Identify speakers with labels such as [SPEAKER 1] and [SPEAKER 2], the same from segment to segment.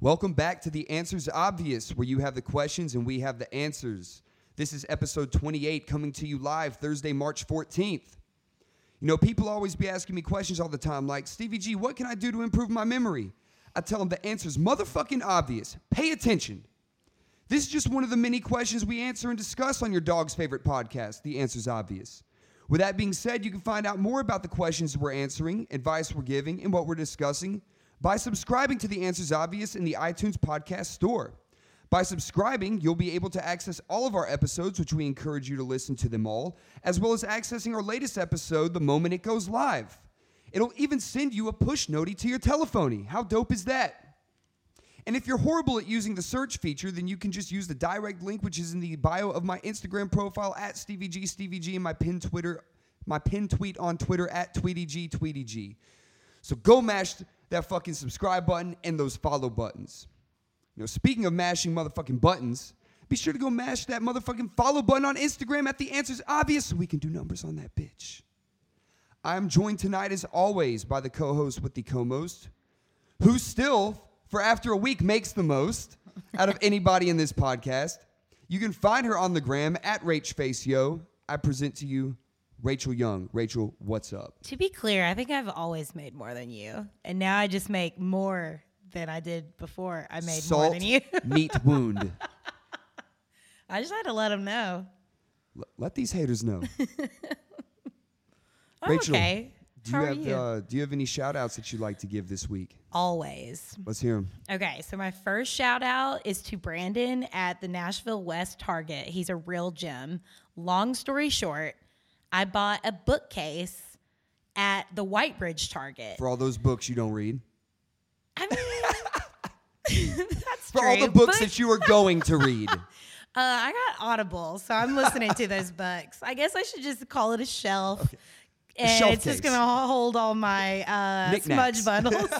[SPEAKER 1] Welcome back to The Answers Obvious, where you have the questions and we have the answers. This is episode 28 coming to you live Thursday, March 14th. You know, people always be asking me questions all the time like, Stevie G, what can I do to improve my memory? I tell them the answer's motherfucking obvious. Pay attention. This is just one of the many questions we answer and discuss on your dog's favorite podcast, The Answer's Obvious. With that being said, you can find out more about the questions we're answering, advice we're giving, and what we're discussing by subscribing to The Answer's Obvious in the iTunes Podcast Store. By subscribing, you'll be able to access all of our episodes, which we encourage you to listen to them all, as well as accessing our latest episode the moment it goes live. It'll even send you a push noti to your telephony. How dope is that? And if you're horrible at using the search feature, then you can just use the direct link, which is in the bio of my Instagram profile at Stevie G, Stevie G, and my pin Twitter, my pin tweet on Twitter at Tweety G, Tweety G. So go mash that fucking subscribe button and those follow buttons. You know, speaking of mashing motherfucking buttons, be sure to go mash that motherfucking follow button on Instagram at the answers obvious so we can do numbers on that bitch. I'm joined tonight, as always, by the co host with the co most, who still, for after a week, makes the most out of anybody in this podcast. You can find her on the gram at RachFaceYo. I present to you Rachel Young. Rachel, what's up?
[SPEAKER 2] To be clear, I think I've always made more than you, and now I just make more than I did before. I made more
[SPEAKER 1] Salt,
[SPEAKER 2] than you.
[SPEAKER 1] meat wound.
[SPEAKER 2] I just had to let them know.
[SPEAKER 1] L- let these haters know.
[SPEAKER 2] I'm
[SPEAKER 1] Rachel,
[SPEAKER 2] okay.
[SPEAKER 1] Do
[SPEAKER 2] How
[SPEAKER 1] you
[SPEAKER 2] are
[SPEAKER 1] have
[SPEAKER 2] you?
[SPEAKER 1] Uh, Do you have any shout outs that you'd like to give this week?
[SPEAKER 2] always.
[SPEAKER 1] Let's hear them.
[SPEAKER 2] Okay, so my first shout out is to Brandon at the Nashville West Target. He's a real gem. Long story short, I bought a bookcase at the White Bridge Target.
[SPEAKER 1] For all those books you don't read,
[SPEAKER 2] I mean, that's
[SPEAKER 1] for
[SPEAKER 2] true.
[SPEAKER 1] all the books
[SPEAKER 2] but-
[SPEAKER 1] that you are going to read.
[SPEAKER 2] Uh, I got Audible, so I'm listening to those books. I guess I should just call it a shelf. And
[SPEAKER 1] shelf
[SPEAKER 2] it's just
[SPEAKER 1] case.
[SPEAKER 2] going to hold all my uh,
[SPEAKER 1] Knickknacks.
[SPEAKER 2] smudge bundles.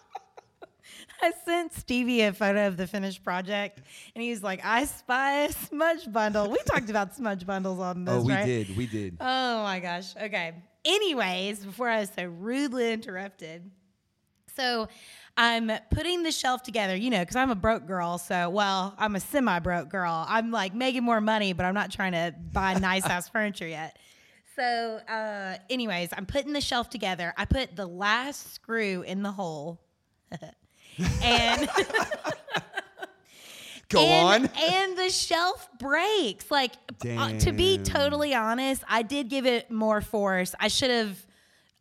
[SPEAKER 2] I sent Stevie a photo of the finished project, and he was like, I spy a smudge bundle. We talked about smudge bundles on this,
[SPEAKER 1] oh, we
[SPEAKER 2] right?
[SPEAKER 1] did. We did.
[SPEAKER 2] Oh my gosh. Okay. Anyways, before I was so rudely interrupted, so I'm putting the shelf together, you know, because I'm a broke girl. So, well, I'm a semi broke girl. I'm like making more money, but I'm not trying to buy nice ass furniture yet. So, uh, anyways, I'm putting the shelf together. I put the last screw in the hole. and
[SPEAKER 1] Go
[SPEAKER 2] and,
[SPEAKER 1] on.
[SPEAKER 2] and the shelf breaks. Like, uh, to be
[SPEAKER 1] Damn.
[SPEAKER 2] totally honest, I did give it more force. I should have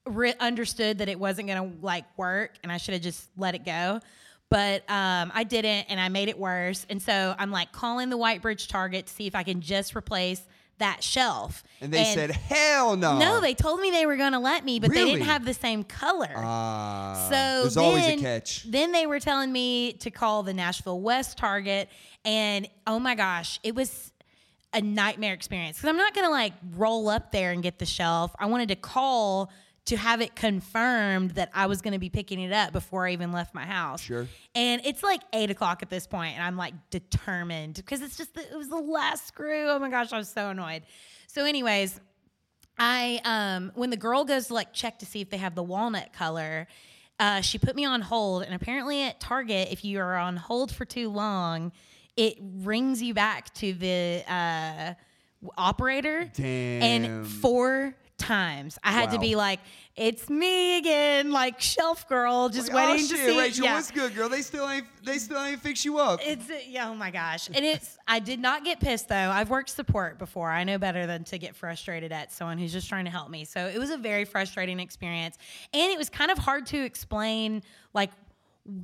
[SPEAKER 2] re- understood that it wasn't going to like work, and I should have just let it go. But um, I didn't, and I made it worse. And so I'm like calling the White Bridge Target to see if I can just replace that shelf.
[SPEAKER 1] And they said, hell no.
[SPEAKER 2] no. They told me they were going to let me, but they
[SPEAKER 1] Really?
[SPEAKER 2] didn't have the same color.
[SPEAKER 1] Ah,
[SPEAKER 2] So
[SPEAKER 1] there's
[SPEAKER 2] then,
[SPEAKER 1] always a catch.
[SPEAKER 2] Then they were telling me to call the Nashville West Target, and oh my gosh, it was a nightmare experience because I'm not gonna like roll up there and get the shelf. I wanted to call to have it confirmed that I was gonna be picking it up before I even left my house.
[SPEAKER 1] Sure.
[SPEAKER 2] And it's like eight o'clock at this point, and I'm like determined because it's just the, it was the last screw. Oh my gosh, I was so annoyed. So, anyways, I um when the girl goes to like check to see if they have the walnut color, uh, she put me on hold, and apparently at Target, if you are on hold for too long, it rings you back to the uh, w- operator.
[SPEAKER 1] Damn.
[SPEAKER 2] And four times I had to
[SPEAKER 1] Wow.
[SPEAKER 2] be like, "It's me again," like shelf girl, just
[SPEAKER 1] Like,
[SPEAKER 2] waiting
[SPEAKER 1] oh,
[SPEAKER 2] to
[SPEAKER 1] shit,
[SPEAKER 2] see.
[SPEAKER 1] Rachel,
[SPEAKER 2] yeah.
[SPEAKER 1] what's good, girl? They still ain't. They still ain't fix you up.
[SPEAKER 2] It's yeah, oh my gosh. And it's I did not get pissed though. I've worked support before. I know better than to get frustrated at someone who's just trying to help me. So it was a very frustrating experience. And it was kind of hard to explain like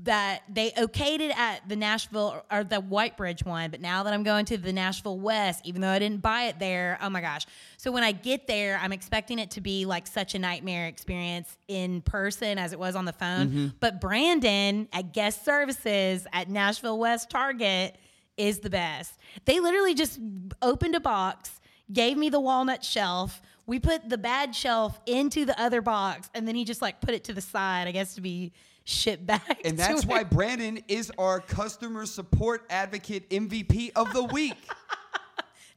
[SPEAKER 2] that they okayed it at the Nashville or the White Bridge one, but now that I'm going to the Nashville West, even though I didn't buy it there, oh my gosh. So when I get there, I'm expecting it to be like such a nightmare experience in person as it was on the phone.
[SPEAKER 1] Mm-hmm.
[SPEAKER 2] But Brandon at guest services at Nashville West Target is the best. They literally just opened a box, gave me the walnut shelf. We put the bad shelf into the other box, and then he just like put it to the side, I guess, to be shipped back.
[SPEAKER 1] And
[SPEAKER 2] to
[SPEAKER 1] that's
[SPEAKER 2] it.
[SPEAKER 1] why Brandon is our customer support advocate MVP of the week.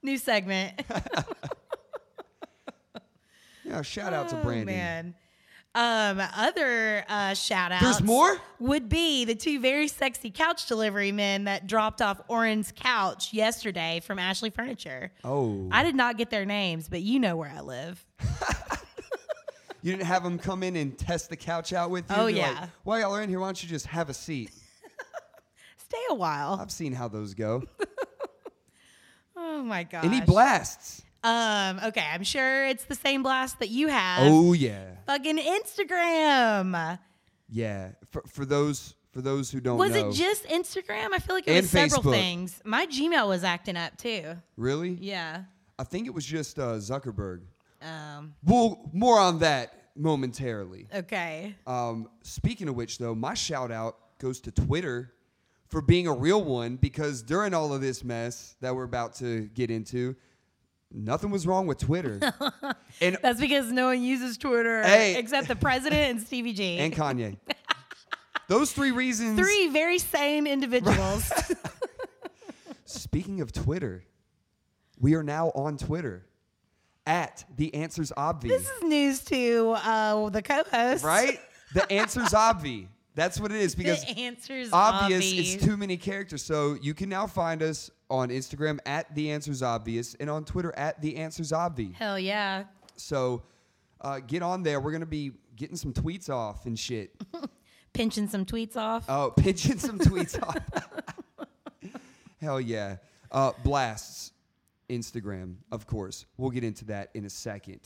[SPEAKER 2] new segment.
[SPEAKER 1] Yeah, shout out to
[SPEAKER 2] Oh,
[SPEAKER 1] Brandon.
[SPEAKER 2] man. Um, other uh, shout outs.
[SPEAKER 1] There's more?
[SPEAKER 2] Would be the two very sexy couch delivery men that dropped off Oren's couch yesterday from Ashley Furniture.
[SPEAKER 1] Oh.
[SPEAKER 2] I did not get their names, but you know where I live.
[SPEAKER 1] You didn't have them come in and test the couch out with you.
[SPEAKER 2] Oh,
[SPEAKER 1] You're
[SPEAKER 2] yeah.
[SPEAKER 1] Like, While y'all are in here, why don't you just have a seat?
[SPEAKER 2] Stay a while.
[SPEAKER 1] I've seen how those go.
[SPEAKER 2] Oh my gosh.
[SPEAKER 1] Any blasts?
[SPEAKER 2] Um, okay, I'm sure it's the same blast that you have.
[SPEAKER 1] Oh yeah,
[SPEAKER 2] Fucking Instagram.
[SPEAKER 1] yeah. For, for those for those who don't
[SPEAKER 2] Was
[SPEAKER 1] know,
[SPEAKER 2] it just Instagram? I feel like it
[SPEAKER 1] Oh, And
[SPEAKER 2] was several
[SPEAKER 1] Facebook.
[SPEAKER 2] things. My Gmail was acting up too.
[SPEAKER 1] really?
[SPEAKER 2] Yeah.
[SPEAKER 1] I think it was just uh, Zuckerberg.
[SPEAKER 2] Um,
[SPEAKER 1] Well, more on that momentarily.
[SPEAKER 2] okay.
[SPEAKER 1] Um, speaking of which, though, my shout out goes to Twitter for being a real one because during all of this mess that we're about to get into, nothing was wrong with Twitter and
[SPEAKER 2] That's because no one uses Twitter
[SPEAKER 1] Hey.
[SPEAKER 2] except the president and Stevie G.
[SPEAKER 1] and Kanye. Those three reasons.
[SPEAKER 2] Three very sane individuals.
[SPEAKER 1] Speaking of Twitter, we are now on Twitter at the answers obvi,
[SPEAKER 2] this is news to uh, the co-host.
[SPEAKER 1] right? The answers obvi. That's what it is
[SPEAKER 2] The
[SPEAKER 1] because
[SPEAKER 2] answer's
[SPEAKER 1] obvious
[SPEAKER 2] obvious.
[SPEAKER 1] it's too many characters. So you can now find us on Instagram at the answers obvious and on Twitter at the answers obvi.
[SPEAKER 2] Hell yeah.
[SPEAKER 1] So uh, get on there. We're gonna be getting some tweets off and shit.
[SPEAKER 2] Pinching some tweets off.
[SPEAKER 1] Oh, pinching some tweets off. Hell yeah. Uh, blasts, Instagram, of course. We'll get into that in a second.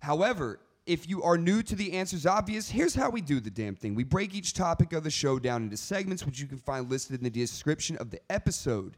[SPEAKER 1] However, if you are new to the answers obvious, here's how we do the damn thing. We break each topic of the show down into segments, which you can find listed in the description of the episode.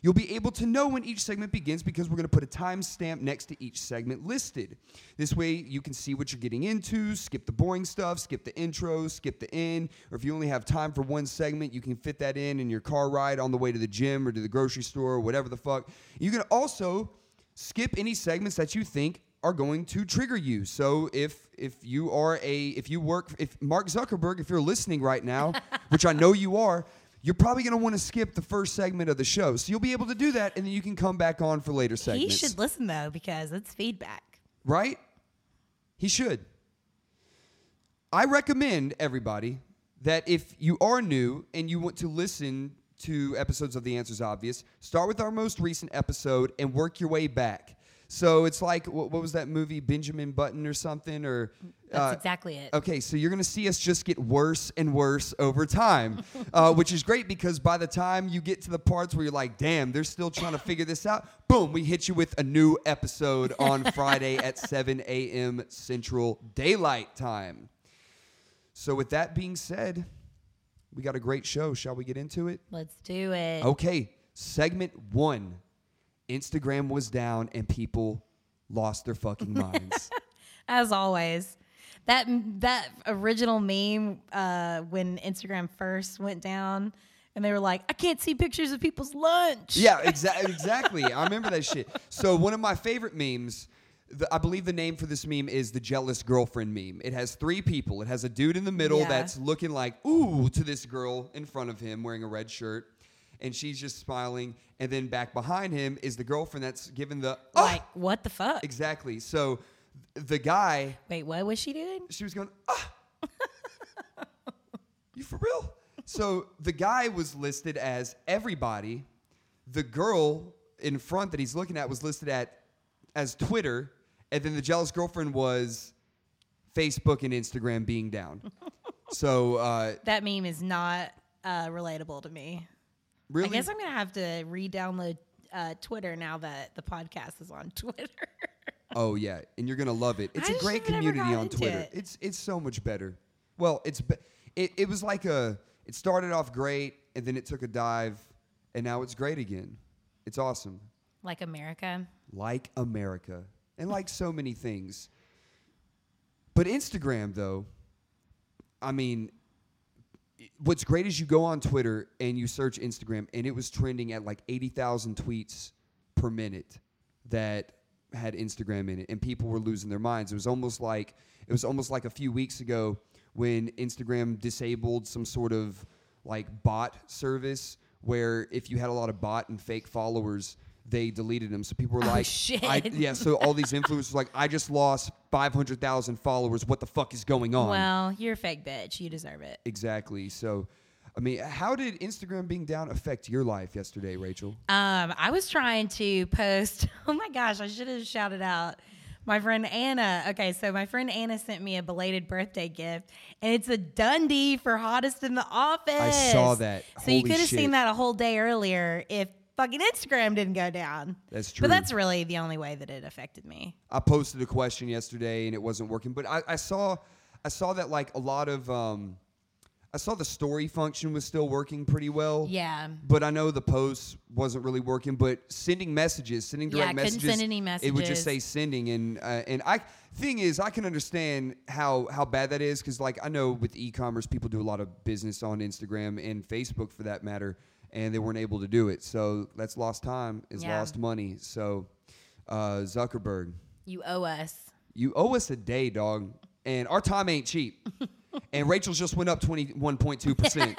[SPEAKER 1] You'll be able to know when each segment begins because we're going to put a timestamp next to each segment listed. This way, you can see what you're getting into, skip the boring stuff, skip the intro, skip the end, or if you only have time for one segment, you can fit that in in your car ride on the way to the gym or to the grocery store or whatever the fuck. You can also skip any segments that you think are going to trigger you. So if if you are a if you work if Mark Zuckerberg if you're listening right now, which I know you are, you're probably going to want to skip the first segment of the show. So you'll be able to do that and then you can come back on for later
[SPEAKER 2] he
[SPEAKER 1] Oh, segments.
[SPEAKER 2] should listen though because it's feedback.
[SPEAKER 1] right? He should. I recommend everybody that if you are new and you want to listen to episodes of The Answer's Obvious, start with our most recent episode and work your way back. So it's like, what, what was that movie, Benjamin Button or something? Or
[SPEAKER 2] That's
[SPEAKER 1] uh,
[SPEAKER 2] exactly it.
[SPEAKER 1] Okay, so you're gonna see us just get worse and worse over time, uh, which is great because by the time you get to the parts where you're like, "Damn, they're still trying to figure this out," boom, we hit you with a new episode on Friday at 7 a.m. Central Daylight Time. So, with that being said, we got a great show. Shall we get into it?
[SPEAKER 2] Let's do it.
[SPEAKER 1] Okay, segment one: Instagram was down and people lost their fucking minds.
[SPEAKER 2] As always, that that original meme uh, when Instagram first went down, and they were like, "I can't see pictures of people's lunch."
[SPEAKER 1] Yeah, exactly. Exactly. I remember that shit. So one of my favorite memes. The, I believe the name for this meme is the jealous girlfriend meme. It has three people. It has a dude in the middle
[SPEAKER 2] Yeah.
[SPEAKER 1] that's looking like ooh to this girl in front of him wearing a red shirt, and she's just smiling. And then back behind him is the girlfriend that's giving the oh!
[SPEAKER 2] Like, what the fuck?
[SPEAKER 1] exactly. So the guy
[SPEAKER 2] Wait, what was she doing?
[SPEAKER 1] she was going, ah, you for real? So the guy was listed as everybody. The girl in front that he's looking at was listed at as Twitter, and then the jealous girlfriend was Facebook and Instagram being down. so uh,
[SPEAKER 2] That meme is not uh, relatable to me.
[SPEAKER 1] really,
[SPEAKER 2] I guess I'm gonna have to re-download uh, Twitter now that the podcast is on Twitter.
[SPEAKER 1] Oh yeah, and you're gonna love it. It's
[SPEAKER 2] I
[SPEAKER 1] a
[SPEAKER 2] just
[SPEAKER 1] great
[SPEAKER 2] have never
[SPEAKER 1] community
[SPEAKER 2] got
[SPEAKER 1] on
[SPEAKER 2] into
[SPEAKER 1] Twitter.
[SPEAKER 2] it.
[SPEAKER 1] It's it's so much better. Well, it's be- it it was like a it started off great and then it took a dive and now it's great again. It's awesome.
[SPEAKER 2] like America.
[SPEAKER 1] Like America and like so many things. But Instagram though, I mean what's great is you go on Twitter and you search Instagram and it was trending at like 80,000 tweets per minute that had Instagram in it and people were losing their minds. It was almost like it was almost like a few weeks ago when Instagram disabled some sort of like bot service where if you had a lot of bot and fake followers they deleted him. So people were
[SPEAKER 2] Oh,
[SPEAKER 1] like,
[SPEAKER 2] shit.
[SPEAKER 1] I, yeah. So all these influencers were like, I just lost 500,000 followers. What the fuck is going on?
[SPEAKER 2] Well, you're a fake bitch. You deserve it.
[SPEAKER 1] Exactly. So, I mean, how did Instagram being down affect your life yesterday, Rachel?
[SPEAKER 2] Um, I was trying to post. Oh my gosh, I should have shouted out my friend Anna. Okay, so my friend Anna sent me a belated birthday gift, and it's a Dundee for hottest in the office.
[SPEAKER 1] saw that.
[SPEAKER 2] So
[SPEAKER 1] Holy
[SPEAKER 2] you could have
[SPEAKER 1] shit.
[SPEAKER 2] seen that a whole day earlier if fucking Instagram didn't go down.
[SPEAKER 1] That's true.
[SPEAKER 2] But that's really the only way that it affected me.
[SPEAKER 1] I posted a question yesterday and it wasn't working, but I, I saw, I saw that like a lot of, um, I saw the story function was still working pretty well.
[SPEAKER 2] Yeah.
[SPEAKER 1] But I know the post wasn't really working. But sending messages, sending
[SPEAKER 2] Yeah,
[SPEAKER 1] direct
[SPEAKER 2] I couldn't
[SPEAKER 1] messages,
[SPEAKER 2] send any
[SPEAKER 1] It would just
[SPEAKER 2] messages.
[SPEAKER 1] say sending, and uh, and I thing is, I can understand how how bad that is because like I know with e-commerce, people do a lot of business on Instagram and Facebook for that matter, and they weren't able to do it. So that's lost time, is
[SPEAKER 2] Yeah.
[SPEAKER 1] lost money. So uh, Zuckerberg,
[SPEAKER 2] You owe us.
[SPEAKER 1] you owe us a day, dog, and our time ain't cheap. and Rachel's just went up twenty one point two percent.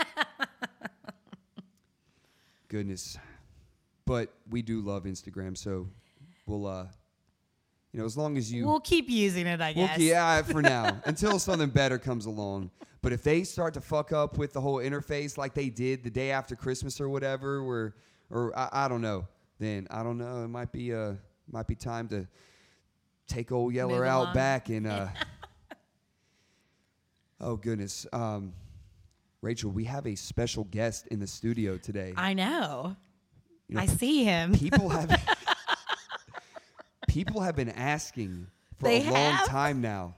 [SPEAKER 1] Goodness, but we do love Instagram, so we'll uh, you know, as long as you
[SPEAKER 2] We'll keep using it, I
[SPEAKER 1] we'll
[SPEAKER 2] guess.
[SPEAKER 1] keep- yeah for now until something better comes along. But if they start to fuck up with the whole interface like they did the day after Christmas or whatever, or or I, I don't know, then I don't know. It might be uh might be time to take old Yeller
[SPEAKER 2] Move
[SPEAKER 1] out
[SPEAKER 2] along.
[SPEAKER 1] back and uh oh goodness, um, Rachel, we have a special guest in the studio today.
[SPEAKER 2] I know.
[SPEAKER 1] You know,
[SPEAKER 2] I see him.
[SPEAKER 1] people have people have been asking for
[SPEAKER 2] They
[SPEAKER 1] a long
[SPEAKER 2] have?
[SPEAKER 1] time now.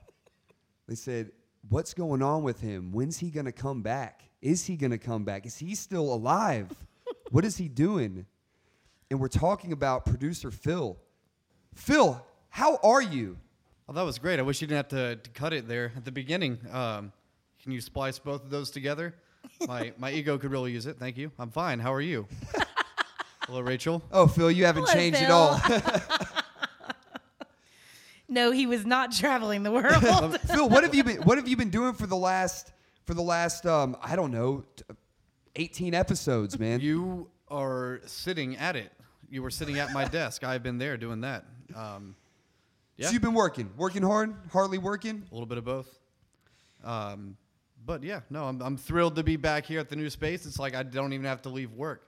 [SPEAKER 1] They said, "What's going on with him? When's he going to come back? Is he going to come back? Is he still alive? what is he doing?" And we're talking about producer Phil. Phil, how are you?
[SPEAKER 3] Oh, that was great. I wish you didn't have to, to cut it there at the beginning. Um, can you splice both of those together? My my ego could really use it. Thank you. I'm fine. How are you? Hello, Rachel.
[SPEAKER 1] Oh, Phil, you haven't
[SPEAKER 2] Hello,
[SPEAKER 1] changed at
[SPEAKER 2] Phil.
[SPEAKER 1] all.
[SPEAKER 2] No, he was not traveling the world.
[SPEAKER 1] Phil, what have you been what have you been doing for the last for the last um, I don't know, t- 18 episodes, man?
[SPEAKER 3] You are sitting at it. You were sitting at my desk. I've been there doing that. Um, yeah,
[SPEAKER 1] So you've been working, working hard, hardly working.
[SPEAKER 3] a little bit of both. Um, but yeah, no, I'm, I'm thrilled to be back here at the new space. It's like I don't even have to leave work.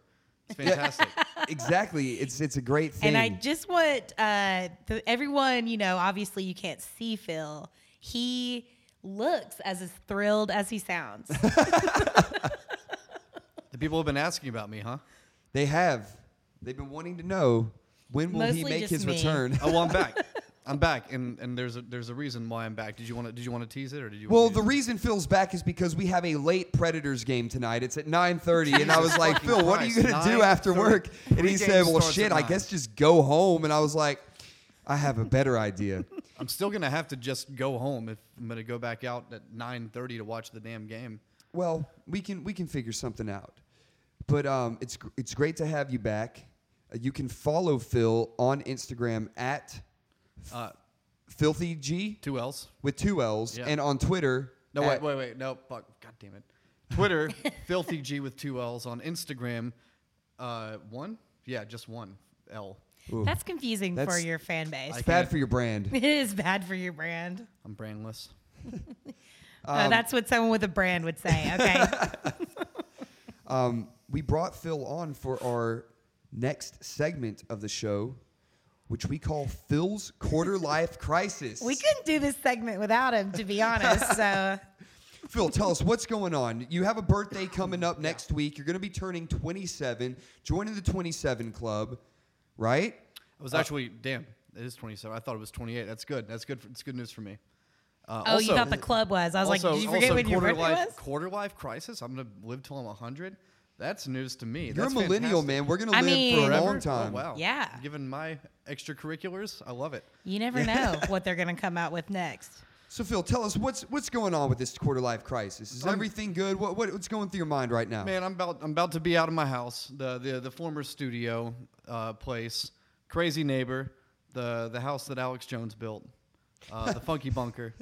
[SPEAKER 3] It's fantastic.
[SPEAKER 1] exactly. It's it's a great thing.
[SPEAKER 2] And I just want uh, the, everyone, you know, obviously you can't see Phil. He looks as as thrilled as he sounds.
[SPEAKER 3] the people have been asking about me, huh?
[SPEAKER 1] they have. They've been wanting to know when will he
[SPEAKER 2] Mostly
[SPEAKER 1] make
[SPEAKER 2] just
[SPEAKER 1] his
[SPEAKER 2] me.
[SPEAKER 1] return.
[SPEAKER 3] oh, well, I'm back. I'm back, and and there's a there's a reason why I'm back. Did you want to did you want to tease it or did you?
[SPEAKER 1] Well,
[SPEAKER 3] want
[SPEAKER 1] the reason Phil's back is because we have a late Predators game tonight. It's at 9:30 and I was
[SPEAKER 3] Jesus
[SPEAKER 1] like,
[SPEAKER 3] fucking
[SPEAKER 1] "Phil, what are you
[SPEAKER 3] Christ,
[SPEAKER 1] going to do after
[SPEAKER 3] 9:30.
[SPEAKER 1] work?" And he
[SPEAKER 3] Pre-game
[SPEAKER 1] said, "Well,
[SPEAKER 3] starts at
[SPEAKER 1] shit, I
[SPEAKER 3] 9.
[SPEAKER 1] guess just go home." And I was like, "I have a better idea."
[SPEAKER 3] I'm still gonna have to just go home if I'm gonna go back out at 9:30 to watch the damn game.
[SPEAKER 1] Well, we can we can figure something out. But um, it's gr- it's great to have you back. Uh, you can follow Phil on Instagram at
[SPEAKER 3] Uh,
[SPEAKER 1] filthyg
[SPEAKER 3] two L's.
[SPEAKER 1] with two L's
[SPEAKER 3] Yeah.
[SPEAKER 1] and on Twitter.
[SPEAKER 3] No,
[SPEAKER 1] at-
[SPEAKER 3] wait, wait, wait. No, fuck. God damn it. Twitter, filthy G with two L's on Instagram. Uh, one? Yeah, just one L.
[SPEAKER 1] Ooh,
[SPEAKER 2] That's confusing for
[SPEAKER 1] That's-
[SPEAKER 2] your fan base.
[SPEAKER 1] it's bad for your brand.
[SPEAKER 2] it is bad for your brand.
[SPEAKER 3] I'm brainless.
[SPEAKER 2] Uh, that's what someone with a brand would say. Okay.
[SPEAKER 1] Um, we brought Phil on for our next segment of the show, which we call Phil's Quarter Life Crisis.
[SPEAKER 2] we couldn't do this segment without him, to be honest. So
[SPEAKER 1] Phil, tell us what's going on. You have a birthday coming up next week. You're going to be turning 27, joining the 27 Club, right?
[SPEAKER 3] I
[SPEAKER 1] Uh,
[SPEAKER 3] was actually damn. It is 27. I thought it was 28. That's good. That's good. For, it's good news for me. Uh,
[SPEAKER 2] Oh, you
[SPEAKER 3] also-
[SPEAKER 2] thought the club was. I was like, did you forget when your
[SPEAKER 3] quarter
[SPEAKER 2] birthday
[SPEAKER 3] life,
[SPEAKER 2] was?
[SPEAKER 3] Quarter life crisis. I'm gonna live till I'm 100. That's news to me.
[SPEAKER 1] You're
[SPEAKER 3] That's
[SPEAKER 1] a millennial,
[SPEAKER 3] fantastic.
[SPEAKER 1] man. We're going to
[SPEAKER 2] I
[SPEAKER 1] live for
[SPEAKER 2] mean-
[SPEAKER 1] a
[SPEAKER 3] Forever?
[SPEAKER 1] long time.
[SPEAKER 3] Oh, wow.
[SPEAKER 2] Yeah.
[SPEAKER 3] Given my extracurriculars, I love it.
[SPEAKER 2] you never know what they're going to come out with next.
[SPEAKER 1] So, Phil, tell us what's what's going on with this quarter life crisis. Is
[SPEAKER 3] I'm-
[SPEAKER 1] everything good? What, what what's going through your mind right now?
[SPEAKER 3] Man, I'm about I'm about to be out of my house. The the the former studio uh, place, crazy neighbor, the the house that Alex Jones built, uh, the funky bunker.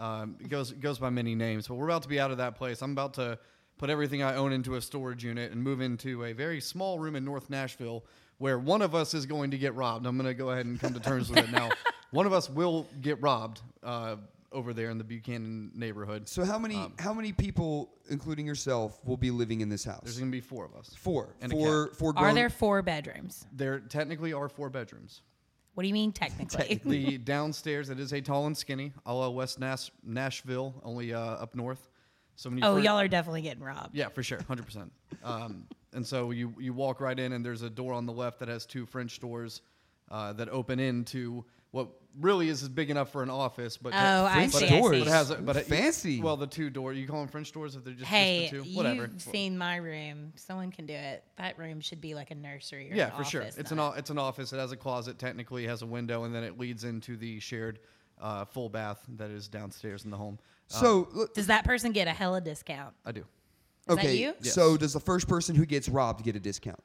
[SPEAKER 3] Um, it goes it goes by many names, but we're about to be out of that place. I'm about to put everything I own into a storage unit, and move into a very small room in North Nashville where one of us is going to get robbed. I'm going to go ahead and come to terms with it now. One of us will get robbed uh, over there in the Buchanan neighborhood.
[SPEAKER 1] So how
[SPEAKER 3] Um,
[SPEAKER 1] many how many people, including yourself, will be living in this
[SPEAKER 3] There's
[SPEAKER 1] house?
[SPEAKER 3] going to be four of us.
[SPEAKER 1] Four.
[SPEAKER 3] and a
[SPEAKER 1] four. Four. Grown,
[SPEAKER 2] Are there four bedrooms?
[SPEAKER 3] There technically are four bedrooms.
[SPEAKER 2] What do you mean technically?
[SPEAKER 3] the downstairs it is a tall and skinny, a la West Nash- Nashville, only uh, up north. So when you
[SPEAKER 2] oh,
[SPEAKER 3] fir-
[SPEAKER 2] y'all are definitely getting robbed.
[SPEAKER 3] yeah, for sure, hundred percent. Um, and so you you walk right in, and there's a door on the left that has two French doors uh, that open into what really is big enough for an office, but
[SPEAKER 2] Oh, I
[SPEAKER 1] French
[SPEAKER 2] see. I
[SPEAKER 1] doors.
[SPEAKER 2] see.
[SPEAKER 3] But it has a, but it-
[SPEAKER 1] Fancy.
[SPEAKER 3] well, the two door. You call them French doors if they're just,
[SPEAKER 2] hey,
[SPEAKER 3] just the two. Whatever.
[SPEAKER 2] you've seen my room. Someone can do it. That room should be like a nursery. Or
[SPEAKER 3] yeah,
[SPEAKER 2] an
[SPEAKER 3] for sure.
[SPEAKER 2] office,
[SPEAKER 3] It's an
[SPEAKER 2] not-
[SPEAKER 3] o- it's an office. It has a closet. Technically, it has a window, and then it leads into the shared uh, full bath that is downstairs in the home. Uh,
[SPEAKER 1] so look,
[SPEAKER 2] Does that person get a hella discount?
[SPEAKER 3] I do.
[SPEAKER 2] that
[SPEAKER 1] okay.
[SPEAKER 2] you?
[SPEAKER 3] Yes.
[SPEAKER 1] So does the first person who gets robbed get a discount?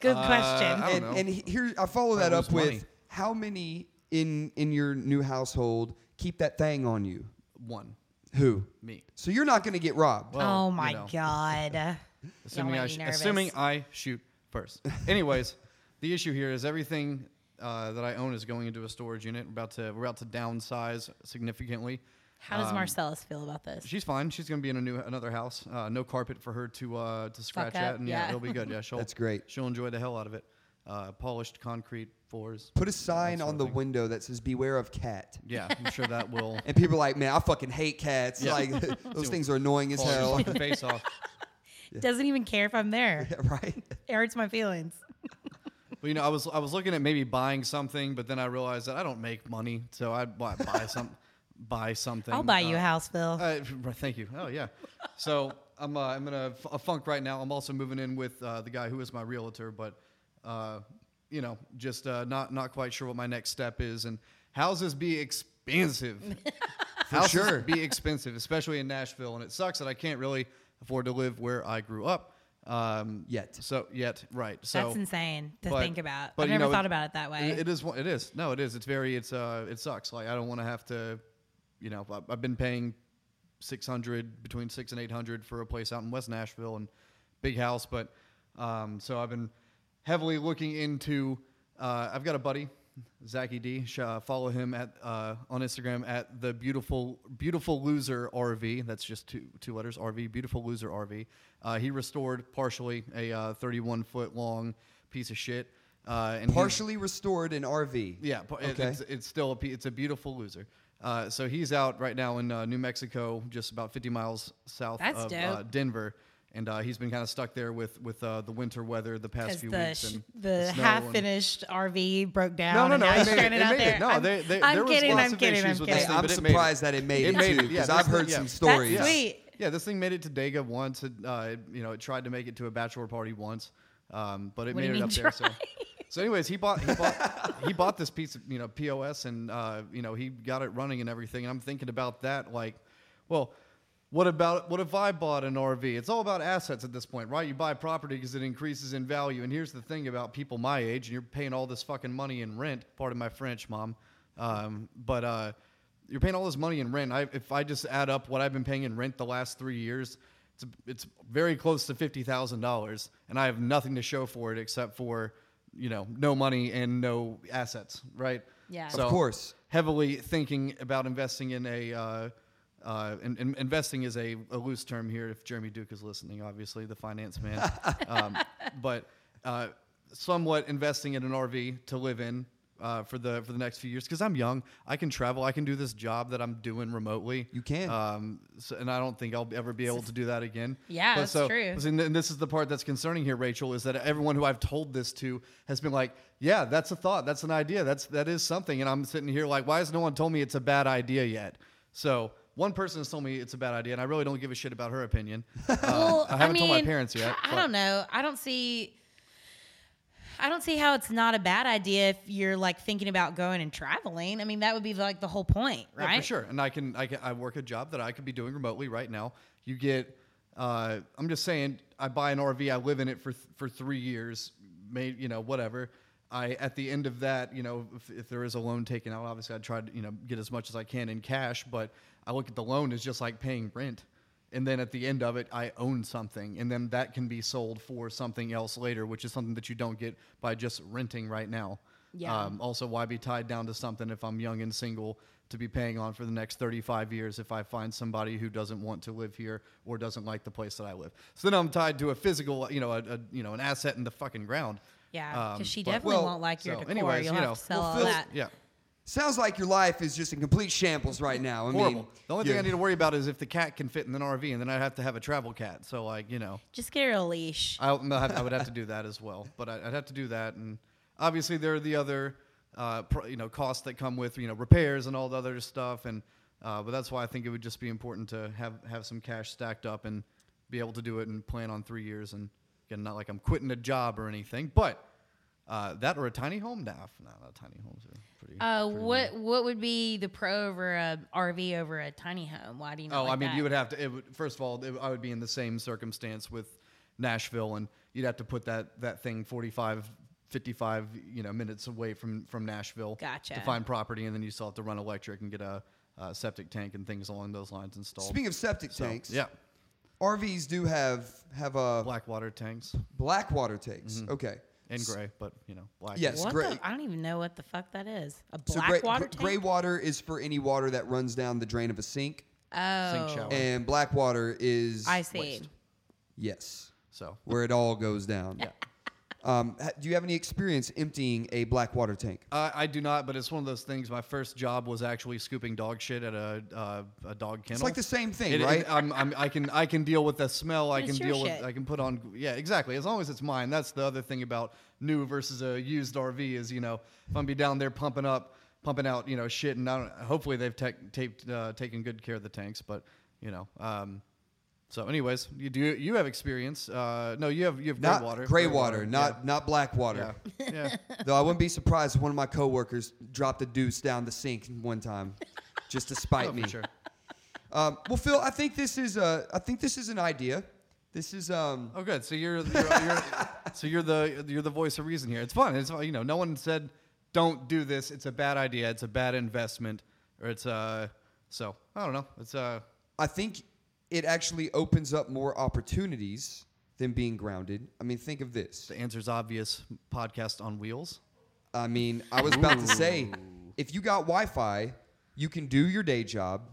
[SPEAKER 2] Good
[SPEAKER 3] Uh, I
[SPEAKER 2] question.
[SPEAKER 3] don't
[SPEAKER 1] and,
[SPEAKER 3] know.
[SPEAKER 1] and he- here I follow that
[SPEAKER 3] Probably
[SPEAKER 1] up
[SPEAKER 3] lose money.
[SPEAKER 1] with how many in in your new household keep that thing on you?
[SPEAKER 3] One,
[SPEAKER 1] Who?
[SPEAKER 3] me.
[SPEAKER 1] So you're not going to get robbed.
[SPEAKER 3] Well,
[SPEAKER 2] oh
[SPEAKER 3] you
[SPEAKER 2] my
[SPEAKER 3] know.
[SPEAKER 2] god.
[SPEAKER 3] Assuming
[SPEAKER 2] Y'all
[SPEAKER 3] I,
[SPEAKER 2] made me
[SPEAKER 3] sh-
[SPEAKER 2] nervous.
[SPEAKER 3] assuming I shoot first. Anyways, the issue here is everything uh, that I own is going into a storage unit. We're about to we're about to downsize significantly.
[SPEAKER 2] How
[SPEAKER 3] um,
[SPEAKER 2] does Marcellus feel about this?
[SPEAKER 3] She's fine. She's gonna be in a new another house. Uh, no carpet for her to uh, to scratch
[SPEAKER 2] up,
[SPEAKER 3] at, and yeah,
[SPEAKER 2] yeah.
[SPEAKER 3] it'll be good. Yeah, she'll
[SPEAKER 1] That's great.
[SPEAKER 3] She'll enjoy the hell out of it. Uh, polished concrete floors.
[SPEAKER 1] Put a sign
[SPEAKER 3] that sort
[SPEAKER 1] on
[SPEAKER 3] of
[SPEAKER 1] the
[SPEAKER 3] thing.
[SPEAKER 1] window that says "Beware of cat."
[SPEAKER 3] Yeah, I'm sure that will
[SPEAKER 1] And people are like, "Man, I fucking hate cats.
[SPEAKER 3] Yeah.
[SPEAKER 1] Like those things are annoying as
[SPEAKER 3] fall your
[SPEAKER 1] hell."
[SPEAKER 3] fucking face off.
[SPEAKER 2] Doesn't even care if I'm there.
[SPEAKER 1] Yeah, right?
[SPEAKER 2] It hurts my feelings.
[SPEAKER 3] Well, you know, I was I was looking at maybe buying something, but then I realized that I don't make money, so I'd buy, buy some buy something.
[SPEAKER 2] I'll buy you a
[SPEAKER 3] Uh,
[SPEAKER 2] house, Phil.
[SPEAKER 3] Uh, right, thank you. Oh yeah. So I'm uh, I'm in a, f- a funk right now. I'm also moving in with uh, the guy who is my realtor, but uh, you know, just uh, not not quite sure what my next step is. And houses be expensive. houses
[SPEAKER 1] sure.
[SPEAKER 3] be expensive, especially in Nashville, and it sucks that I can't really afford to live where I grew up. Um,
[SPEAKER 1] Yet.
[SPEAKER 3] So yet, right. So
[SPEAKER 2] That's insane to
[SPEAKER 3] but-
[SPEAKER 2] think about.
[SPEAKER 3] but,
[SPEAKER 2] I've
[SPEAKER 3] you
[SPEAKER 2] never
[SPEAKER 3] know,
[SPEAKER 2] thought about it that way.
[SPEAKER 3] it- it is. one- It is. No, it is. It's very. It's. Uh. It sucks. Like I don't want to have to. You know, I- I've been paying six hundred between six and eight hundred for a place out in West Nashville and big house, but um. So I've been heavily looking into. Uh, I've got a buddy, Zachy D. Sh- uh, follow him at uh, on Instagram at the beautiful beautiful loser RV. That's just two two letters RV. Beautiful loser RV. Uh, he restored partially a uh, thirty one foot long piece of shit. Uh, and he's-
[SPEAKER 1] Partially restored an RV.
[SPEAKER 3] yeah, pa- it-
[SPEAKER 1] Okay.
[SPEAKER 3] it's, it's still a, pe- it's a beautiful loser. Uh, so he's out right now in uh, New Mexico, just about 50 miles south
[SPEAKER 2] That's
[SPEAKER 3] of uh,
[SPEAKER 2] dope.
[SPEAKER 3] Denver, and uh, he's been kind of stuck there with with uh, the winter weather the past
[SPEAKER 2] Because
[SPEAKER 3] few
[SPEAKER 2] the,
[SPEAKER 3] weeks.
[SPEAKER 2] sh-
[SPEAKER 3] and
[SPEAKER 2] the
[SPEAKER 3] snow
[SPEAKER 2] half
[SPEAKER 3] and-
[SPEAKER 2] finished RV broke down.
[SPEAKER 3] No, no,
[SPEAKER 2] and
[SPEAKER 3] no,
[SPEAKER 2] now
[SPEAKER 3] it
[SPEAKER 2] he's
[SPEAKER 3] made it,
[SPEAKER 2] turning
[SPEAKER 3] it
[SPEAKER 2] out
[SPEAKER 3] made it.
[SPEAKER 2] there.
[SPEAKER 3] No,
[SPEAKER 2] I'm,
[SPEAKER 3] they- they-
[SPEAKER 2] I'm
[SPEAKER 3] there was
[SPEAKER 2] kidding,
[SPEAKER 3] lots
[SPEAKER 2] I'm
[SPEAKER 3] of
[SPEAKER 2] kidding, I'm
[SPEAKER 3] issues with this
[SPEAKER 1] Hey,
[SPEAKER 2] kidding.
[SPEAKER 3] thing,
[SPEAKER 1] I'm
[SPEAKER 3] but it made it.
[SPEAKER 1] surprised that it made
[SPEAKER 3] It
[SPEAKER 1] it,
[SPEAKER 3] made it,
[SPEAKER 1] too
[SPEAKER 3] yeah,
[SPEAKER 1] because
[SPEAKER 3] this
[SPEAKER 1] I've
[SPEAKER 3] thing-
[SPEAKER 1] heard
[SPEAKER 3] yeah.
[SPEAKER 1] some
[SPEAKER 3] That's
[SPEAKER 1] stories.
[SPEAKER 2] That's sweet.
[SPEAKER 3] Yeah, this thing made it to Dega once. It, uh, it, you know, it tried to make it to a bachelor party once, um, but it
[SPEAKER 2] What do
[SPEAKER 3] made it
[SPEAKER 2] you
[SPEAKER 3] up
[SPEAKER 2] mean
[SPEAKER 3] there. So, so anyways, he bought he bought he bought this piece of you know POS and uh, you know he got it running and everything. And I'm thinking about that like, well. What about what if I bought an RV? It's all about assets at this point, right? You buy property because it increases in value. And here's the thing about people my age, and you're paying all this fucking money in rent. Pardon my French, mom, um, but uh, you're paying all this money in rent. I, if I just add up what I've been paying in rent the last three years, it's it's very close to fifty thousand dollars, and I have nothing to show for it except for you know no money and no assets, right?
[SPEAKER 2] Yeah. Of
[SPEAKER 1] Of course.
[SPEAKER 3] heavily thinking about investing in a. Uh, uh, in, in- investing is a, a loose term here. If Jeremy Duke is listening, obviously the finance man, um, but uh, somewhat investing in an RV to live in uh, for the for the next few years because I'm young. I can travel. I can do this job that I'm doing remotely.
[SPEAKER 1] You can.
[SPEAKER 3] um, so, and I don't think I'll ever be able to do that again.
[SPEAKER 2] Yeah,
[SPEAKER 3] But
[SPEAKER 2] that's
[SPEAKER 3] so-
[SPEAKER 2] true.
[SPEAKER 3] so and, and this is the part that's concerning here, Rachel, is that everyone who I've told this to has been like, "Yeah, that's a thought, that's an idea, that's that is something." And I'm sitting here like, "Why has no one told me it's a bad idea yet?" So one person has told me it's a bad idea, and I really don't give a shit about her opinion. Uh,
[SPEAKER 2] Well,
[SPEAKER 3] I haven't
[SPEAKER 2] mean,
[SPEAKER 3] told my parents yet.
[SPEAKER 2] I, I
[SPEAKER 3] but-
[SPEAKER 2] don't know. I don't see. I don't see how it's not a bad idea if you're like thinking about going and traveling. I mean, that would be like the whole point,
[SPEAKER 3] Yeah,
[SPEAKER 2] right?
[SPEAKER 3] for sure. And I can, I can, I work a job that I could be doing remotely right now. You get, uh, I'm just saying, I buy an RV, I live in it for th- for three years, may you know, whatever. I at the end of that, you know, if, if there is a loan taken out, obviously I try to, you know, get as much as I can in cash. But I look at the loan as just like paying rent. and then at the end of it i own something and then that can be sold for something else later which is something that you don't get by just renting right now
[SPEAKER 2] Yeah.
[SPEAKER 3] um, also why be tied down to something if i'm young and single to be paying on for the next 35 years if i find somebody who doesn't want to live here or doesn't like the place that i live so then i'm tied to a physical you know a, a you know an asset in the fucking ground
[SPEAKER 2] Yeah, because
[SPEAKER 3] Um,
[SPEAKER 2] she
[SPEAKER 3] but-
[SPEAKER 2] definitely
[SPEAKER 1] well,
[SPEAKER 2] won't like your
[SPEAKER 3] so
[SPEAKER 2] decor.
[SPEAKER 3] anyways,
[SPEAKER 2] You'll
[SPEAKER 3] you
[SPEAKER 2] have
[SPEAKER 3] know,
[SPEAKER 2] to sell
[SPEAKER 1] well,
[SPEAKER 2] all
[SPEAKER 1] Phil-
[SPEAKER 2] that.
[SPEAKER 3] yeah
[SPEAKER 1] Sounds like your life is just in complete shambles right now. I
[SPEAKER 3] horrible.
[SPEAKER 1] mean,
[SPEAKER 3] the only
[SPEAKER 1] yeah.
[SPEAKER 3] thing I need to worry about is if the cat can fit in an RV, and then I'd have to have a travel cat. So like you know,
[SPEAKER 2] Just get her a leash.
[SPEAKER 3] I, I'll have- I would have to do that as well. But I- I'd have to do that, and obviously there are the other uh, pro, you know costs that come with you know repairs and all the other stuff, and uh, but that's why I think it would just be important to have have some cash stacked up and be able to do it and plan on three years. And again, not like I'm quitting a job or anything, but. Uh, that or a tiny home? Nah, f- nah, not tiny homes are pretty.
[SPEAKER 2] Uh, what what would be the pro over a RV over a tiny home? Why do you? Not
[SPEAKER 3] Oh,
[SPEAKER 2] like
[SPEAKER 3] I mean,
[SPEAKER 2] that?
[SPEAKER 3] you would have to. It would, first of all, it, I would be in the same circumstance with Nashville, and you'd have to put that that thing 45, 55, you know, minutes away from from Nashville.
[SPEAKER 2] Gotcha.
[SPEAKER 3] To find property, and then you still have to run electric and get a, uh septic tank and things along those lines installed.
[SPEAKER 1] Speaking of septic
[SPEAKER 3] So,
[SPEAKER 1] tanks,
[SPEAKER 3] yeah,
[SPEAKER 1] RVs do have have uh, black,
[SPEAKER 3] black Mm-hmm. water tanks
[SPEAKER 1] water tanks. Okay,
[SPEAKER 3] and gray, but you know, black.
[SPEAKER 1] Yes.
[SPEAKER 2] What
[SPEAKER 1] Gray-
[SPEAKER 2] the? I don't even know what the fuck that is. A
[SPEAKER 1] So
[SPEAKER 2] black
[SPEAKER 1] gray,
[SPEAKER 2] water
[SPEAKER 1] gr-
[SPEAKER 2] tank.
[SPEAKER 1] gray water is for any water that runs down the drain of a sink,
[SPEAKER 2] oh,
[SPEAKER 3] sink shower.
[SPEAKER 1] and black water is
[SPEAKER 2] I see.
[SPEAKER 3] waste.
[SPEAKER 1] yes,
[SPEAKER 3] So
[SPEAKER 1] where it all goes down. Um, ha- do you have any experience emptying a black water tank?
[SPEAKER 3] Uh, I do not, but it's one of those things. My first job was actually scooping dog shit at a uh, a dog kennel.
[SPEAKER 1] like the same thing,
[SPEAKER 3] It- it-
[SPEAKER 1] right?
[SPEAKER 3] I'm, I'm, I can I can deal with the smell. I
[SPEAKER 2] It's
[SPEAKER 3] can
[SPEAKER 2] your
[SPEAKER 3] deal
[SPEAKER 2] shit.
[SPEAKER 3] with. I can put on. Yeah, exactly. As long as it's mine. That's the other thing about new versus a used RV is you know if I'm be down there pumping up, pumping out you know shit, and I don't, hopefully they've tec- taped uh, taken good care of the tanks, but you know. Um, so, anyways, you do you have experience? Uh, no, you have you have gray
[SPEAKER 1] not
[SPEAKER 3] water.
[SPEAKER 1] gray water, not not black water.
[SPEAKER 3] yeah. yeah. yeah.
[SPEAKER 1] Though I wouldn't be surprised if one of my coworkers dropped a deuce down the sink one time, just to spite
[SPEAKER 3] Oh,
[SPEAKER 1] me.
[SPEAKER 3] for sure.
[SPEAKER 1] Um, well, Phil, I think this is a, I think this is an idea. This is um,
[SPEAKER 3] Oh, good. So you're, you're, you're so you're the you're the voice of reason here. It's fun. It's fun. you know no one said don't do this. It's a bad idea. It's a bad investment, or it's uh so I don't know. It's uh
[SPEAKER 1] I think it actually opens up more opportunities than being grounded. I mean, think of this.
[SPEAKER 3] the answer's obvious. Podcast on wheels.
[SPEAKER 1] I mean, I was about to say, if you got Wi-Fi, you can do your day job.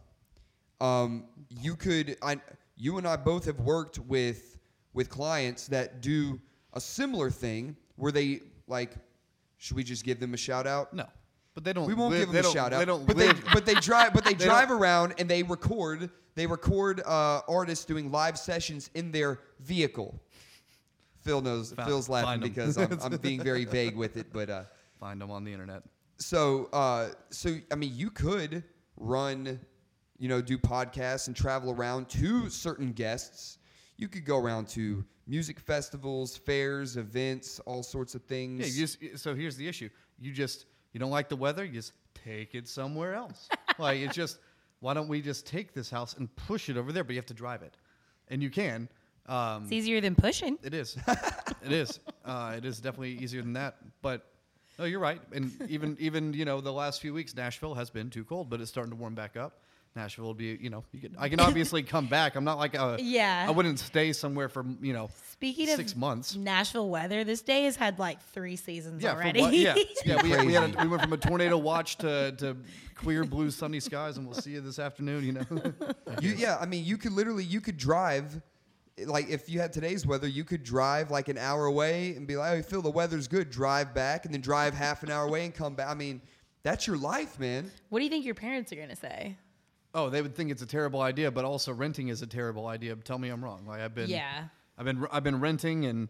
[SPEAKER 1] Um, you could, I, you and I both have worked with with clients that do a similar thing where they like. Should we just give them a shout out?
[SPEAKER 3] No, but they don't.
[SPEAKER 1] We won't
[SPEAKER 3] live-
[SPEAKER 1] give them
[SPEAKER 3] they
[SPEAKER 1] a
[SPEAKER 3] don't-
[SPEAKER 1] shout out.
[SPEAKER 3] They don't
[SPEAKER 1] but
[SPEAKER 3] live.
[SPEAKER 1] they but they drive but they,
[SPEAKER 3] They
[SPEAKER 1] drive
[SPEAKER 3] don't-
[SPEAKER 1] around and they record they record uh, artists doing live sessions in their vehicle. Phil knows.
[SPEAKER 3] Found-
[SPEAKER 1] Phil's laughing
[SPEAKER 3] find 'em.
[SPEAKER 1] because I'm, I'm being very vague with it, but uh,
[SPEAKER 3] find them on the internet.
[SPEAKER 1] so uh, so I mean you could run, you know, do podcasts and travel around to certain guests. You could go around to music festivals, fairs, events, all sorts of things.
[SPEAKER 3] Yeah, you just, so here's the issue. You just you don't like the weather, you just take it somewhere else. like it's just why don't we just take this house and push it over there? But you have to drive it, and you can. Um,
[SPEAKER 2] It's easier than pushing.
[SPEAKER 3] it is, it is, uh, it is definitely easier than that. But no, you're right. And even even you know the last few weeks, Nashville has been too cold, but it's starting to warm back up. Nashville will be, you know, you can, I can obviously come back. I'm not like a,
[SPEAKER 2] Yeah.
[SPEAKER 3] I wouldn't stay somewhere for, you know,
[SPEAKER 2] Speaking of
[SPEAKER 3] six months.
[SPEAKER 2] Nashville weather, this day has had like three seasons
[SPEAKER 3] Yeah,
[SPEAKER 2] already.
[SPEAKER 3] For what, yeah, yeah. We, we, had
[SPEAKER 1] Crazy.
[SPEAKER 3] a, we went from a tornado watch to, to clear blue sunny skies, and we'll see you this afternoon. You know,
[SPEAKER 1] You, yeah, I mean, you could literally you could drive, like if you had today's weather, you could drive like an hour away and be like, "Oh, Phil, the weather's good." Drive back and then drive half an hour away and come back. I mean, that's your life, man.
[SPEAKER 2] What do you think your parents are gonna say?
[SPEAKER 3] oh, they would think it's a terrible idea, but also renting is a terrible idea. Tell me I'm wrong. Like I've been,
[SPEAKER 2] Yeah.
[SPEAKER 3] I've been, I've been renting, and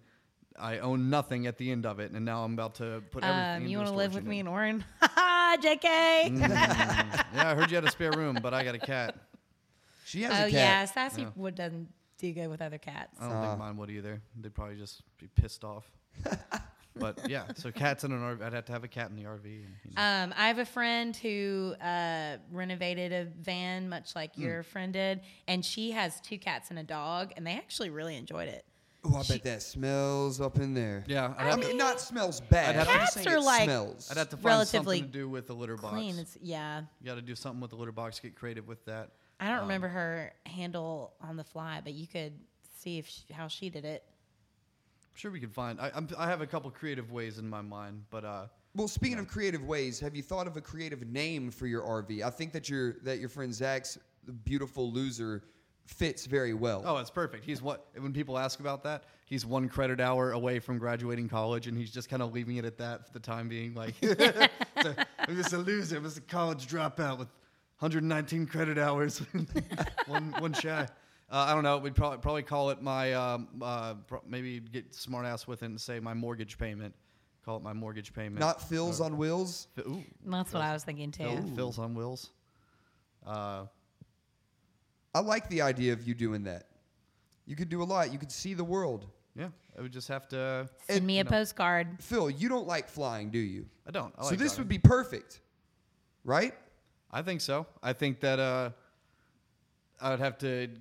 [SPEAKER 3] I own nothing at the end of it, and now I'm about to put everything.
[SPEAKER 2] Um,
[SPEAKER 3] into
[SPEAKER 2] you
[SPEAKER 3] want to
[SPEAKER 2] live with me in Orin? Ha
[SPEAKER 3] Mm-hmm.
[SPEAKER 2] Jk.
[SPEAKER 3] Yeah, I heard you had a spare room, but I got a cat.
[SPEAKER 1] She has
[SPEAKER 2] Oh
[SPEAKER 1] a
[SPEAKER 2] yeah,
[SPEAKER 1] cat.
[SPEAKER 2] sassy wood doesn't do good with other cats.
[SPEAKER 3] I don't think mine would either. They'd probably just be pissed off. but yeah, so cats in an RV. I'd have to have a cat in the RV. And, you know.
[SPEAKER 2] Um, I have a friend who uh, renovated a van, much like
[SPEAKER 3] Hmm.
[SPEAKER 2] your friend did, and she has two cats and a dog, and they actually really enjoyed it.
[SPEAKER 1] Oh, I bet that smells up in there.
[SPEAKER 3] yeah, I'd
[SPEAKER 1] I
[SPEAKER 3] have to-
[SPEAKER 1] mean, not smells bad.
[SPEAKER 3] I'd have to-
[SPEAKER 1] I'm just
[SPEAKER 2] Cats
[SPEAKER 1] saying
[SPEAKER 2] are
[SPEAKER 1] it
[SPEAKER 2] like-
[SPEAKER 1] smells.
[SPEAKER 3] I'd have to find
[SPEAKER 2] relatively
[SPEAKER 3] something to do with the litter box.
[SPEAKER 2] Clean, it's yeah.
[SPEAKER 3] You got to do something with the litter box. Get creative with that.
[SPEAKER 2] I don't remember her handle on the fly, but you could see if she, how she did it.
[SPEAKER 3] I'm sure we can find. I, I'm, I have a couple creative ways in my mind, but uh,
[SPEAKER 1] Well, speaking of creative ways, have you thought of a creative name for your RV? I think that your that your friend Zach's beautiful loser fits very well.
[SPEAKER 3] oh, it's perfect. He's what when people ask about that, he's one credit hour away from graduating college, and he's just kind of leaving it at that for the time being. Like, So, I'm just a loser. I'm just a college dropout with 119 credit hours, one one shy. Uh, I don't know. We'd probably probably call it my um, uh, pro- maybe get smart ass with it and say my mortgage payment. Call it my mortgage payment.
[SPEAKER 1] Not Phil's
[SPEAKER 3] Oh.
[SPEAKER 1] on wheels.
[SPEAKER 3] Fi- Ooh.
[SPEAKER 2] That's what I was thinking too.
[SPEAKER 3] Phil- Phil's on wheels. Uh,
[SPEAKER 1] I like the idea of you doing that. You could do a lot. You could see the world.
[SPEAKER 3] yeah, I would just have to.
[SPEAKER 2] Send
[SPEAKER 1] And-
[SPEAKER 2] me a postcard.
[SPEAKER 1] Phil, you don't like flying, do you?
[SPEAKER 3] I don't. I
[SPEAKER 1] so
[SPEAKER 3] like
[SPEAKER 1] this
[SPEAKER 3] driving.
[SPEAKER 1] would be perfect, right?
[SPEAKER 3] I think so. I think that uh, I would have to g-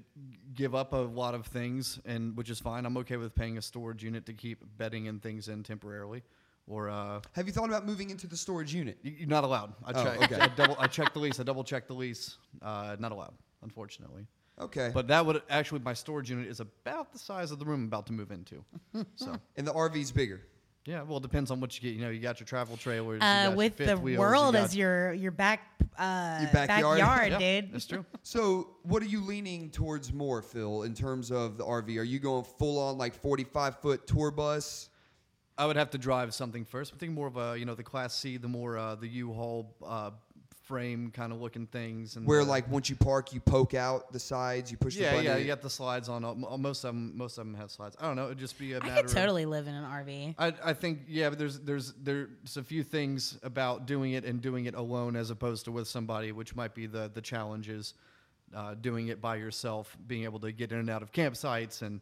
[SPEAKER 3] give up a lot of things, and which is fine. I'm okay with paying a storage unit to keep bedding and things in temporarily, or uh,
[SPEAKER 1] Have you thought about moving into the storage unit?
[SPEAKER 3] you- you're not allowed. I
[SPEAKER 1] Oh,
[SPEAKER 3] checked.
[SPEAKER 1] okay.
[SPEAKER 3] I double. I checked the lease. I double checked the lease. Uh, not allowed, unfortunately.
[SPEAKER 1] Okay.
[SPEAKER 3] But that would actually, my storage unit is about the size of the room I'm about to move into. so,
[SPEAKER 1] and the RV's bigger.
[SPEAKER 3] yeah, well, it depends on what you get. You know, you got your travel trailers. you
[SPEAKER 2] Uh,
[SPEAKER 3] got
[SPEAKER 2] with
[SPEAKER 3] fifth
[SPEAKER 2] the
[SPEAKER 3] wheels, you
[SPEAKER 2] world
[SPEAKER 3] got-
[SPEAKER 2] as your your back uh,
[SPEAKER 1] Your backyard.
[SPEAKER 2] backyard,
[SPEAKER 3] Yeah,
[SPEAKER 2] dude.
[SPEAKER 3] That's true.
[SPEAKER 1] So, what are you leaning towards more, Phil, in terms of the RV? Are you going full on like 45 foot tour bus?
[SPEAKER 3] I would have to drive something first. I think more of a you know the class C, the more uh, the U-Haul uh, frame kind of looking things, and
[SPEAKER 1] Where
[SPEAKER 3] the-
[SPEAKER 1] like once you park, you poke out the sides, you push the
[SPEAKER 3] yeah
[SPEAKER 1] button.
[SPEAKER 3] yeah
[SPEAKER 1] and-
[SPEAKER 3] you got the slides on all, m- uh, most of them most of them have slides. I don't know. It'd just be a
[SPEAKER 2] I
[SPEAKER 3] matter.
[SPEAKER 2] could
[SPEAKER 3] of-
[SPEAKER 2] totally live in an RV.
[SPEAKER 3] I, I think yeah, but there's there's there's a few things about doing it and doing it alone as opposed to with somebody, which might be the the challenges. Uh, doing it by yourself, being able to get in and out of campsites, and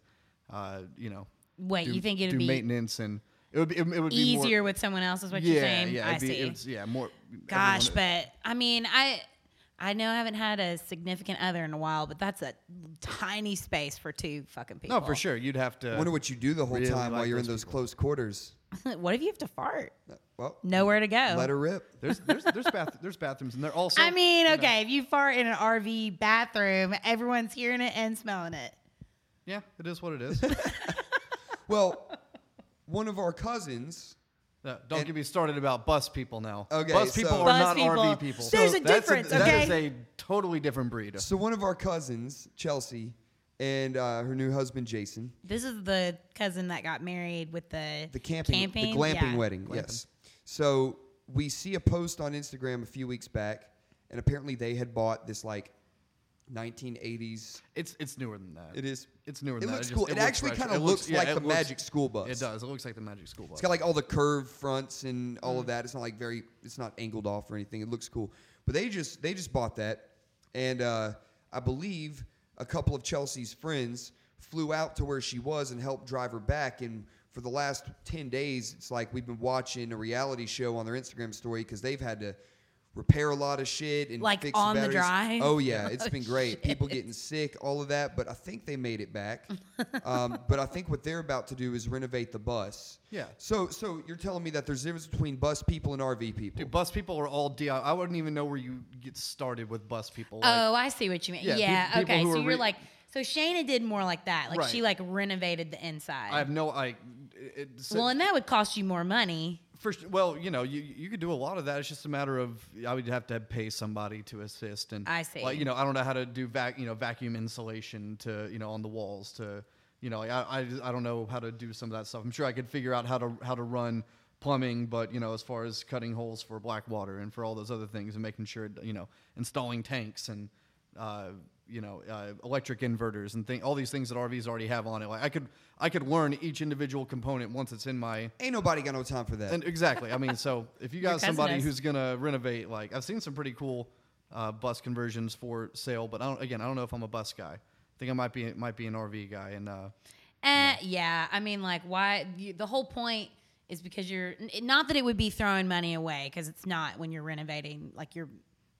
[SPEAKER 3] uh, you know,
[SPEAKER 2] Wait,
[SPEAKER 3] do-
[SPEAKER 2] you think it'd
[SPEAKER 3] do
[SPEAKER 2] be
[SPEAKER 3] maintenance and it would be it, would be more-
[SPEAKER 2] Easier with someone else is what you're
[SPEAKER 3] yeah,
[SPEAKER 2] saying.
[SPEAKER 3] yeah,
[SPEAKER 2] I
[SPEAKER 3] it'd be-
[SPEAKER 2] see.
[SPEAKER 3] it's- yeah, more.
[SPEAKER 2] Gosh,
[SPEAKER 3] everyone-
[SPEAKER 2] but I mean, I I know I haven't had a significant other in a while, but that's a tiny space for two fucking people.
[SPEAKER 3] No, for sure. You'd have to.
[SPEAKER 1] I wonder what you do the whole
[SPEAKER 3] Really
[SPEAKER 1] time while
[SPEAKER 3] like
[SPEAKER 1] you're in
[SPEAKER 3] those
[SPEAKER 1] those close quarters.
[SPEAKER 2] what if you have to fart?
[SPEAKER 1] Well,
[SPEAKER 2] Nowhere to go.
[SPEAKER 1] let her rip.
[SPEAKER 3] there's there's there's, bath, there's bathrooms and they're also.
[SPEAKER 2] I mean, okay, if you fart in an RV bathroom, everyone's hearing it and smelling it.
[SPEAKER 3] Yeah, it is what it is.
[SPEAKER 1] Well, one of our cousins.
[SPEAKER 3] No, don't get me started about bus people now.
[SPEAKER 1] Okay,
[SPEAKER 3] bus people
[SPEAKER 1] so-
[SPEAKER 3] are
[SPEAKER 2] Bus
[SPEAKER 3] not RV
[SPEAKER 2] people.
[SPEAKER 3] people.
[SPEAKER 2] There's a
[SPEAKER 3] that's
[SPEAKER 2] difference,
[SPEAKER 3] That is
[SPEAKER 2] okay?
[SPEAKER 3] a totally different breed.
[SPEAKER 1] So one of our cousins, Chelsea, and uh, her new husband Jason,
[SPEAKER 2] This is the cousin that got married with the
[SPEAKER 1] the camping, the glamping
[SPEAKER 2] yeah.
[SPEAKER 1] wedding. Yes. So we see a post on Instagram a few weeks back, and apparently they had bought this like 1980s.
[SPEAKER 3] It's it's newer than that.
[SPEAKER 1] It is.
[SPEAKER 3] It's newer
[SPEAKER 1] It
[SPEAKER 3] than that.
[SPEAKER 1] looks
[SPEAKER 3] just-
[SPEAKER 1] cool. It actually
[SPEAKER 3] fresh.
[SPEAKER 1] kinda
[SPEAKER 3] It
[SPEAKER 1] looks like
[SPEAKER 3] it
[SPEAKER 1] the Magic School Bus.
[SPEAKER 3] It does. It looks like the Magic School Bus.
[SPEAKER 1] It's got like all the curved fronts and all
[SPEAKER 2] Mm.
[SPEAKER 1] of that. It's not like very. It's not angled off or anything. It looks cool. But they just they just bought that, and uh, I believe a couple of Chelsea's friends flew out to where she was and helped drive her back. And for the last ten days, it's like we've been watching a reality show on their Instagram story because they've had to repair a lot of shit and
[SPEAKER 2] Like
[SPEAKER 1] fix
[SPEAKER 2] on the
[SPEAKER 1] batteries.
[SPEAKER 2] drive?
[SPEAKER 1] Oh yeah, it's
[SPEAKER 2] Oh,
[SPEAKER 1] been great. People getting sick, all of that. But I think they made it back. um, but I think what they're about to do is renovate the bus.
[SPEAKER 3] Yeah.
[SPEAKER 1] So, so you're telling me that there's difference between bus people and RV people?
[SPEAKER 3] Dude, bus people are all DI. I wouldn't even know where you get started with bus people. Like,
[SPEAKER 2] Oh, I see what you mean.
[SPEAKER 3] Yeah,
[SPEAKER 2] Yeah,
[SPEAKER 3] pe- people
[SPEAKER 2] okay.
[SPEAKER 3] who
[SPEAKER 2] So
[SPEAKER 3] are
[SPEAKER 2] you're
[SPEAKER 3] re-
[SPEAKER 2] like, so Shayna did more like that. Like she
[SPEAKER 3] Right.
[SPEAKER 2] like renovated the inside.
[SPEAKER 3] I have no. I. It, it-
[SPEAKER 2] well, and that would cost you more money.
[SPEAKER 3] First, well, you know, you you could do a lot of that. It's just a matter of I would have to pay somebody to assist, and
[SPEAKER 2] I see.
[SPEAKER 3] Like, you know, I don't know how to do vac, you know, vacuum insulation to you know on the walls to, you know, like, I I, just- I don't know how to do some of that stuff. I'm sure I could figure out how to how to run plumbing, but you know, as far as cutting holes for black water and for all those other things, and making sure you know installing tanks and. Uh, you know, uh, electric inverters and thing, all these things that RVs already have on it. Like I could, I could learn each individual component once it's in my
[SPEAKER 1] Ain't nobody got no time for that.
[SPEAKER 3] and exactly. I mean, so if you
[SPEAKER 2] Your
[SPEAKER 3] got somebody
[SPEAKER 2] cousin is.
[SPEAKER 3] who's gonna renovate, like I've seen some pretty cool uh, bus conversions for sale, but I don't. Again, I don't know if I'm a bus guy. I think I might be might be an RV guy. And uh,
[SPEAKER 2] Eh, yeah. I mean, like, why? You, the whole point is because you're n- not that it would be throwing money away because it's not when you're renovating. Like you're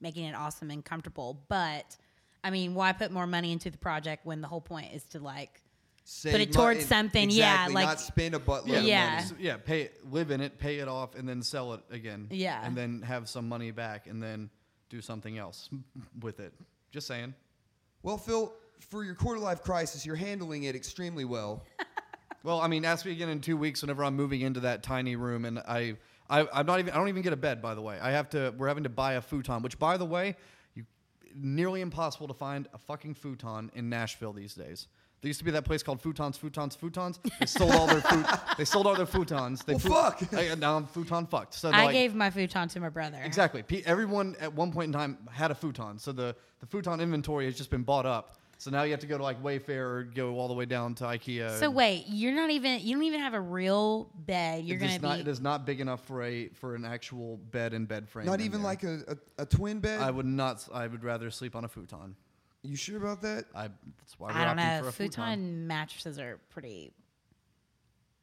[SPEAKER 2] making it awesome and comfortable, but I mean, why put more money into the project when the whole point is to like?
[SPEAKER 1] Save
[SPEAKER 2] put it
[SPEAKER 1] mon-
[SPEAKER 2] towards
[SPEAKER 1] and-
[SPEAKER 2] something, yeah,
[SPEAKER 1] exactly,
[SPEAKER 2] like-
[SPEAKER 1] not spend a buttload of
[SPEAKER 2] Yeah.
[SPEAKER 1] money.
[SPEAKER 3] s- yeah, pay live in it, pay it off, and then sell it again.
[SPEAKER 2] Yeah.
[SPEAKER 3] and then have some money back, and then do something else with it. Just saying.
[SPEAKER 1] Well, Phil, for your quarter life crisis, you're handling it extremely well.
[SPEAKER 3] Well, I mean, ask me again in two weeks whenever I'm moving into that tiny room, and I, I, I'm not even. I don't even get a bed. By the way, I have to. We're having to buy a futon, which, by the way, you nearly impossible to find a fucking futon in Nashville these days. There used to be that place called Futons, Futons, Futons. They sold all their food. they sold all their futons. They
[SPEAKER 1] Well, fuck.
[SPEAKER 3] I, now I'm futon fucked. So
[SPEAKER 2] I
[SPEAKER 3] like-
[SPEAKER 2] gave my futon to my brother.
[SPEAKER 3] Exactly. Pe- Everyone at one point in time had a futon, so the the futon inventory has just been bought up. So now you have to go to like Wayfair or go all the way down to IKEA.
[SPEAKER 2] So wait, you're not even you don't even have a real bed. You're
[SPEAKER 3] it
[SPEAKER 2] gonna
[SPEAKER 3] is not,
[SPEAKER 2] be
[SPEAKER 3] it is not big enough for a for an actual bed and bed frame.
[SPEAKER 1] Not
[SPEAKER 3] in
[SPEAKER 1] even
[SPEAKER 3] there.
[SPEAKER 1] like a, a, a twin bed.
[SPEAKER 3] I would not. s- I would rather sleep on a futon.
[SPEAKER 1] you sure about that?
[SPEAKER 3] I. That's why we're
[SPEAKER 2] I don't
[SPEAKER 3] opting
[SPEAKER 2] know.
[SPEAKER 3] for a
[SPEAKER 2] Futon, mattresses are pretty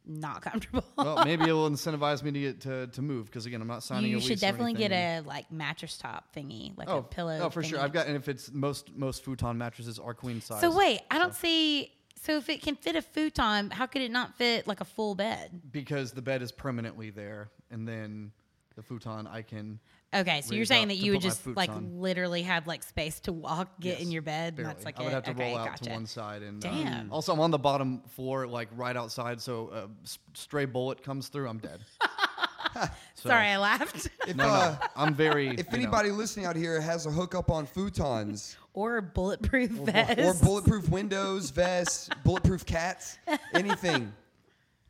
[SPEAKER 2] not comfortable.
[SPEAKER 3] well, maybe it will incentivize me to get to, to move because again, I'm not signing.
[SPEAKER 2] you
[SPEAKER 3] a
[SPEAKER 2] should
[SPEAKER 3] lease or
[SPEAKER 2] definitely get
[SPEAKER 3] anything.
[SPEAKER 2] a like mattress top thingy, like
[SPEAKER 3] oh
[SPEAKER 2] a pillow.
[SPEAKER 3] Oh, for sure.
[SPEAKER 2] thingy.
[SPEAKER 3] I've got, and if it's most most futon mattresses are queen size.
[SPEAKER 2] So wait, I don't see. So if it can fit a futon, how could it not fit like a full bed?
[SPEAKER 3] because the bed is permanently there, and then the futon I can.
[SPEAKER 2] Okay, so
[SPEAKER 3] Really
[SPEAKER 2] you're saying
[SPEAKER 3] about
[SPEAKER 2] that
[SPEAKER 3] to
[SPEAKER 2] you would
[SPEAKER 3] put my
[SPEAKER 2] just
[SPEAKER 3] boots
[SPEAKER 2] like
[SPEAKER 3] on.
[SPEAKER 2] literally have like space to walk, get in
[SPEAKER 3] Yes,
[SPEAKER 2] your bed,
[SPEAKER 3] barely.
[SPEAKER 2] and that's like
[SPEAKER 3] I would
[SPEAKER 2] it.
[SPEAKER 3] have to
[SPEAKER 2] okay,
[SPEAKER 3] roll out
[SPEAKER 2] gotcha.
[SPEAKER 3] to one side and uh,
[SPEAKER 2] Damn.
[SPEAKER 3] also, I'm on the bottom floor, like right outside. So a s- stray bullet comes through, I'm dead. So-
[SPEAKER 2] Sorry, I laughed.
[SPEAKER 1] If,
[SPEAKER 3] No,
[SPEAKER 1] uh,
[SPEAKER 3] no, I'm very.
[SPEAKER 1] if
[SPEAKER 3] you know,
[SPEAKER 1] anybody listening out here has a hookup on futons
[SPEAKER 2] or a bulletproof vest.
[SPEAKER 1] or bulletproof windows, vests, bulletproof cats, anything,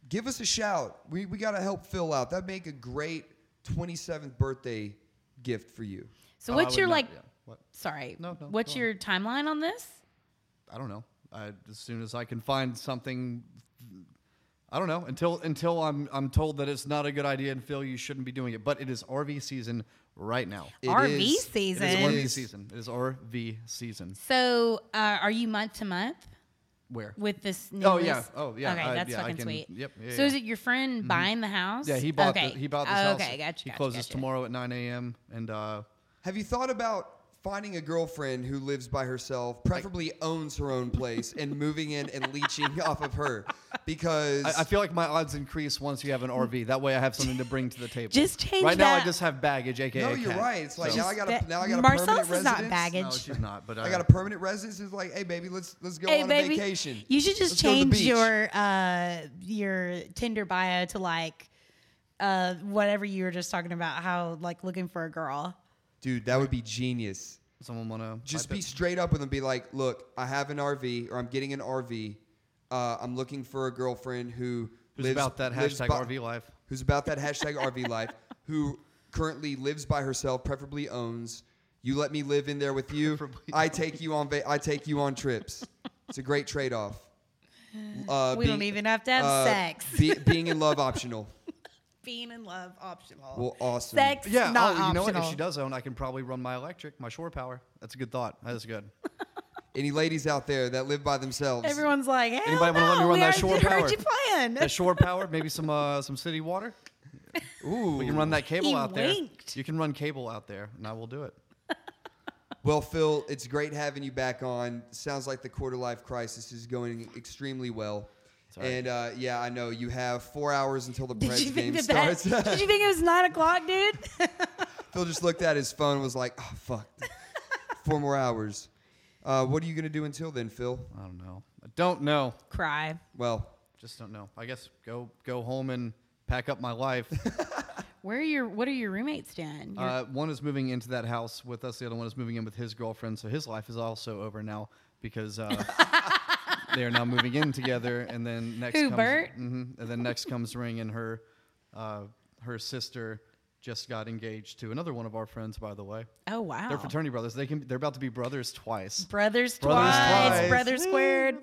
[SPEAKER 1] give us a shout. We, we got to help Phil out. That'd make a great 27th birthday gift for you.
[SPEAKER 2] So
[SPEAKER 3] oh, I
[SPEAKER 2] what's
[SPEAKER 3] would
[SPEAKER 2] your
[SPEAKER 3] not-
[SPEAKER 2] like?
[SPEAKER 3] yeah, what?
[SPEAKER 2] Sorry.
[SPEAKER 3] No, no,
[SPEAKER 2] what's
[SPEAKER 3] go on.
[SPEAKER 2] your timeline on this?
[SPEAKER 3] I don't know. I, as soon as I can find something, I don't know. Until until I'm I'm told that it's not a good idea and Phil, you shouldn't be doing it. But it is RV season right now.
[SPEAKER 1] It
[SPEAKER 2] RV
[SPEAKER 1] is-
[SPEAKER 3] It
[SPEAKER 2] season.
[SPEAKER 3] is
[SPEAKER 1] It
[SPEAKER 3] RV
[SPEAKER 1] is.
[SPEAKER 3] season. It is RV season.
[SPEAKER 2] So uh, are you month to month
[SPEAKER 3] Where?
[SPEAKER 2] with this? New
[SPEAKER 3] Oh, yeah.
[SPEAKER 2] lease?
[SPEAKER 3] Oh, yeah.
[SPEAKER 2] Okay,
[SPEAKER 3] I-
[SPEAKER 2] that's
[SPEAKER 3] yeah, I
[SPEAKER 2] fucking
[SPEAKER 3] can-
[SPEAKER 2] sweet.
[SPEAKER 3] yep, yeah,
[SPEAKER 2] so is
[SPEAKER 3] yeah. Mm-hmm.
[SPEAKER 2] it your friend buying the house?
[SPEAKER 3] Yeah, he bought
[SPEAKER 2] Okay.
[SPEAKER 3] the, he bought this
[SPEAKER 2] Oh,
[SPEAKER 3] house.
[SPEAKER 2] Okay, gotcha.
[SPEAKER 3] He
[SPEAKER 2] gotcha,
[SPEAKER 3] closes
[SPEAKER 2] gotcha.
[SPEAKER 3] tomorrow at 9 a.m. and uh,
[SPEAKER 1] Have you thought about finding a girlfriend who lives by herself, preferably owns her own place, and moving in and leeching off of her? Because
[SPEAKER 3] I, I feel like my odds increase once you have an RV. That way, I have something to bring to the table.
[SPEAKER 2] Just change
[SPEAKER 3] Right now, I
[SPEAKER 2] that-
[SPEAKER 3] just have baggage, aka.
[SPEAKER 1] no,
[SPEAKER 3] a
[SPEAKER 1] you're
[SPEAKER 3] cat.
[SPEAKER 1] right. It's like
[SPEAKER 3] So-
[SPEAKER 1] now I got a now I got a permanent
[SPEAKER 2] Marcel's is
[SPEAKER 1] residence.
[SPEAKER 2] not baggage.
[SPEAKER 3] no, she's not. But
[SPEAKER 1] I got a permanent residence. It's like, hey baby, let's let's go
[SPEAKER 2] Hey,
[SPEAKER 1] on
[SPEAKER 2] baby,
[SPEAKER 1] a vacation.
[SPEAKER 2] you should
[SPEAKER 1] Let's
[SPEAKER 2] just
[SPEAKER 1] go to the
[SPEAKER 2] change
[SPEAKER 1] beach.
[SPEAKER 2] your uh, your Tinder bio to like uh, whatever you were just talking about. How like looking for a girl.
[SPEAKER 1] dude. That would be genius.
[SPEAKER 3] someone wanna
[SPEAKER 1] Just
[SPEAKER 3] pipe
[SPEAKER 1] be
[SPEAKER 3] it?
[SPEAKER 1] straight up with them. Be like, look, I have an RV or I'm getting an RV. Uh, I'm looking for a girlfriend who
[SPEAKER 3] Who's
[SPEAKER 1] lives,
[SPEAKER 3] about that
[SPEAKER 1] lives
[SPEAKER 3] hashtag
[SPEAKER 1] by-
[SPEAKER 3] RV life?
[SPEAKER 1] who's about that hashtag RV life, who currently lives by herself, preferably owns. You let me live in there with you.
[SPEAKER 3] Preferably
[SPEAKER 1] I take you on. Va- I take you on trips. It's a great trade-off. Uh,
[SPEAKER 2] We don't even have to have sex.
[SPEAKER 1] be- being in love optional.
[SPEAKER 2] Being in love optional.
[SPEAKER 1] Well, awesome.
[SPEAKER 2] Sex
[SPEAKER 3] Yeah.
[SPEAKER 2] not
[SPEAKER 3] oh, you know what?
[SPEAKER 2] optional.
[SPEAKER 3] If she does own, I can probably run my electric, my shore power. That's a good thought. That is good.
[SPEAKER 1] Any ladies out there that live by themselves?
[SPEAKER 2] Everyone's like, Hell
[SPEAKER 3] Anybody
[SPEAKER 2] no,
[SPEAKER 3] wanna let me run
[SPEAKER 2] we
[SPEAKER 3] that
[SPEAKER 2] already
[SPEAKER 3] shore
[SPEAKER 2] heard
[SPEAKER 3] power?
[SPEAKER 2] you playing.
[SPEAKER 3] That shore power, maybe some uh, some city water.
[SPEAKER 1] Ooh.
[SPEAKER 3] We can run that cable
[SPEAKER 2] He
[SPEAKER 3] out
[SPEAKER 2] winked.
[SPEAKER 3] there. You can run cable out there, and I will do it.
[SPEAKER 1] Well, Phil, it's great having you back on. Sounds like the quarter life crisis is going extremely well.
[SPEAKER 3] all right.
[SPEAKER 1] And uh, yeah, I know you have four hours until the
[SPEAKER 2] Did
[SPEAKER 1] Preds
[SPEAKER 2] you
[SPEAKER 1] game
[SPEAKER 2] think that,
[SPEAKER 1] starts.
[SPEAKER 2] that? Did you think it was nine o'clock, dude?
[SPEAKER 1] Phil just looked at his phone and was like, oh, fuck. Four more hours. Uh, what are you going to do until then, Phil?
[SPEAKER 3] I don't know. I don't know.
[SPEAKER 2] Cry.
[SPEAKER 1] Well,
[SPEAKER 3] Just don't know. I guess go go home and pack up my life.
[SPEAKER 2] Where are your What are your roommates doing? Your-
[SPEAKER 3] Uh, one is moving into that house with us. The other one is moving in with his girlfriend. So his life is also over now because uh, they are now moving in together. And then next
[SPEAKER 2] Who,
[SPEAKER 3] comes,
[SPEAKER 2] Bert?
[SPEAKER 3] Mhm. and then next comes Ring and her uh, her sister just got engaged to another one of our friends. By the way,
[SPEAKER 2] oh wow.
[SPEAKER 3] they're fraternity brothers. They can they're about to be brothers twice.
[SPEAKER 2] Brothers,
[SPEAKER 3] Brothers
[SPEAKER 2] twice,
[SPEAKER 3] twice.
[SPEAKER 2] brother squared.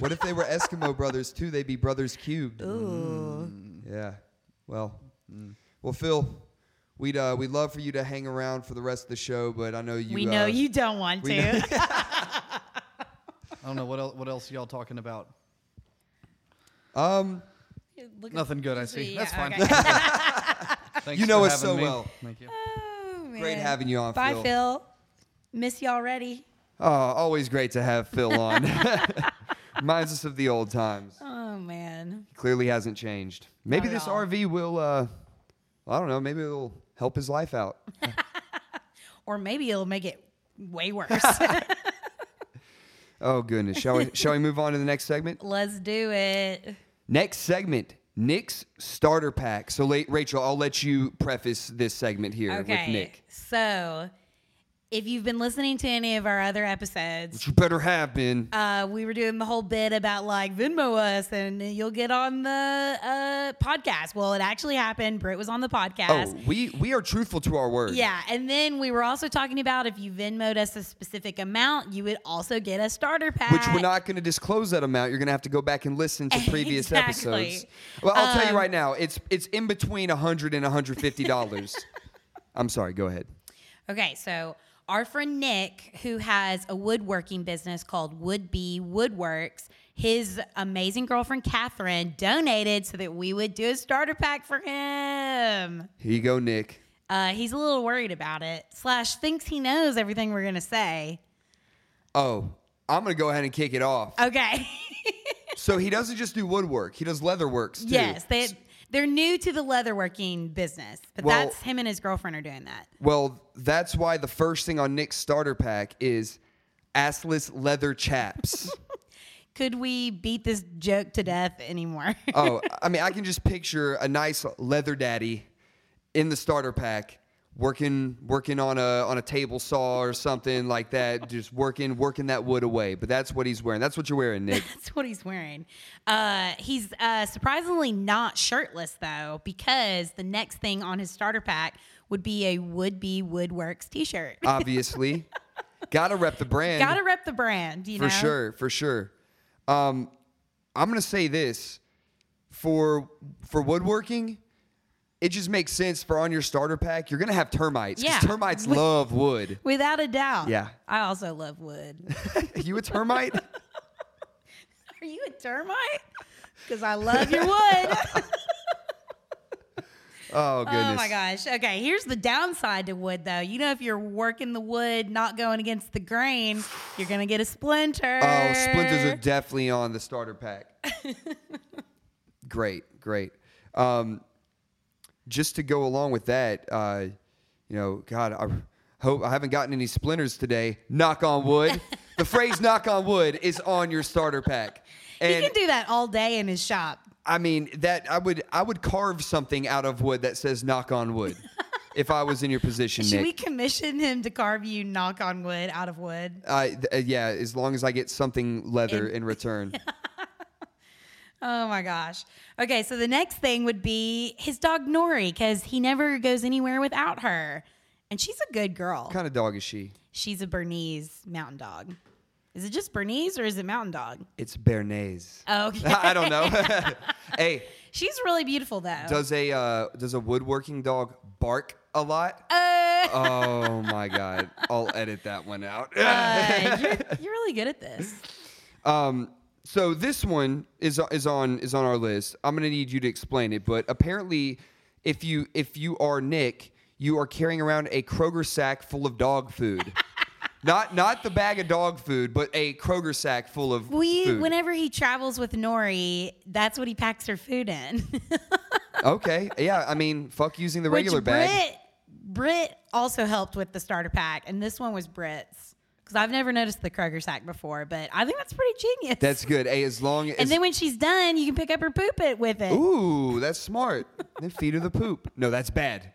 [SPEAKER 1] what if they were Eskimo brothers too? They'd be brothers cubed. Mm.
[SPEAKER 2] Ooh.
[SPEAKER 1] Yeah. Well. mm. Well, Phil, we'd uh, we'd love for you to hang around for the rest of the show, but I know you.
[SPEAKER 2] we
[SPEAKER 1] uh,
[SPEAKER 2] know you don't want
[SPEAKER 1] we
[SPEAKER 2] to.
[SPEAKER 3] I don't know what else, what else y'all talking about.
[SPEAKER 1] Um,
[SPEAKER 2] Look at-
[SPEAKER 3] Nothing good. I
[SPEAKER 2] just-
[SPEAKER 3] see.
[SPEAKER 2] yeah,
[SPEAKER 3] That's fine.
[SPEAKER 2] uh, okay.
[SPEAKER 3] Thanks
[SPEAKER 1] You know
[SPEAKER 3] for
[SPEAKER 1] us
[SPEAKER 3] having
[SPEAKER 1] so
[SPEAKER 3] me.
[SPEAKER 1] well.
[SPEAKER 3] Thank you.
[SPEAKER 2] Oh,
[SPEAKER 1] Great
[SPEAKER 2] man.
[SPEAKER 1] having you on,
[SPEAKER 2] Bye,
[SPEAKER 1] Phil.
[SPEAKER 2] Phil. Miss you already.
[SPEAKER 1] oh, always great to have Phil on. Reminds us of the old times.
[SPEAKER 2] Oh man.
[SPEAKER 1] Clearly hasn't changed. Maybe
[SPEAKER 2] at
[SPEAKER 1] this
[SPEAKER 2] all.
[SPEAKER 1] RV will. Uh, I don't know. Maybe it'll help his life out.
[SPEAKER 2] Or maybe it'll make it way worse.
[SPEAKER 1] Oh goodness. Shall we shall we move on to the next segment?
[SPEAKER 2] Let's do it.
[SPEAKER 1] Next segment, Nick's starter pack. So late Rachel, I'll let you preface this segment here with Nick.
[SPEAKER 2] So, if you've been listening to any of our other episodes,
[SPEAKER 1] Which you better have been.
[SPEAKER 2] uh, we were doing the whole bit about like Venmo us and you'll get on the uh, podcast. Well, it actually happened. Britt was on the podcast.
[SPEAKER 1] Oh, we we are truthful to our word.
[SPEAKER 2] Yeah, and then we were also talking about if you Venmoed us a specific amount, you would also get a starter pack.
[SPEAKER 1] Which we're not going to disclose that amount. You're going to have to go back and listen to previous
[SPEAKER 2] Exactly.
[SPEAKER 1] episodes. Well, I'll tell
[SPEAKER 2] Um,
[SPEAKER 1] you right now, it's it's in between 100 and 150 dollars. I'm sorry. Go ahead.
[SPEAKER 2] Okay, so our friend Nick, who has a woodworking business called Would Be Woodworks, his amazing girlfriend Catherine donated so that we would do a starter pack for him.
[SPEAKER 1] Here you go, Nick.
[SPEAKER 2] Uh, he's a little worried about it, slash, thinks he knows everything we're gonna say.
[SPEAKER 1] Oh, I'm going to go ahead and kick it off.
[SPEAKER 2] Okay.
[SPEAKER 1] so he doesn't just do woodwork; he does leatherworks too.
[SPEAKER 2] yes, they, they're new to the leatherworking business, but
[SPEAKER 1] Well-
[SPEAKER 2] that's him and his girlfriend are doing that.
[SPEAKER 1] Well, that's why the first thing on Nick's starter pack is assless leather chaps.
[SPEAKER 2] Could we beat this joke to death anymore?
[SPEAKER 1] oh, I mean, I can just picture a nice leather daddy in the starter pack working working on a on a table saw or something like that, just working working that wood away. But that's what he's wearing. That's what you're wearing, Nick.
[SPEAKER 2] That's what he's wearing. Uh, he's uh, surprisingly not shirtless though, because the next thing on his starter pack would be a would be woodworks T-shirt.
[SPEAKER 1] Obviously, gotta rep the brand.
[SPEAKER 2] Gotta rep the brand, you
[SPEAKER 1] for
[SPEAKER 2] know.
[SPEAKER 1] sure, for sure. Um, I'm gonna say this for for woodworking. It just makes sense for on your starter pack. You're gonna have termites. 'cause
[SPEAKER 2] Yeah.
[SPEAKER 1] termites love wood.
[SPEAKER 2] Without a doubt.
[SPEAKER 1] Yeah.
[SPEAKER 2] I also love wood.
[SPEAKER 1] you a termite?
[SPEAKER 2] Are you a termite? Because I love your wood.
[SPEAKER 1] Oh goodness.
[SPEAKER 2] oh my gosh. Okay, here's the downside to wood though. You know, if you're working the wood, not going against the grain, you're gonna get a splinter.
[SPEAKER 1] Oh, splinters are definitely on the starter pack. great, great. Um, just to go along with that, uh, you know, God, I hope I haven't gotten any splinters today. Knock on wood. the phrase "knock on wood" is on your starter pack,
[SPEAKER 2] He
[SPEAKER 1] and
[SPEAKER 2] can do that all day in his shop.
[SPEAKER 1] I mean that I would I would carve something out of wood that says "knock on wood" if I was in your position,
[SPEAKER 2] Should
[SPEAKER 1] Nick.
[SPEAKER 2] we commission him to carve you knock on wood out of wood?
[SPEAKER 1] uh, th- uh, yeah, as long as I get something leather
[SPEAKER 2] In-
[SPEAKER 1] in return.
[SPEAKER 2] Oh my gosh. Okay, so the next thing would be his dog Nori because he never goes anywhere without her. And she's a good girl.
[SPEAKER 1] what kind of dog is she?
[SPEAKER 2] She's a Bernese mountain dog. Is it just Bernese or is it mountain dog?
[SPEAKER 1] It's Bernays.
[SPEAKER 2] Okay.
[SPEAKER 1] I don't know. hey,
[SPEAKER 2] She's really beautiful though.
[SPEAKER 1] does a uh, does a woodworking dog bark a lot?
[SPEAKER 2] Uh,
[SPEAKER 1] Oh my god! I'll edit that one out.
[SPEAKER 2] uh, you're, you're really good at this.
[SPEAKER 1] um, so this one is is on is on our list. I'm gonna need you to explain it, but apparently, if you if you are Nick, you are carrying around a Kroger sack full of dog food. Not not the bag of dog food, but a Kroger sack full of
[SPEAKER 2] We,
[SPEAKER 1] food.
[SPEAKER 2] whenever he travels with Nori, that's what he packs her food in.
[SPEAKER 1] okay, yeah. I mean, fuck using the regular
[SPEAKER 2] Which
[SPEAKER 1] bag.
[SPEAKER 2] Brit, Brit also helped with the starter pack, and this one was Brit's because I've never noticed the Kroger sack before, but I think that's pretty genius.
[SPEAKER 1] That's good. Hey, as long as
[SPEAKER 2] and then when she's done, you can pick up her poop it with it.
[SPEAKER 1] Ooh, that's smart. then feed her the poop. No, that's bad.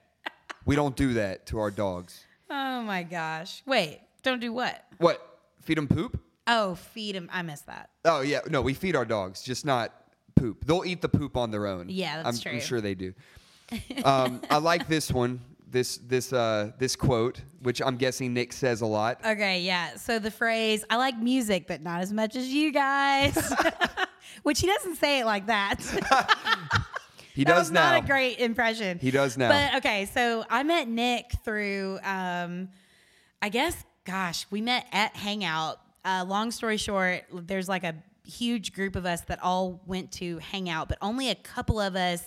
[SPEAKER 1] We don't do that to our dogs.
[SPEAKER 2] Oh my gosh! Wait, don't do what?
[SPEAKER 1] What? Feed them poop?
[SPEAKER 2] Oh, feed him. I missed that.
[SPEAKER 1] Oh yeah, no, we feed our dogs, just not poop. They'll eat the poop on their own.
[SPEAKER 2] Yeah, that's
[SPEAKER 1] I'm, I'm
[SPEAKER 2] true.
[SPEAKER 1] sure they do. Um, I like this one. This this uh, this quote, which I'm guessing Nick says a lot.
[SPEAKER 2] Okay, yeah. So the phrase "I like music, but not as much as you guys," which he doesn't say it like that.
[SPEAKER 1] He
[SPEAKER 2] that
[SPEAKER 1] does
[SPEAKER 2] was
[SPEAKER 1] now.
[SPEAKER 2] not a great impression.
[SPEAKER 1] He does now.
[SPEAKER 2] But uh, okay, so I met Nick through, um, I guess, gosh, we met at Hangout. Uh, long story short, there's like a huge group of us that all went to Hangout, but only a couple of us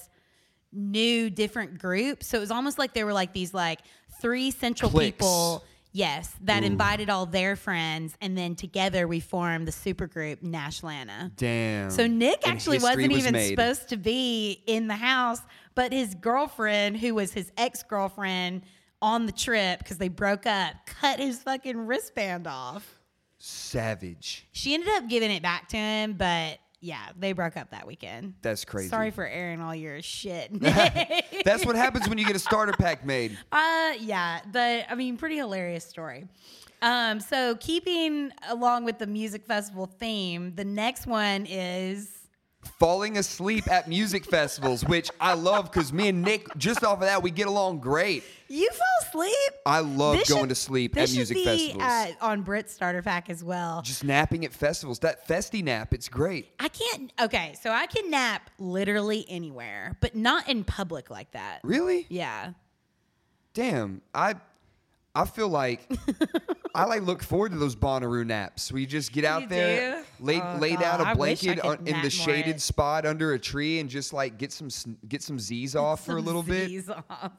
[SPEAKER 2] knew different groups. So it was almost like there were like these like three central
[SPEAKER 1] Cliques.
[SPEAKER 2] people. Yes, that invited all their friends, and then together we formed the supergroup Nashlana.
[SPEAKER 1] Damn.
[SPEAKER 2] So Nick
[SPEAKER 1] Uh-huh. And
[SPEAKER 2] actually
[SPEAKER 1] history
[SPEAKER 2] wasn't
[SPEAKER 1] was
[SPEAKER 2] even
[SPEAKER 1] made.
[SPEAKER 2] supposed to be in the house, but his girlfriend, who was his ex girlfriend on the trip because they broke up, cut his fucking wristband off.
[SPEAKER 1] savage.
[SPEAKER 2] She ended up giving it back to him, but yeah, they broke up that weekend.
[SPEAKER 1] That's crazy.
[SPEAKER 2] Sorry for airing all your shit.
[SPEAKER 1] That's what happens when you get a starter pack made.
[SPEAKER 2] Uh, yeah, but I mean, pretty hilarious story. Um, so keeping along with the music festival theme, the next one is
[SPEAKER 1] Falling asleep at music festivals, which I love because me and Nick, just off of that, we get along great.
[SPEAKER 2] you fell asleep.
[SPEAKER 1] I love
[SPEAKER 2] This
[SPEAKER 1] going
[SPEAKER 2] should-
[SPEAKER 1] to sleep
[SPEAKER 2] this
[SPEAKER 1] at
[SPEAKER 2] should
[SPEAKER 1] music
[SPEAKER 2] be,
[SPEAKER 1] festivals.
[SPEAKER 2] Uh, on Brit Starter Pack as well.
[SPEAKER 1] just napping at festivals. That festy nap, it's great.
[SPEAKER 2] I can't. Okay, so I can nap literally anywhere, but not in public like that.
[SPEAKER 1] Really?
[SPEAKER 2] Yeah.
[SPEAKER 1] Damn. I I feel like I like look forward to those Bonnaroo naps where you just get out
[SPEAKER 2] You
[SPEAKER 1] there,
[SPEAKER 2] do?
[SPEAKER 1] lay
[SPEAKER 2] Oh,
[SPEAKER 1] lay
[SPEAKER 2] God.
[SPEAKER 1] down
[SPEAKER 2] I
[SPEAKER 1] a
[SPEAKER 2] wish
[SPEAKER 1] blanket
[SPEAKER 2] I could
[SPEAKER 1] on, in
[SPEAKER 2] nap
[SPEAKER 1] the
[SPEAKER 2] more
[SPEAKER 1] shaded
[SPEAKER 2] at-
[SPEAKER 1] spot under a tree and just like get some sn- get some Z's off for a
[SPEAKER 2] Some
[SPEAKER 1] little bit.
[SPEAKER 2] Z's off.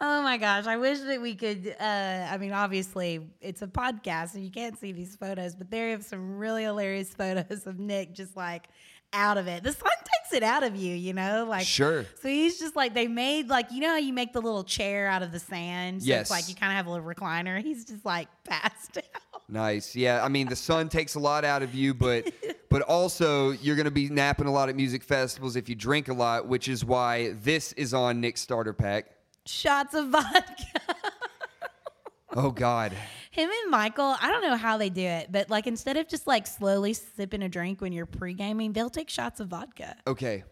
[SPEAKER 2] Oh my gosh, I wish that we could. Uh, I mean, obviously, it's a podcast, and you can't see these photos, but there are some really hilarious photos of Nick just like out of it. The sun takes it out of you, you know, like
[SPEAKER 1] Sure.
[SPEAKER 2] So he's just like they made like you know how you make the little chair out of the sand. So
[SPEAKER 1] Yes.
[SPEAKER 2] it's like you kind of have a little recliner. He's just like passed out.
[SPEAKER 1] Nice. Yeah, I mean the sun takes a lot out of you, but but also you're going to be napping a lot at music festivals if you drink a lot, which is why this is on Nick's starter pack.
[SPEAKER 2] Shots of vodka.
[SPEAKER 1] Oh god.
[SPEAKER 2] Him and Michael, I don't know how they do it, but like instead of just like slowly sipping a drink when you're pre gaming, they'll take shots of vodka.
[SPEAKER 1] Okay,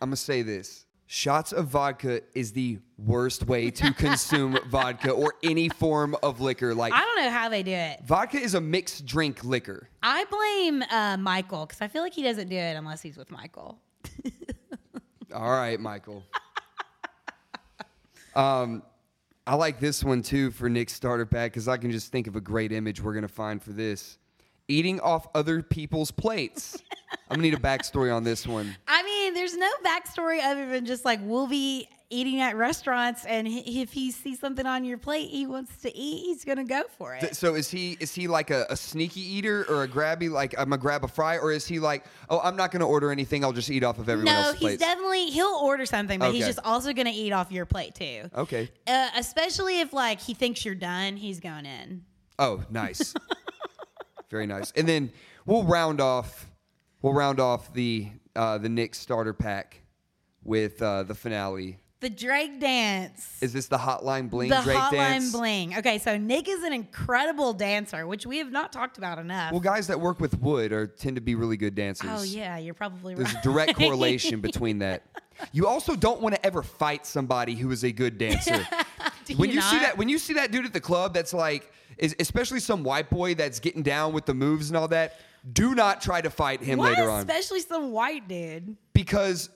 [SPEAKER 1] I'm gonna say this. Shots of vodka is the worst way to consume vodka or any form of liquor. Like,
[SPEAKER 2] I don't know how they do it.
[SPEAKER 1] vodka is a mixed drink liquor.
[SPEAKER 2] I blame uh, Michael because I feel like he doesn't do it unless he's with Michael.
[SPEAKER 1] All right, Michael. um, I like this one too for Nick's starter pack because I can just think of a great image we're gonna find for this. Eating off other people's plates. I'm gonna need a backstory on this one.
[SPEAKER 2] I mean, there's no backstory other than just like we'll be eating at restaurants, and h- if he sees something on your plate he wants to eat, he's gonna go for
[SPEAKER 1] Th-
[SPEAKER 2] it.
[SPEAKER 1] So is he is he like a, a sneaky eater or a grabby like I'm gonna grab a fry or is he like oh I'm not gonna order anything I'll just eat off of everyone
[SPEAKER 2] No,
[SPEAKER 1] else's
[SPEAKER 2] he's
[SPEAKER 1] plate?
[SPEAKER 2] definitely he'll order something, but he's
[SPEAKER 1] Okay. Oh.
[SPEAKER 2] just also gonna eat off your plate too.
[SPEAKER 1] okay.
[SPEAKER 2] Uh, especially if like he thinks you're done, he's going in.
[SPEAKER 1] Oh, nice. Very nice. And then we'll round off we'll round off the uh, the Knicks starter pack with uh, the finale.
[SPEAKER 2] The Drake dance.
[SPEAKER 1] Is this the hotline bling
[SPEAKER 2] the
[SPEAKER 1] Drake
[SPEAKER 2] hotline
[SPEAKER 1] dance?
[SPEAKER 2] bling. Okay, so Nick is an incredible dancer, which we have not talked about enough.
[SPEAKER 1] Well, guys that work with wood are tend to be really good dancers.
[SPEAKER 2] oh yeah, you're probably
[SPEAKER 1] There's
[SPEAKER 2] right.
[SPEAKER 1] a direct correlation between that. You also don't want to ever fight somebody who is a good dancer.
[SPEAKER 2] Do
[SPEAKER 1] when you see
[SPEAKER 2] not?
[SPEAKER 1] that when you see that dude at the club that's like is, especially some white boy that's getting down with the moves and all that do not try to fight him
[SPEAKER 2] Why
[SPEAKER 1] later on
[SPEAKER 2] especially some white dude?
[SPEAKER 1] because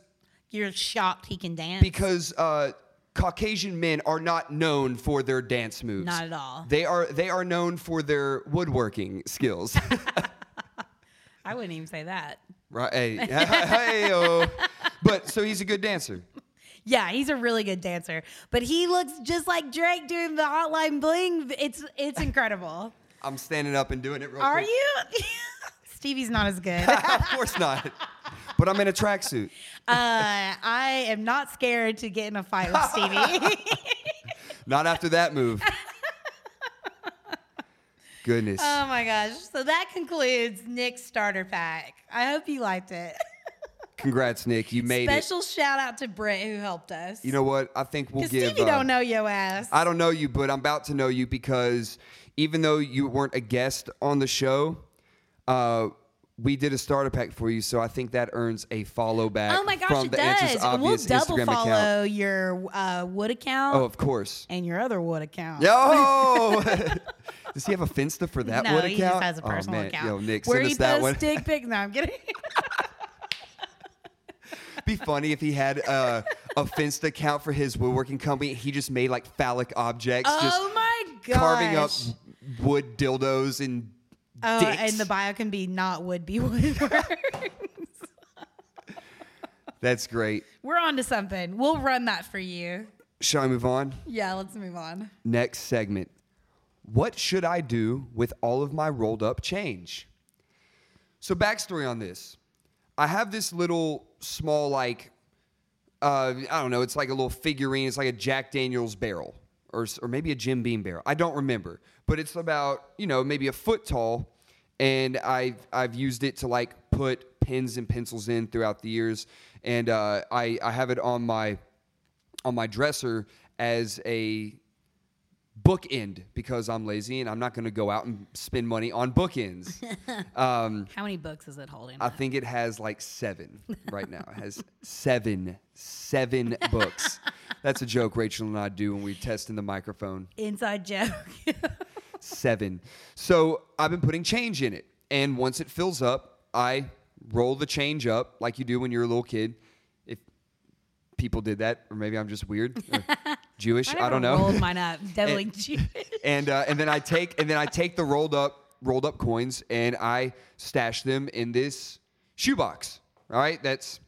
[SPEAKER 2] You're shocked he can dance.
[SPEAKER 1] because uh, caucasian men are not known for their dance moves
[SPEAKER 2] Not at all.
[SPEAKER 1] they are they are known for their woodworking skills
[SPEAKER 2] I wouldn't even say that.
[SPEAKER 1] right hey, hey but so he's a good dancer
[SPEAKER 2] Yeah, he's a really good dancer, but he looks just like Drake doing the hotline bling. It's it's incredible.
[SPEAKER 1] i'm standing up and doing it real
[SPEAKER 2] Are
[SPEAKER 1] quick
[SPEAKER 2] you? Stevie's not as good.
[SPEAKER 1] of course not but i'm in a tracksuit
[SPEAKER 2] Uh, I am not scared to get in a fight with Stevie.
[SPEAKER 1] Not after that move. Goodness.
[SPEAKER 2] oh my gosh. So that concludes Nick's starter pack. I hope you liked it.
[SPEAKER 1] Congrats, Nick. You made
[SPEAKER 2] Special shout out to Britt who helped us.
[SPEAKER 1] it. You know what? I think we'll
[SPEAKER 2] because
[SPEAKER 1] give.
[SPEAKER 2] Stevie
[SPEAKER 1] uh,
[SPEAKER 2] don't know your ass.
[SPEAKER 1] I don't know you, but I'm about to know you because even though you weren't a guest on the show, uh, we did a starter pack for you. So I think that earns a follow back.
[SPEAKER 2] oh my gosh,
[SPEAKER 1] from
[SPEAKER 2] it
[SPEAKER 1] the Answers
[SPEAKER 2] does. We'll
[SPEAKER 1] Obvious
[SPEAKER 2] double
[SPEAKER 1] Instagram
[SPEAKER 2] follow
[SPEAKER 1] account.
[SPEAKER 2] your uh, Wood account
[SPEAKER 1] Oh, of course.
[SPEAKER 2] and your other Wood account.
[SPEAKER 1] Yo. Does he have a Finsta for that
[SPEAKER 2] no,
[SPEAKER 1] one account?
[SPEAKER 2] he just has a personal
[SPEAKER 1] oh, man.
[SPEAKER 2] account.
[SPEAKER 1] Yo, Nick,
[SPEAKER 2] where
[SPEAKER 1] send
[SPEAKER 2] he
[SPEAKER 1] us that
[SPEAKER 2] posts
[SPEAKER 1] one.
[SPEAKER 2] dick pics. No, I'm kidding.
[SPEAKER 1] be funny if he had a, a Finsta account for his woodworking company. He just made like phallic objects,
[SPEAKER 2] oh
[SPEAKER 1] just
[SPEAKER 2] my gosh.
[SPEAKER 1] carving up wood dildos and
[SPEAKER 2] Oh,
[SPEAKER 1] dicks.
[SPEAKER 2] and the bio can be not would be would.
[SPEAKER 1] That's great.
[SPEAKER 2] We're on to something. We'll run that for you.
[SPEAKER 1] Shall I move on?
[SPEAKER 2] Yeah, let's move on.
[SPEAKER 1] Next segment. What should I do with all of my rolled up change? So backstory on this. I have this little small like uh, I don't know. It's like a little figurine. It's like a Jack Daniels barrel, or s- or maybe a Jim Beam barrel. I don't remember, but it's about you know maybe a foot tall, and I've I've used it to like put pens and pencils in throughout the years, and uh, I I have it on my on my dresser as a bookend because I'm lazy and I'm not going to go out and spend money on bookends.
[SPEAKER 2] How many books is it holding?
[SPEAKER 1] I think it has like seven right now. It has seven, seven books. That's a joke Rachel and I do when we test in the microphone.
[SPEAKER 2] Inside joke.
[SPEAKER 1] seven. So I've been putting change in it. And once it fills up, I roll the change up like you do when you're a little kid. If people did that, or maybe I'm just weird or Jewish, I,
[SPEAKER 2] never
[SPEAKER 1] don't know.
[SPEAKER 2] Rolled mine up. Definitely
[SPEAKER 1] And-
[SPEAKER 2] Jewish.
[SPEAKER 1] and uh, and then I take and then I take the rolled up rolled up coins and I stash them in this shoebox. All right, that's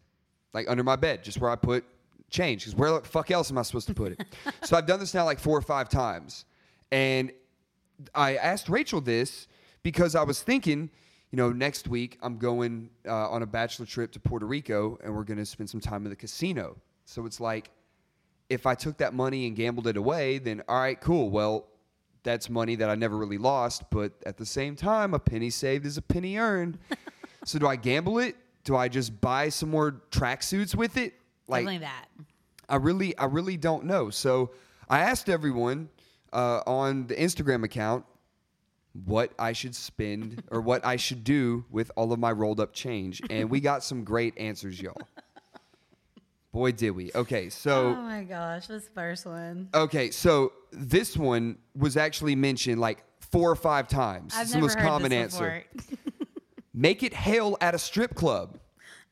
[SPEAKER 1] like under my bed, just where I put change. Because where the fuck else am I supposed to put it? so I've done this now like four or five times, and I asked Rachel this because I was thinking. You know, next week I'm going uh, on a bachelor trip to Puerto Rico and we're going to spend some time in the casino. So it's like, if I took that money and gambled it away, then all right, cool. Well, that's money that I never really lost, but at the same time, a penny saved is a penny earned. so do I gamble it? Do I just buy some more tracksuits with it? Like
[SPEAKER 2] Definitely that.
[SPEAKER 1] I really, I really don't know. So I asked everyone uh, on the Instagram account what I should spend or what I should do with all of my rolled up change, and we got some great answers, y'all. Boy, did we! Okay, so.
[SPEAKER 2] Oh my gosh, this first one.
[SPEAKER 1] Okay, so this one was actually mentioned like four or five times.
[SPEAKER 2] I've
[SPEAKER 1] it's
[SPEAKER 2] never
[SPEAKER 1] the most
[SPEAKER 2] heard
[SPEAKER 1] common
[SPEAKER 2] this
[SPEAKER 1] answer.
[SPEAKER 2] before.
[SPEAKER 1] Make it hail at a strip club.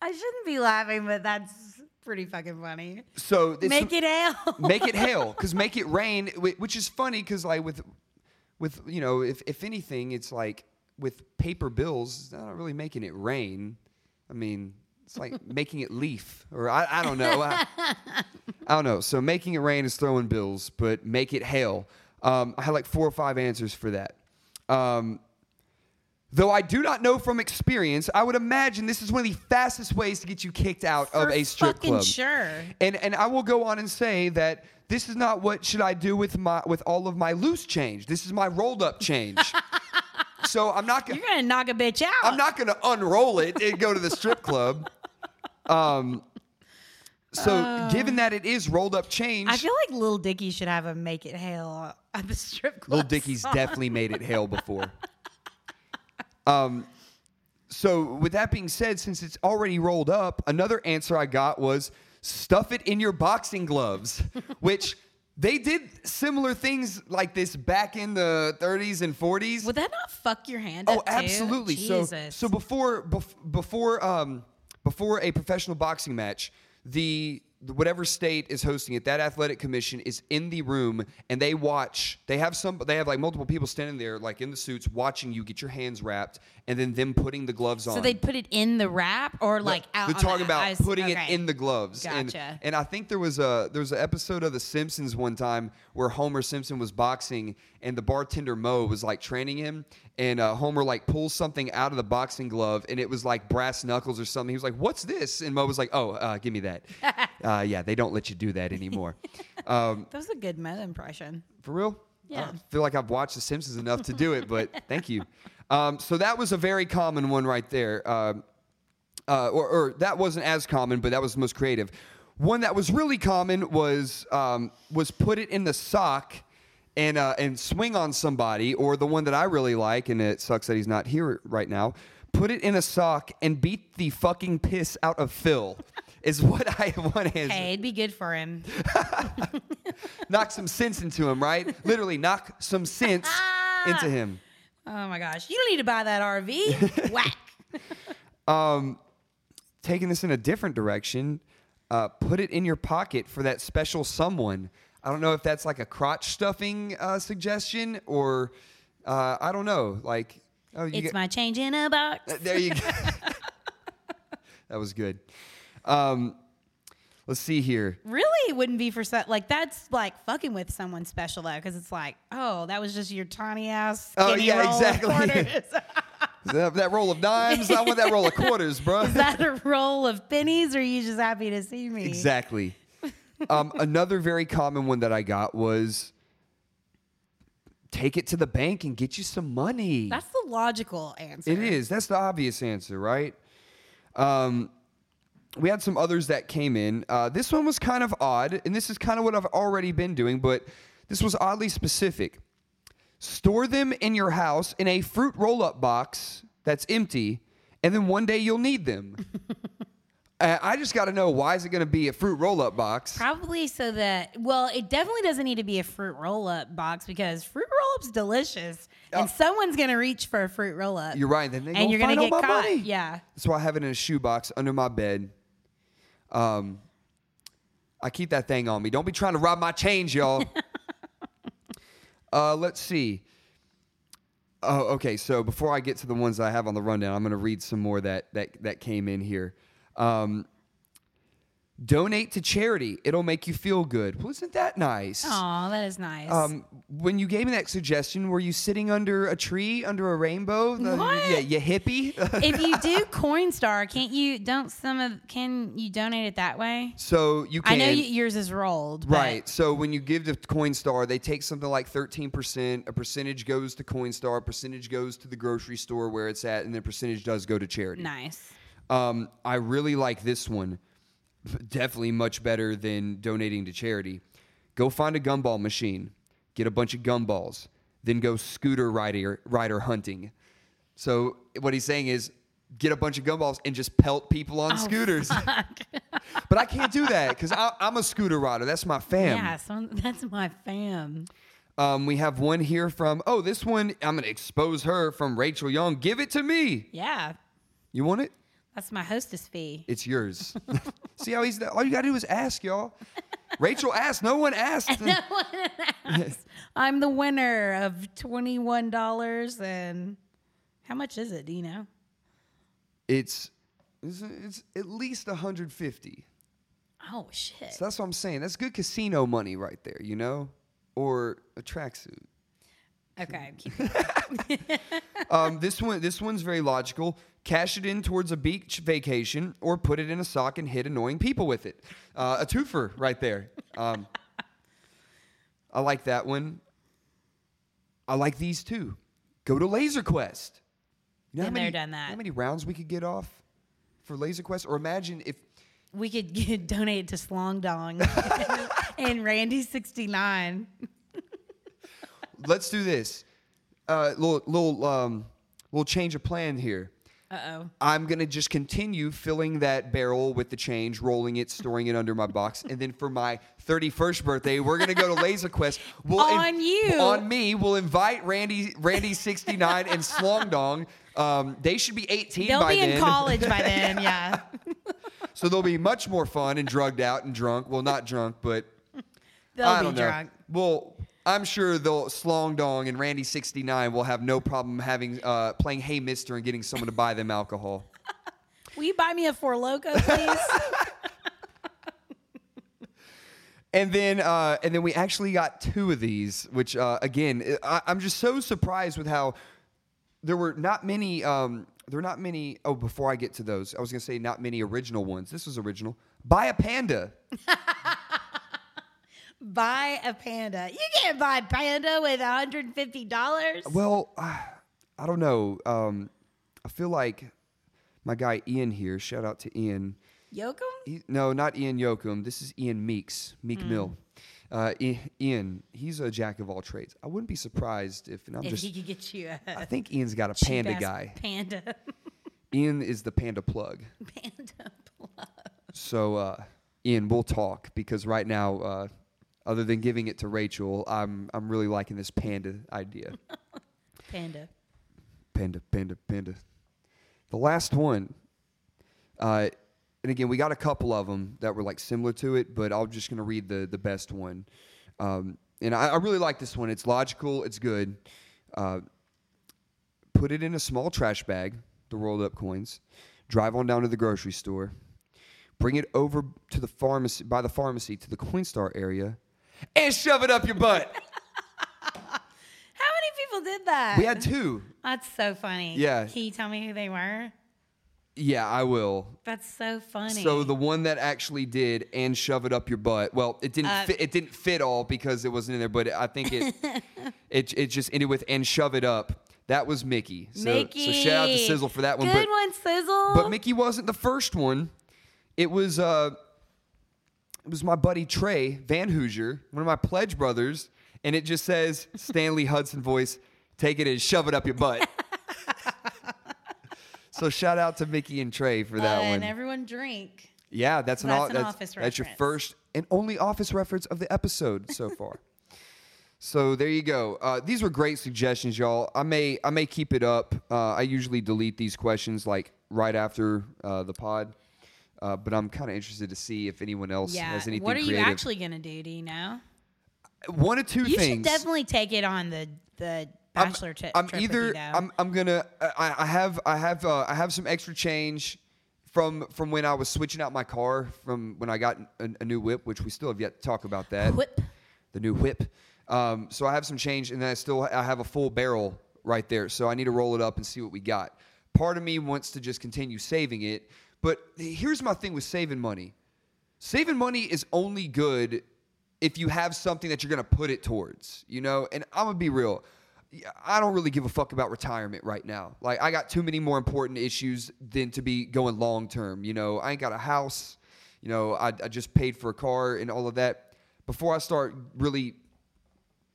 [SPEAKER 2] I shouldn't be laughing, but that's pretty fucking funny.
[SPEAKER 1] So this,
[SPEAKER 2] Make it ale.
[SPEAKER 1] make it hail because make it rain, whi- which is funny because like with with you know if if anything, it's like with paper bills, it's not really making it rain. I mean, it's like making it leaf or I, I don't know. I, I don't know. So making it rain is throwing bills, but make it hail. Um, I had like four or five answers for that. Um, though I do not know from experience, I would imagine this is one of the fastest ways to get you kicked out of
[SPEAKER 2] For
[SPEAKER 1] a strip
[SPEAKER 2] fucking
[SPEAKER 1] club.
[SPEAKER 2] Sure.
[SPEAKER 1] And and I will go on and say that this is not what should I do with my with all of my loose change. This is my rolled up change. so I'm not gonna
[SPEAKER 2] You're gonna knock a bitch out.
[SPEAKER 1] I'm not gonna unroll it and go to the strip club. Um. So given that it is rolled up change,
[SPEAKER 2] Oh. I feel like Lil Dicky should have a make it hail at the strip club.
[SPEAKER 1] Little Dicky's
[SPEAKER 2] song.
[SPEAKER 1] definitely made it hail before. Um, so with that being said, since it's already rolled up, another answer I got was stuff it in your boxing gloves, which they did similar things like this back in the 30s and 40s.
[SPEAKER 2] Would that not fuck your hand
[SPEAKER 1] oh,
[SPEAKER 2] up? too?
[SPEAKER 1] absolutely.
[SPEAKER 2] Jesus.
[SPEAKER 1] So so before bef- before um, before a professional boxing match, the the- whatever state is hosting it, that athletic commission is in the room and they watch. They have some. They have like multiple people standing there, like in the suits, watching you get your hands wrapped, and then them putting the gloves on.
[SPEAKER 2] So they'd put it in the wrap or like out.
[SPEAKER 1] They're
[SPEAKER 2] on
[SPEAKER 1] talking
[SPEAKER 2] the
[SPEAKER 1] about
[SPEAKER 2] ice?
[SPEAKER 1] putting it
[SPEAKER 2] Okay.
[SPEAKER 1] in the gloves. And,
[SPEAKER 2] Gotcha.
[SPEAKER 1] and I think there was a there was an episode of The Simpsons one time where Homer Simpson was boxing and the bartender Mo was like training him, and uh, Homer like pulls something out of the boxing glove and it was like brass knuckles or something. He was like, "What's this?" And Mo was like, "Oh, uh, give me that." uh, yeah, they don't let you do that anymore. um,
[SPEAKER 2] That was a good meta impression.
[SPEAKER 1] for real? I
[SPEAKER 2] Yeah.
[SPEAKER 1] don't feel like I've watched The Simpsons enough to do it, but thank you. Um, so that was a very common one right there. Um uh, or, or that wasn't as common, but that was the most creative. One that was really common was um, was put it in the sock and uh, and swing on somebody. Or the one that I really like, and it sucks that he's not here right now. Put it in a sock and beat the fucking piss out of Phil. Is what I one answer
[SPEAKER 2] Hey, it'd be good for him.
[SPEAKER 1] knock some sense into him, right? Literally, knock some sense into him.
[SPEAKER 2] Oh my gosh, you don't need to buy that RV. Whack.
[SPEAKER 1] Taking this in a different direction, uh, put it in your pocket for that special someone. I don't know if that's like a crotch stuffing uh, suggestion or uh, I don't know. Like, oh, you
[SPEAKER 2] It's
[SPEAKER 1] get-
[SPEAKER 2] my change in a box.
[SPEAKER 1] there you go. that was good. Um, let's see here.
[SPEAKER 2] Really, it wouldn't be for so, like that's like fucking with someone special though, because it's like, oh, that was just your tiny ass.
[SPEAKER 1] Oh,
[SPEAKER 2] skinny
[SPEAKER 1] yeah,
[SPEAKER 2] roll of
[SPEAKER 1] exactly.
[SPEAKER 2] quarters.
[SPEAKER 1] That, that roll of dimes. I want that roll of quarters, bro.
[SPEAKER 2] Is that a roll of pennies, or are you just happy to see me?
[SPEAKER 1] Exactly. um, another very common one that I got was take it to the bank and get you some money.
[SPEAKER 2] That's the logical answer.
[SPEAKER 1] It is. That's the obvious answer, right? Um, we had some others that came in. Uh, this one was kind of odd, and this is kind of what I've already been doing, but this was oddly specific. Store them in your house in a fruit roll up box that's empty, and then one day you'll need them. Uh, I just got to know why is it going to be a fruit roll up box?
[SPEAKER 2] Probably so that well, it definitely doesn't need to be a fruit roll up box because fruit roll up's delicious,
[SPEAKER 1] Oh.
[SPEAKER 2] and someone's gonna reach for a fruit roll up.
[SPEAKER 1] You're right. Then they
[SPEAKER 2] and
[SPEAKER 1] gonna
[SPEAKER 2] you're gonna
[SPEAKER 1] find
[SPEAKER 2] get
[SPEAKER 1] all my
[SPEAKER 2] caught.
[SPEAKER 1] money.
[SPEAKER 2] Yeah.
[SPEAKER 1] That's why I have it in a shoebox under my bed. Um, I keep that thing on me. Don't be trying to rob my change, y'all. uh, let's see. Oh, okay. So before I get to the ones I have on the rundown, I'm going to read some more that that that came in here. Um, donate to charity; it'll make you feel good. Well, isn't that nice?
[SPEAKER 2] Oh, that is nice.
[SPEAKER 1] Um, when you gave me that suggestion, were you sitting under a tree, under a rainbow? The-
[SPEAKER 2] What?
[SPEAKER 1] Yeah, you hippie.
[SPEAKER 2] if you do Coinstar, can't you? Don't some of can you donate it that way?
[SPEAKER 1] So you can.
[SPEAKER 2] I know y yours is rolled, but-
[SPEAKER 1] Right. So when you give to Coinstar, they take something like 13%. A percentage goes to Coinstar, a percentage goes to the grocery store where it's at, and then a percentage does go to charity.
[SPEAKER 2] Nice.
[SPEAKER 1] Um, I really like this one. Definitely much better than donating to charity. Go find a gumball machine, get a bunch of gumballs, then go scooter rider rider hunting. So what he's saying is get a bunch of gumballs and just pelt people
[SPEAKER 2] Oh,
[SPEAKER 1] on scooters. but I can't do that because I'm a scooter rider. That's my fam.
[SPEAKER 2] Yeah, so that's my fam.
[SPEAKER 1] Um, we have one here from oh this one I'm gonna expose her from Rachel Young. Give it to me.
[SPEAKER 2] Yeah,
[SPEAKER 1] You want it?
[SPEAKER 2] that's my hostess fee.
[SPEAKER 1] It's yours. See how he's all you gotta do is ask, y'all. Rachel asked. No one asked.
[SPEAKER 2] I'm the winner of twenty one dollars and how much is it? Do you know?
[SPEAKER 1] it's, it's it's at least 150.
[SPEAKER 2] Oh shit!
[SPEAKER 1] So that's what I'm saying. That's good casino money right there, you know, or a tracksuit.
[SPEAKER 2] Okay, keep
[SPEAKER 1] Um, this one this one's very logical. Cash it in towards a beach vacation, or put it in a sock and hit annoying people with it. Uh, a twofer right there. Um, I like that one. I like these two. Go to Laser Quest. You know
[SPEAKER 2] Been there,
[SPEAKER 1] many,
[SPEAKER 2] done that.
[SPEAKER 1] How many rounds we could get off for Laser Quest? Or imagine if
[SPEAKER 2] We could get, donate to Slong Dong and Randy sixty nine.
[SPEAKER 1] let's do this. Uh, little little um, little change of plan here.
[SPEAKER 2] Uh oh.
[SPEAKER 1] I'm gonna just continue filling that barrel with the change, rolling it, storing it under my box, and then for my 31st birthday, we're gonna go to Laser Quest. We'll
[SPEAKER 2] On you.
[SPEAKER 1] on me. We'll invite Randy, Randy 69 and Slongdong. Um, they should be 18
[SPEAKER 2] They'll
[SPEAKER 1] by
[SPEAKER 2] be
[SPEAKER 1] then,
[SPEAKER 2] in college by then. Yeah.
[SPEAKER 1] so they'll be much more fun and drugged out and drunk. Well, not drunk, but
[SPEAKER 2] They'll
[SPEAKER 1] I
[SPEAKER 2] be
[SPEAKER 1] don't
[SPEAKER 2] drunk.
[SPEAKER 1] know. Well. I'm sure they'll Slongdong and Randy 69 will have no problem having uh, playing Hey Mister and getting someone to buy them alcohol.
[SPEAKER 2] Will you buy me a Four Loco, please?
[SPEAKER 1] And then, uh, and then we actually got two of these, which uh, again, I, I'm just so surprised with how there were not many. Um, there were not many. Oh, before I get to those, I was gonna say not many original ones. This was original. Buy a panda.
[SPEAKER 2] buy a panda. You can't buy panda with one hundred and fifty dollars.
[SPEAKER 1] Well, uh, I don't know. Um, I feel like my guy Ian here. Shout out to Ian.
[SPEAKER 2] Yokum?
[SPEAKER 1] He, no, not Ian Yoakum. This is Ian Meeks,
[SPEAKER 2] Mm.
[SPEAKER 1] Meek Mill. Uh, I- Ian, he's a jack of all trades. I wouldn't be surprised if, and I'm
[SPEAKER 2] If
[SPEAKER 1] just.
[SPEAKER 2] he could get you a
[SPEAKER 1] I think Ian's got a panda
[SPEAKER 2] cheap-ass
[SPEAKER 1] guy.
[SPEAKER 2] Panda.
[SPEAKER 1] Ian is the panda plug.
[SPEAKER 2] Panda.
[SPEAKER 1] So, uh, Ian, we'll talk because right now, uh, other than giving it to Rachel, I'm I'm really liking this panda idea.
[SPEAKER 2] Panda.
[SPEAKER 1] Panda, panda, panda. The last one, uh, and again, we got a couple of them that were like similar to it, but I'm just gonna read the the best one. Um, and I, I really like this one. It's logical. It's good. Uh, put it in a small trash bag, the rolled up coins, drive on down to the grocery store, bring it over to the pharmacy by the pharmacy to the Coinstar area, and shove it up your butt.
[SPEAKER 2] How many people did that?
[SPEAKER 1] we had two.
[SPEAKER 2] That's so funny.
[SPEAKER 1] Yeah.
[SPEAKER 2] Can you tell me who they were?
[SPEAKER 1] Yeah, I will.
[SPEAKER 2] That's so funny.
[SPEAKER 1] So the one that actually did and shove it up your butt. Well, it didn't.
[SPEAKER 2] Uh,
[SPEAKER 1] fit, it didn't fit all because it wasn't in there. But I think it. it it just ended with and shove it up. That was Mickey. So,
[SPEAKER 2] Mickey.
[SPEAKER 1] So shout out to Sizzle for that one.
[SPEAKER 2] Good
[SPEAKER 1] but,
[SPEAKER 2] one, Sizzle.
[SPEAKER 1] But Mickey wasn't the first one. It was uh, it was my buddy Trey Van Hoosier, one of my pledge brothers, and it just says Stanley Hudson voice, take it and shove it up your butt. so shout out to Mickey and Trey for that
[SPEAKER 2] Uh,
[SPEAKER 1] one.
[SPEAKER 2] And everyone drink.
[SPEAKER 1] yeah, that's an,
[SPEAKER 2] That's
[SPEAKER 1] o-
[SPEAKER 2] an
[SPEAKER 1] that's,
[SPEAKER 2] office
[SPEAKER 1] that's your
[SPEAKER 2] reference.
[SPEAKER 1] first and only office reference of the episode so far. So there you go. Uh, these were great suggestions, y'all. I may I may keep it up. Uh, I usually delete these questions like right after uh, the pod, uh, but I'm kind of interested to see if anyone else
[SPEAKER 2] Yeah.
[SPEAKER 1] has anything
[SPEAKER 2] What are you
[SPEAKER 1] creative.
[SPEAKER 2] actually gonna do? Do you know?
[SPEAKER 1] One of two
[SPEAKER 2] You should
[SPEAKER 1] things.
[SPEAKER 2] definitely take it on the the
[SPEAKER 1] I'm-
[SPEAKER 2] bachelor trip.
[SPEAKER 1] I'm
[SPEAKER 2] trip with you,
[SPEAKER 1] either
[SPEAKER 2] though.
[SPEAKER 1] I'm I'm gonna I, I have I have uh, I have some extra change from from when I was switching out my car from when I got a, a new whip, which we still have yet to talk about that.
[SPEAKER 2] Whip.
[SPEAKER 1] the new whip. Um, so I have some change, and then I still I have a full barrel right there. So I need to roll it up and see what we got. Part of me wants to just continue saving it, but here's my thing with saving money. Saving money is only good if you have something that you're gonna put it towards, you know. And I'm gonna be real. I don't really give a fuck about retirement right now. Like I got too many more important issues than to be going long term. You know, I ain't got a house. You know, I, I just paid for a car and all of that. Before I start really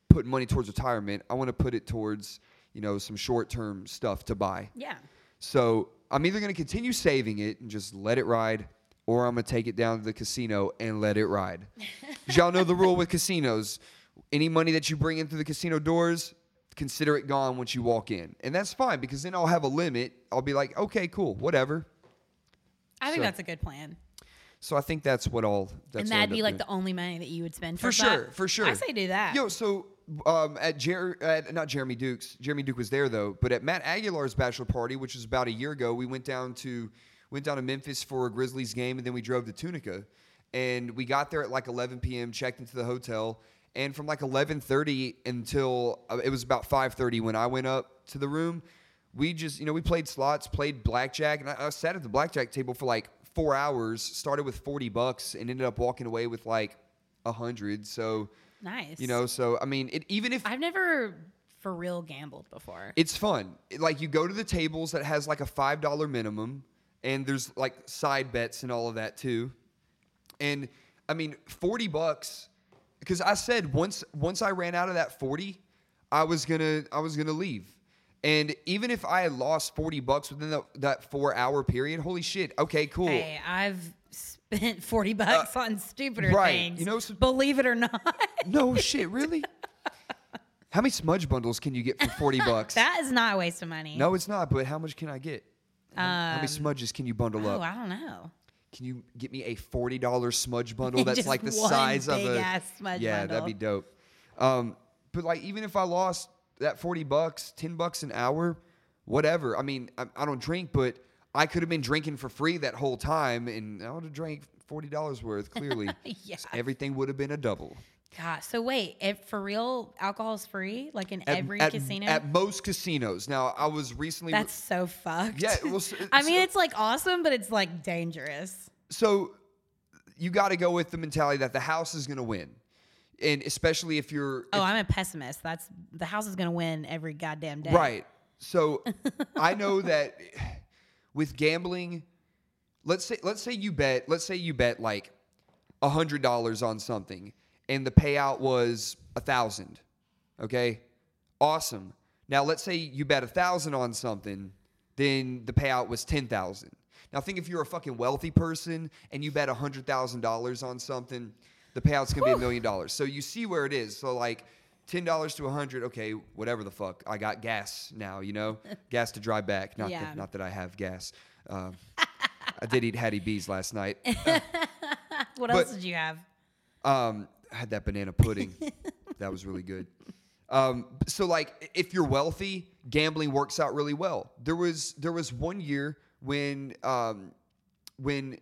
[SPEAKER 1] putting money towards retirement, I want to put it towards you know some short term stuff to buy.
[SPEAKER 2] Yeah.
[SPEAKER 1] So I'm either going to continue saving it and just let it ride, or I'm going to take it down to the casino and let it ride. 'Cause y'all know the rule with casinos: any money that you bring in through the casino doors, consider it gone once you walk in, and that's fine because then I'll have a limit. I'll be like, okay, cool, whatever.
[SPEAKER 2] I think
[SPEAKER 1] So-
[SPEAKER 2] that's a good plan.
[SPEAKER 1] So I think that's what all. That's
[SPEAKER 2] and
[SPEAKER 1] what I'll
[SPEAKER 2] that'd
[SPEAKER 1] end
[SPEAKER 2] be
[SPEAKER 1] up
[SPEAKER 2] like
[SPEAKER 1] doing.
[SPEAKER 2] the only money that you would spend
[SPEAKER 1] for
[SPEAKER 2] for
[SPEAKER 1] sure,
[SPEAKER 2] that.
[SPEAKER 1] for sure.
[SPEAKER 2] I say do that.
[SPEAKER 1] Yo, so um, at Jer, at, not Jeremy Duke's. Jeremy Duke was there though, but at Matt Aguilar's bachelor party, which was about a year ago, we went down to went down to Memphis for a Grizzlies game, and then we drove to Tunica, and we got there at like 11 p.m. Checked into the hotel, and from like 11:30 until uh, it was about 5:30 when I went up to the room. We just, you know, we played slots, played blackjack, and I, I sat at the blackjack table for like four hours. Started with 40 bucks and ended up walking away with like a hundred. So
[SPEAKER 2] nice.
[SPEAKER 1] you know, so I mean, it, even if
[SPEAKER 2] I've never for real gambled before.
[SPEAKER 1] it's fun, It- like you go to the tables that has like a five dollar minimum, and there's like side bets and all of that too. And I mean, forty bucks, because I said once once I ran out of that forty, I was gonna I was gonna leave. And even if I had lost forty bucks within the, that four hour period, holy shit! Okay, cool. Uh,
[SPEAKER 2] Hey, I've spent forty bucks on stupider
[SPEAKER 1] right,
[SPEAKER 2] things.
[SPEAKER 1] you know, so-
[SPEAKER 2] believe it or not,
[SPEAKER 1] No shit, really. How many smudge bundles can you get for forty bucks?
[SPEAKER 2] that is not a waste of money.
[SPEAKER 1] No, it's not. But how much can I get? How, how many smudges can you bundle
[SPEAKER 2] Um, Oh,
[SPEAKER 1] up?
[SPEAKER 2] I don't know.
[SPEAKER 1] Can you get me a forty dollars smudge bundle that's
[SPEAKER 2] Just
[SPEAKER 1] like the
[SPEAKER 2] one
[SPEAKER 1] size of a
[SPEAKER 2] big-ass smudge
[SPEAKER 1] yeah, that'd
[SPEAKER 2] bundle.
[SPEAKER 1] be dope. Um, but like, even if I lost that forty bucks, ten bucks an hour, whatever. I mean, I, I don't drink, but I could have been drinking for free that whole time, and I would have drank forty dollars worth. Clearly,
[SPEAKER 2] Yeah.
[SPEAKER 1] So everything would have been a double.
[SPEAKER 2] God. So wait, if for real alcohol's free, like in every casino,
[SPEAKER 1] at most casinos. Now, I was recently
[SPEAKER 2] that's so fucked.
[SPEAKER 1] Yeah, well, so-
[SPEAKER 2] I mean,
[SPEAKER 1] so-
[SPEAKER 2] it's like awesome, but it's like dangerous.
[SPEAKER 1] so you got to go with the mentality that the house is going to win, and especially if you're
[SPEAKER 2] Oh, I'm a pessimist. That's the house is gonna win every goddamn day.
[SPEAKER 1] Right. So I know that with gambling, let's say let's say you bet let's say you bet like a hundred dollars on something and the payout was a thousand. Okay? Awesome. Now let's say you bet a thousand on something, then the payout was ten thousand. Now think if you're a fucking wealthy person and you bet a hundred thousand dollars on something, the payout's gonna be a million dollars. So you see where it is. So like ten dollars to a hundred, okay, whatever the fuck. I got gas now, you know? gas to drive back. Not
[SPEAKER 2] Yeah.
[SPEAKER 1] that not that I have gas. Um, I did eat Hattie B's last night.
[SPEAKER 2] What
[SPEAKER 1] But-
[SPEAKER 2] else did you have?
[SPEAKER 1] Um, I had that banana pudding. that was really good. Um, so like if you're wealthy, gambling works out really well. There was there was one year when um, when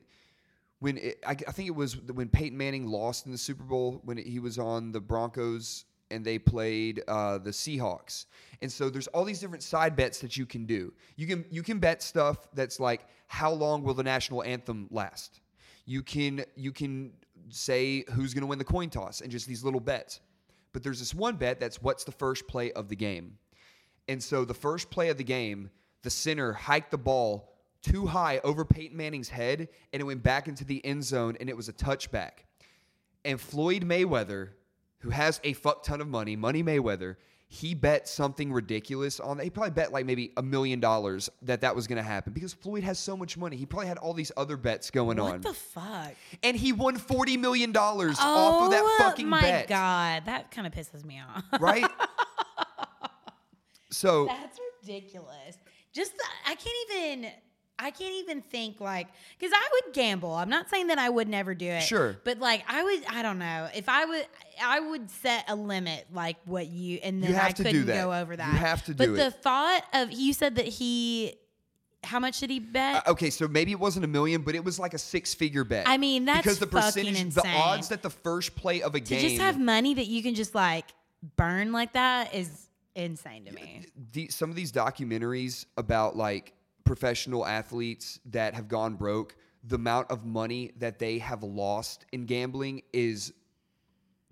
[SPEAKER 1] when it, I, I think it was when Peyton Manning lost in the Super Bowl when he was on the Broncos and they played uh, the Seahawks. And so there's all these different side bets that you can do. You can you can bet stuff that's like how long will the national anthem last. You can you can say who's going to win the coin toss and just these little bets. But there's this one bet that's what's the first play of the game. And so the first play of the game, the center hiked the ball too high over Peyton Manning's head and it went back into the end zone and it was a touchback. And Floyd Mayweather, who has a fuck ton of money, Money Mayweather, he bet something ridiculous on He probably bet like maybe a million dollars that that was going to happen because Floyd has so much money. He probably had all these other bets going on.
[SPEAKER 2] What the fuck?
[SPEAKER 1] and he won $40 million off of that fucking
[SPEAKER 2] Oh my
[SPEAKER 1] bet.
[SPEAKER 2] god, that kind of pisses me off.
[SPEAKER 1] Right? so,
[SPEAKER 2] That's ridiculous. Just the, I can't even I can't even think like cuz I would gamble. I'm not saying that I would never do it.
[SPEAKER 1] Sure.
[SPEAKER 2] But like I would I don't know. If I would I would set a limit like what you and then
[SPEAKER 1] You have
[SPEAKER 2] I
[SPEAKER 1] to do
[SPEAKER 2] couldn't
[SPEAKER 1] that.
[SPEAKER 2] go over
[SPEAKER 1] You
[SPEAKER 2] that.
[SPEAKER 1] have to do
[SPEAKER 2] But the
[SPEAKER 1] it.
[SPEAKER 2] thought of you said that he how much did he bet?
[SPEAKER 1] Uh, okay, so maybe it wasn't a million, but it was like a six-figure bet.
[SPEAKER 2] I mean, that's
[SPEAKER 1] because the
[SPEAKER 2] fucking
[SPEAKER 1] percentage, the
[SPEAKER 2] insane.
[SPEAKER 1] odds that the first play of a
[SPEAKER 2] to
[SPEAKER 1] game,
[SPEAKER 2] just have money that you can just like burn like that is insane to me.
[SPEAKER 1] the, some of these documentaries about like professional athletes that have gone broke, the amount of money that they have lost in gambling is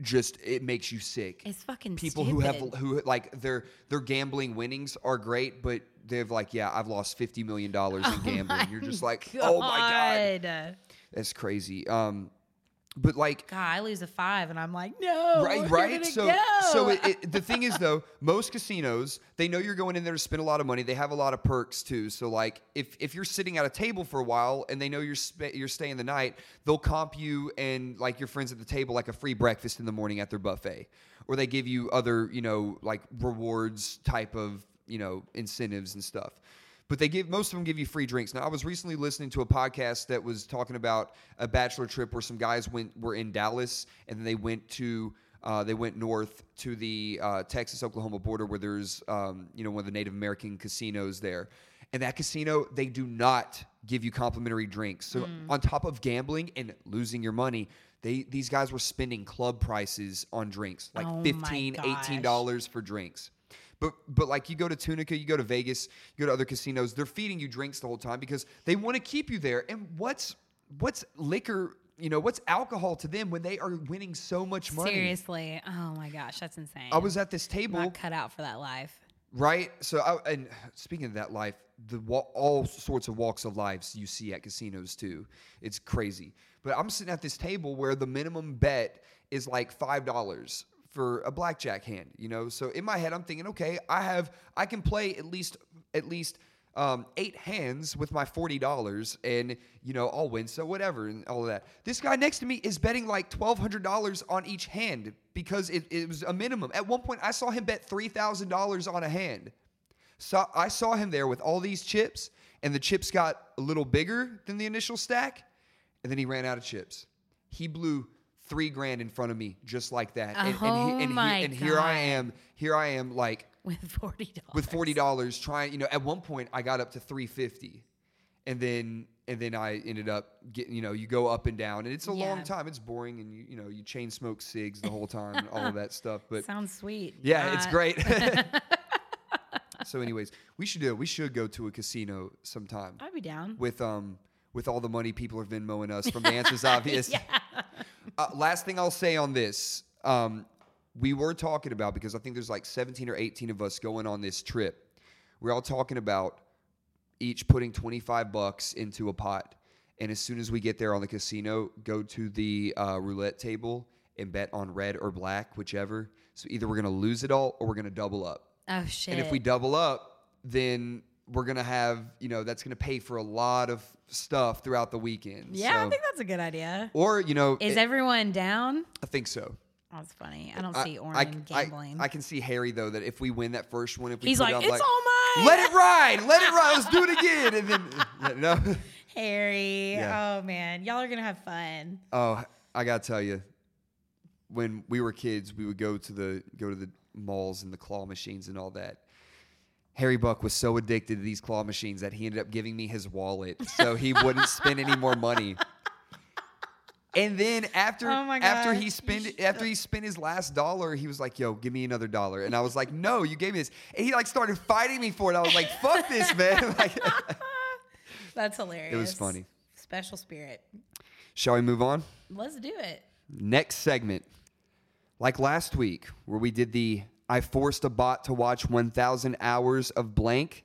[SPEAKER 1] just it makes you sick.
[SPEAKER 2] It's fucking
[SPEAKER 1] people
[SPEAKER 2] stupid.
[SPEAKER 1] who have who like their their gambling winnings are great, but they've like yeah, I've lost fifty million dollars
[SPEAKER 2] Oh
[SPEAKER 1] in gambling. You're just like, oh my god,
[SPEAKER 2] god.
[SPEAKER 1] that's crazy. Um, but like
[SPEAKER 2] God, I lose a five, and I'm like, no,
[SPEAKER 1] right right so so it, it, the thing is though most casinos they know you're going in there to spend a lot of money they have a lot of perks too so like if if you're sitting at a table for a while and they know you're sp- you're staying the night they'll comp you and like your friends at the table like a free breakfast in the morning at their buffet or they give you other you know like rewards type of you know incentives and stuff but they give most of them give you free drinks. Now, I was recently listening to a podcast that was talking about a bachelor trip where some guys went were in Dallas and then they went to uh, they went north to the uh, Texas Oklahoma border where there's um, you know one of the Native American casinos there, and that casino they do not give you complimentary drinks. So
[SPEAKER 2] Mm.
[SPEAKER 1] on top of gambling and losing your money. They, these guys were spending club prices on drinks, like
[SPEAKER 2] Oh my
[SPEAKER 1] fifteen, eighteen
[SPEAKER 2] gosh.
[SPEAKER 1] $15, dollars for drinks. But but like you go to Tunica, you go to Vegas, you go to other casinos, they're feeding you drinks the whole time because they want to keep you there. And what's what's liquor, you know, what's alcohol to them when they are winning so much money?
[SPEAKER 2] seriously, oh my gosh, that's insane.
[SPEAKER 1] I was at this
[SPEAKER 2] I'm
[SPEAKER 1] table,
[SPEAKER 2] not cut out for that life.
[SPEAKER 1] right? So I, and speaking of that life, the wa- all sorts of walks of lives you see at casinos too. It's crazy. But I'm sitting at this table where the minimum bet is like five dollars for a blackjack hand, you know. So in my head, I'm thinking, okay, I have I can play at least at least um, eight hands with my forty dollars, and you know I'll win. So whatever, and all of that. This guy next to me is betting like twelve hundred dollars on each hand because it, it was a minimum. At one point, I saw him bet three thousand dollars on a hand. So I saw him there with all these chips, and the chips got a little bigger than the initial stack, and then he ran out of chips. He blew three grand in front of me just like that. And, and,
[SPEAKER 2] Oh
[SPEAKER 1] he, and,
[SPEAKER 2] my
[SPEAKER 1] he, and here I
[SPEAKER 2] God.
[SPEAKER 1] am, here I am, like
[SPEAKER 2] With forty dollars,
[SPEAKER 1] with forty dollars trying. You know, at one point I got up to three fifty, and then and then I ended up getting. You know, you go up and down, and it's a long
[SPEAKER 2] Yeah.
[SPEAKER 1] time. It's boring, and you you know you chain smoke cigs the whole time, and all of that stuff. But
[SPEAKER 2] sounds sweet. Uh,
[SPEAKER 1] yeah, it's
[SPEAKER 2] Not-
[SPEAKER 1] great. so, anyways, we should do. it. We should go to a casino sometime
[SPEAKER 2] I'd be down.
[SPEAKER 1] with um with all the money people are Venmoing us from the answers obvious. Uh, last thing I'll say on this, um, we were talking about because I think there's like 17 or 18 of us going on this trip. We're all talking about each putting 25 bucks into a pot, and as soon as we get there on the casino, go to the uh, roulette table and bet on red or black, whichever. So either we're gonna lose it all or we're gonna double up.
[SPEAKER 2] Oh shit!
[SPEAKER 1] And if we double up, then we're gonna have you know that's gonna pay for a lot of stuff throughout the weekend.
[SPEAKER 2] yeah, I
[SPEAKER 1] So-
[SPEAKER 2] think that's a good idea.
[SPEAKER 1] or you know,
[SPEAKER 2] Is
[SPEAKER 1] it-
[SPEAKER 2] everyone down?
[SPEAKER 1] I think so.
[SPEAKER 2] That's funny. I don't
[SPEAKER 1] I-
[SPEAKER 2] see Orin
[SPEAKER 1] I, I-
[SPEAKER 2] gambling.
[SPEAKER 1] I, can see Harry though that if we win that first one, if we
[SPEAKER 2] He's
[SPEAKER 1] put
[SPEAKER 2] like,
[SPEAKER 1] on,
[SPEAKER 2] "It's all mine!"
[SPEAKER 1] Let it ride, let it ride. Let's do it again. And then yeah, no,
[SPEAKER 2] Harry,
[SPEAKER 1] Yeah.
[SPEAKER 2] oh man, y'all are gonna have fun.
[SPEAKER 1] oh, I gotta tell you, when we were kids, we would go to the go to the malls and the claw machines and all that. Harry Buck was so addicted to these claw machines that he ended up giving me his wallet so he wouldn't spend any more money. And then after
[SPEAKER 2] Oh my
[SPEAKER 1] after
[SPEAKER 2] God.
[SPEAKER 1] he spent after he spent his last dollar, he was like, "Yo, give me another dollar." And I was like, "No, you gave me this." And he like started fighting me for it. I was like, "Fuck this, man!" Like,
[SPEAKER 2] That's hilarious.
[SPEAKER 1] funny.
[SPEAKER 2] Special spirit.
[SPEAKER 1] shall we move on?
[SPEAKER 2] Let's do it.
[SPEAKER 1] Next segment, like last week where we did the "I forced a bot to watch 1,000 hours of blank."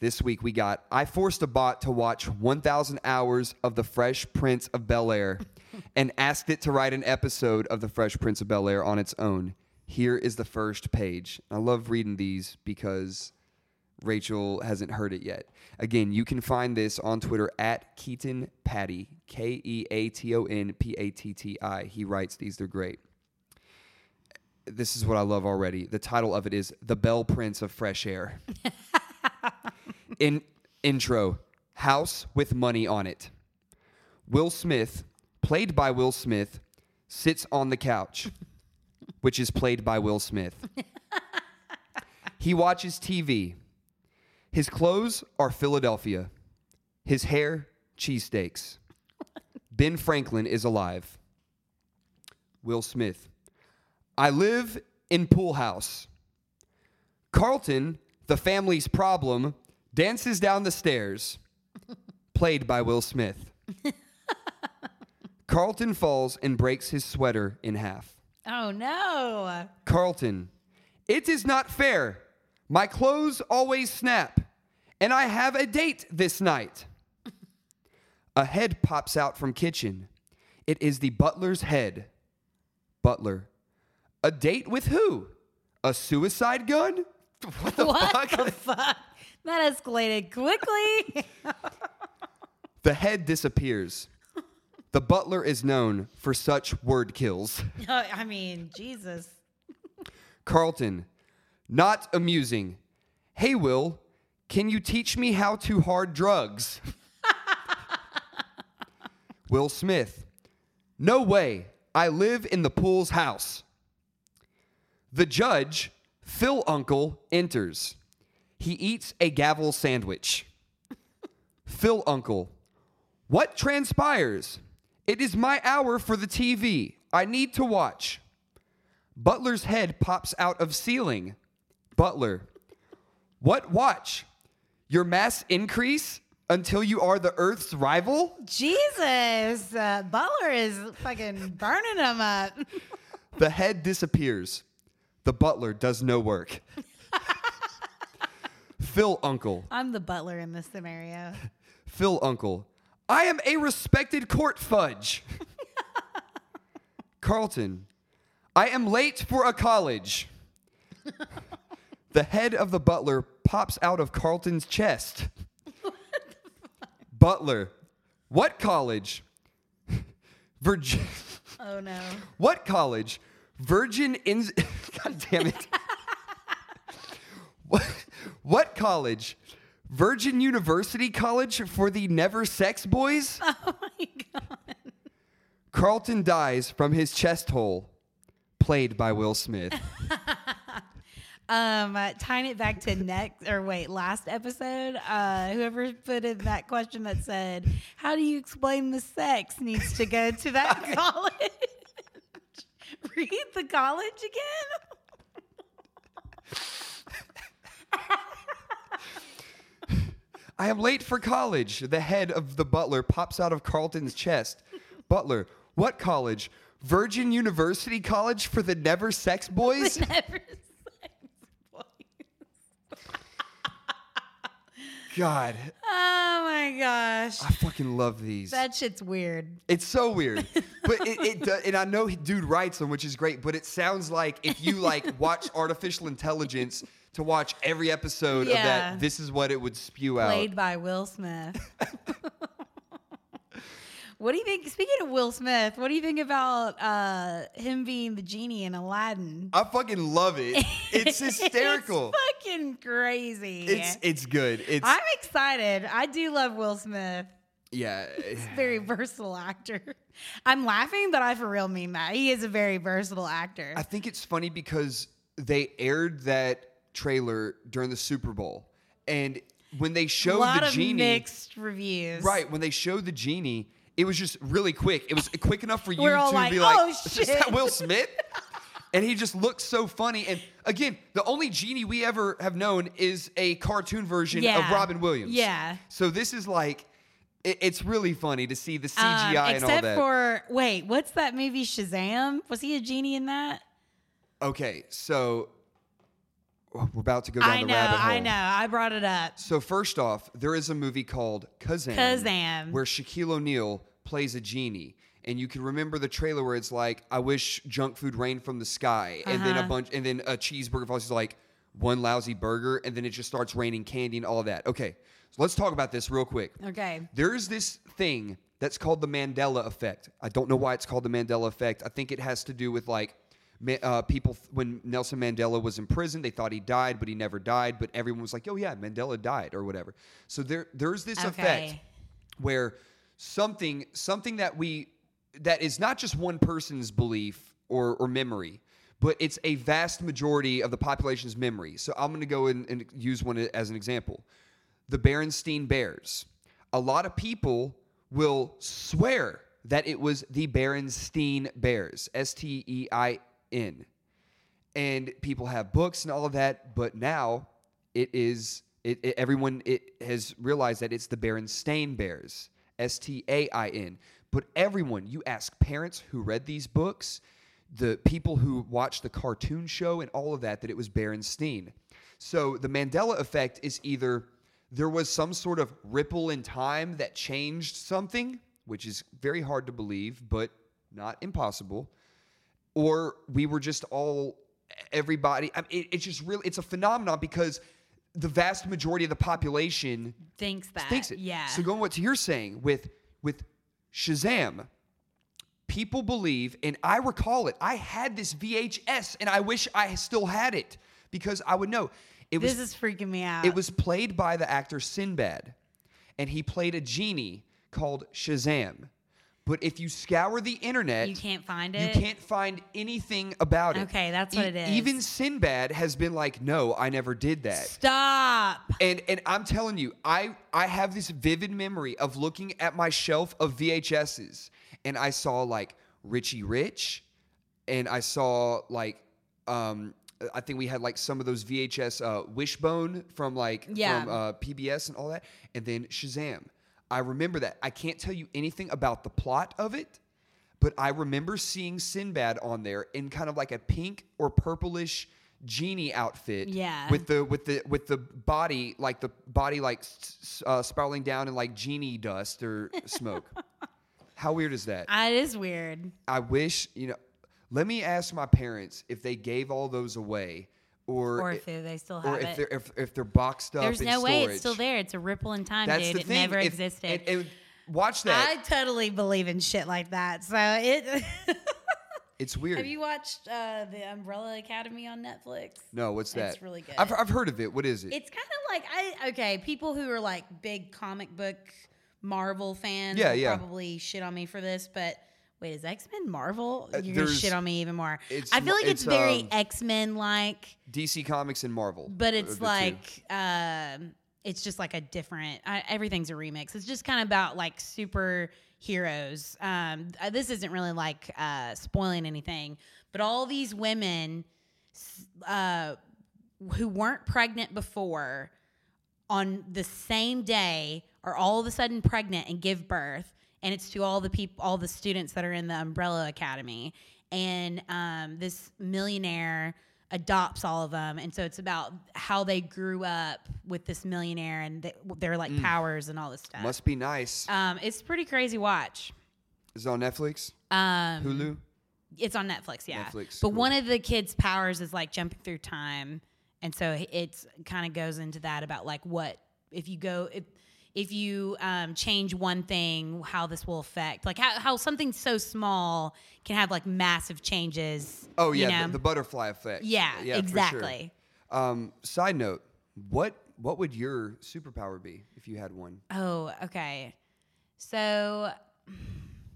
[SPEAKER 1] This week we got "I forced a bot to watch 1,000 hours of The Fresh Prince of Bel Air," and asked it to write an episode of The Fresh Prince of Bel Air on its own. Here is the first page. I love reading these because Rachel hasn't heard it yet. Again, you can find this on Twitter at Keaton Patty, K E A T O N P A T T I. He writes these, they're great. This is what I love already. The title of it is The Bell Prince of Fresh Air. In intro, house with money on it. Will Smith, played by Will Smith, sits on the couch, which is played by Will Smith. he watches TV. His clothes are Philadelphia. His hair, cheesesteaks. ben Franklin is alive. Will Smith. I live in pool house. Carlton, the family's problem, dances down the stairs, played by Will Smith. Carlton falls and breaks his sweater in half.
[SPEAKER 2] Oh no.
[SPEAKER 1] Carlton, it is not fair. My clothes always snap, and I have a date this night. a head pops out from kitchen. It is the butler's head. Butler, a date with who? A suicide gun? What the
[SPEAKER 2] What
[SPEAKER 1] fuck?
[SPEAKER 2] the fuck? That escalated quickly.
[SPEAKER 1] The head disappears. The butler is known for such word kills.
[SPEAKER 2] No, I mean, Jesus.
[SPEAKER 1] Carlton, not amusing. Hey, Will, can you teach me how to hard drugs? Will Smith, no way. I live in the pool's house. The judge, Phil Uncle, enters. He eats a gavel sandwich. Phil Uncle, what transpires? It is my hour for the TV. I need to watch. Butler's head pops out of ceiling. Butler, what watch? Your mass increase until you are the Earth's rival?
[SPEAKER 2] Jesus. Uh, Butler is fucking burning them up.
[SPEAKER 1] The head disappears. The butler does no work. Phil Uncle,
[SPEAKER 2] I'm the butler in this scenario.
[SPEAKER 1] Phil Uncle, I am a respected court fudge. Carlton, I am late for a college. the head of the butler pops out of Carlton's chest. Butler, what college? Virgin,
[SPEAKER 2] Oh no.
[SPEAKER 1] what college? Virgin in. God damn it. what, what college? Virgin University College for the Never Sex Boys?
[SPEAKER 2] Oh my god.
[SPEAKER 1] Carlton dies from his chest hole, played by Will Smith.
[SPEAKER 2] Um, uh, tying it back to next or wait, last episode. Uh, whoever put in that question that said, "How do you explain the sex?" needs to go to that college. Read the college again.
[SPEAKER 1] I am late for college. The head of the butler pops out of Carlton's chest. Butler, what college? Virgin University College for the Never Sex Boys?
[SPEAKER 2] Never sex boy.
[SPEAKER 1] God,
[SPEAKER 2] Oh my gosh.
[SPEAKER 1] I fucking love these.
[SPEAKER 2] That shit's weird.
[SPEAKER 1] It's so weird, but it, it do, and I know he- dude writes them, which is great. But it sounds like if you like watch artificial intelligence to watch every episode of
[SPEAKER 2] Yeah.
[SPEAKER 1] that, this is what it would spew out.
[SPEAKER 2] Played by Will Smith. what do you think? Speaking of Will Smith, what do you think about uh, him being the genie in Aladdin?
[SPEAKER 1] I fucking love it. Oh, It's hysterical.
[SPEAKER 2] it's fucking crazy.
[SPEAKER 1] It's it's good. It's
[SPEAKER 2] I'm excited. I do love Will Smith.
[SPEAKER 1] yeah.
[SPEAKER 2] Very versatile actor. I'm laughing, but I for real mean that. He is a very versatile actor.
[SPEAKER 1] I think it's funny because they aired that trailer during the Super Bowl, and when they
[SPEAKER 2] a
[SPEAKER 1] showed
[SPEAKER 2] lot
[SPEAKER 1] the
[SPEAKER 2] of
[SPEAKER 1] genie,
[SPEAKER 2] mixed reviews.
[SPEAKER 1] Right. When they show the genie, It was just really quick. It was quick enough for you
[SPEAKER 2] We're
[SPEAKER 1] to
[SPEAKER 2] all like,
[SPEAKER 1] be like,
[SPEAKER 2] "Oh,
[SPEAKER 1] "Is
[SPEAKER 2] shit."
[SPEAKER 1] that Will Smith?" and he just looks so funny. And again, the only genie we ever have known is a cartoon version of
[SPEAKER 2] Yeah.
[SPEAKER 1] Robin Williams.
[SPEAKER 2] Yeah.
[SPEAKER 1] So this is like, it, it's really funny to see the CGI
[SPEAKER 2] Um,
[SPEAKER 1] and all
[SPEAKER 2] except
[SPEAKER 1] that.
[SPEAKER 2] for wait, what's that movie Shazam? Was he a genie in that?
[SPEAKER 1] okay, so oh, we're about to go down
[SPEAKER 2] I
[SPEAKER 1] the
[SPEAKER 2] know,
[SPEAKER 1] rabbit hole.
[SPEAKER 2] I know. I brought it up.
[SPEAKER 1] So first off, there is a movie called Kazam,
[SPEAKER 2] Kazam.
[SPEAKER 1] where Shaquille O'Neal plays a genie, and you can remember the trailer where it's like, "I wish junk food rained from the sky," and then a
[SPEAKER 2] Uh-huh.
[SPEAKER 1] bunch, and then a cheeseburger falls. He's like, "One lousy burger," and then it just starts raining candy and all that. Okay, so let's talk about this real quick.
[SPEAKER 2] Okay.
[SPEAKER 1] There is this thing that's called the Mandela effect. I don't know why it's called the Mandela effect. I think it has to do with like ma- uh, people th- when Nelson Mandela was in prison, they thought he died, but he never died. But everyone was like, "Oh yeah, Mandela died" or whatever. So there there's this effect
[SPEAKER 2] Okay.
[SPEAKER 1] where something something that we that is not just one person's belief or or memory. But it's a vast majority of the population's memory. So I'm going to go and, and use one as an example the Berenstain Bears. A lot of people will swear that it was the Berenstain Bears, S T E I N. And people have books and all of that, but now it is it, it- everyone it has realized that it's the Berenstain Bears, S T A I N. But everyone, you ask parents who read these books, the people who watched the cartoon show and all of that, that it was Berenstain. So the Mandela effect is either there was some sort of ripple in time that changed something, which is very hard to believe, but not impossible. Or we were just all everybody. I mean, it, it's just really it's a phenomenon because the vast majority of the population
[SPEAKER 2] Thinks that.
[SPEAKER 1] thinks it.
[SPEAKER 2] Yeah.
[SPEAKER 1] So going what you're saying with with Shazam, people believe, and I recall it. I had this VHS, and I wish I still had it because I would know. It was
[SPEAKER 2] this is freaking me out.
[SPEAKER 1] it was played by the actor Sinbad, and he played a genie called Shazam. But if you scour the internet,
[SPEAKER 2] You can't find
[SPEAKER 1] You
[SPEAKER 2] it?
[SPEAKER 1] can't find anything about it. E-
[SPEAKER 2] Okay, that's what it is.
[SPEAKER 1] Even Sinbad has been like, "No, I never did that."
[SPEAKER 2] Stop.
[SPEAKER 1] And and I'm telling you, I I have this vivid memory of looking at my shelf of VHSs, and I saw like Richie Rich, and I saw like um I think we had like some of those VHS uh, Wishbone from like
[SPEAKER 2] Yeah.
[SPEAKER 1] from uh, PBS and all that, and then Shazam. I remember that. I can't tell you anything about the plot of it, but I remember seeing Sinbad on there in kind of like a pink or purplish genie outfit
[SPEAKER 2] Yeah.
[SPEAKER 1] with the with the with the body like the body like s- s- uh, spiraling down in like genie dust or smoke. How weird is that?
[SPEAKER 2] Ah, It is weird.
[SPEAKER 1] I wish you know. Let me ask my parents if they gave all those away, or
[SPEAKER 2] Or
[SPEAKER 1] i-
[SPEAKER 2] if they- they still
[SPEAKER 1] or
[SPEAKER 2] have
[SPEAKER 1] if
[SPEAKER 2] it.
[SPEAKER 1] they're if, if they're boxed up.
[SPEAKER 2] There's
[SPEAKER 1] in
[SPEAKER 2] no way it's
[SPEAKER 1] storage.
[SPEAKER 2] still there. It's a ripple in time,
[SPEAKER 1] That's
[SPEAKER 2] dude.
[SPEAKER 1] the
[SPEAKER 2] it
[SPEAKER 1] thing.
[SPEAKER 2] never
[SPEAKER 1] If-
[SPEAKER 2] existed.
[SPEAKER 1] and- and watch that.
[SPEAKER 2] I totally believe in shit like that. So it.
[SPEAKER 1] it's weird.
[SPEAKER 2] have you watched uh, the Umbrella Academy on Netflix?
[SPEAKER 1] no, what's that?
[SPEAKER 2] It's really good.
[SPEAKER 1] I've, I've heard of it. What is it?
[SPEAKER 2] It's kind of like I okay. People who are like big comic book Marvel fans,
[SPEAKER 1] Yeah,
[SPEAKER 2] will
[SPEAKER 1] yeah.
[SPEAKER 2] probably shit on me for this, but. Wait, is X Men Marvel? You're gonna
[SPEAKER 1] Uh, there's-
[SPEAKER 2] shit on me even more.
[SPEAKER 1] it's
[SPEAKER 2] I feel
[SPEAKER 1] mo-
[SPEAKER 2] like it's,
[SPEAKER 1] it's,
[SPEAKER 2] very
[SPEAKER 1] um, uh,
[SPEAKER 2] X Men like.
[SPEAKER 1] DC Comics and Marvel.
[SPEAKER 2] but
[SPEAKER 1] are
[SPEAKER 2] it's
[SPEAKER 1] the two.
[SPEAKER 2] like um it's just like a different I, everything's a remix it's just kind of about like superheroes um uh, this isn't really like uh spoiling anything but all these women s- uh who weren't pregnant before on the same day are all of a sudden pregnant and give birth and it's to all the people all the students that are in the umbrella academy and um, this millionaire adopts all of them and so it's about how they grew up with this millionaire and th- their like powers and all this stuff
[SPEAKER 1] must be nice.
[SPEAKER 2] um, it's pretty crazy watch
[SPEAKER 1] Is it on Netflix?
[SPEAKER 2] um,
[SPEAKER 1] Hulu?
[SPEAKER 2] it's on Netflix, yeah.
[SPEAKER 1] Netflix,
[SPEAKER 2] but
[SPEAKER 1] cool.
[SPEAKER 2] one of the kids' powers is like jumping through time, and so it's kind of goes into that about like what if you go if if you um, change one thing, how this will affect like how how something so small can have like massive changes.
[SPEAKER 1] Oh
[SPEAKER 2] you
[SPEAKER 1] yeah,
[SPEAKER 2] know?
[SPEAKER 1] the, the butterfly effect.
[SPEAKER 2] yeah,
[SPEAKER 1] for sure.
[SPEAKER 2] exactly.
[SPEAKER 1] Um, side note: what what would your superpower be if you had one?
[SPEAKER 2] Oh, okay. So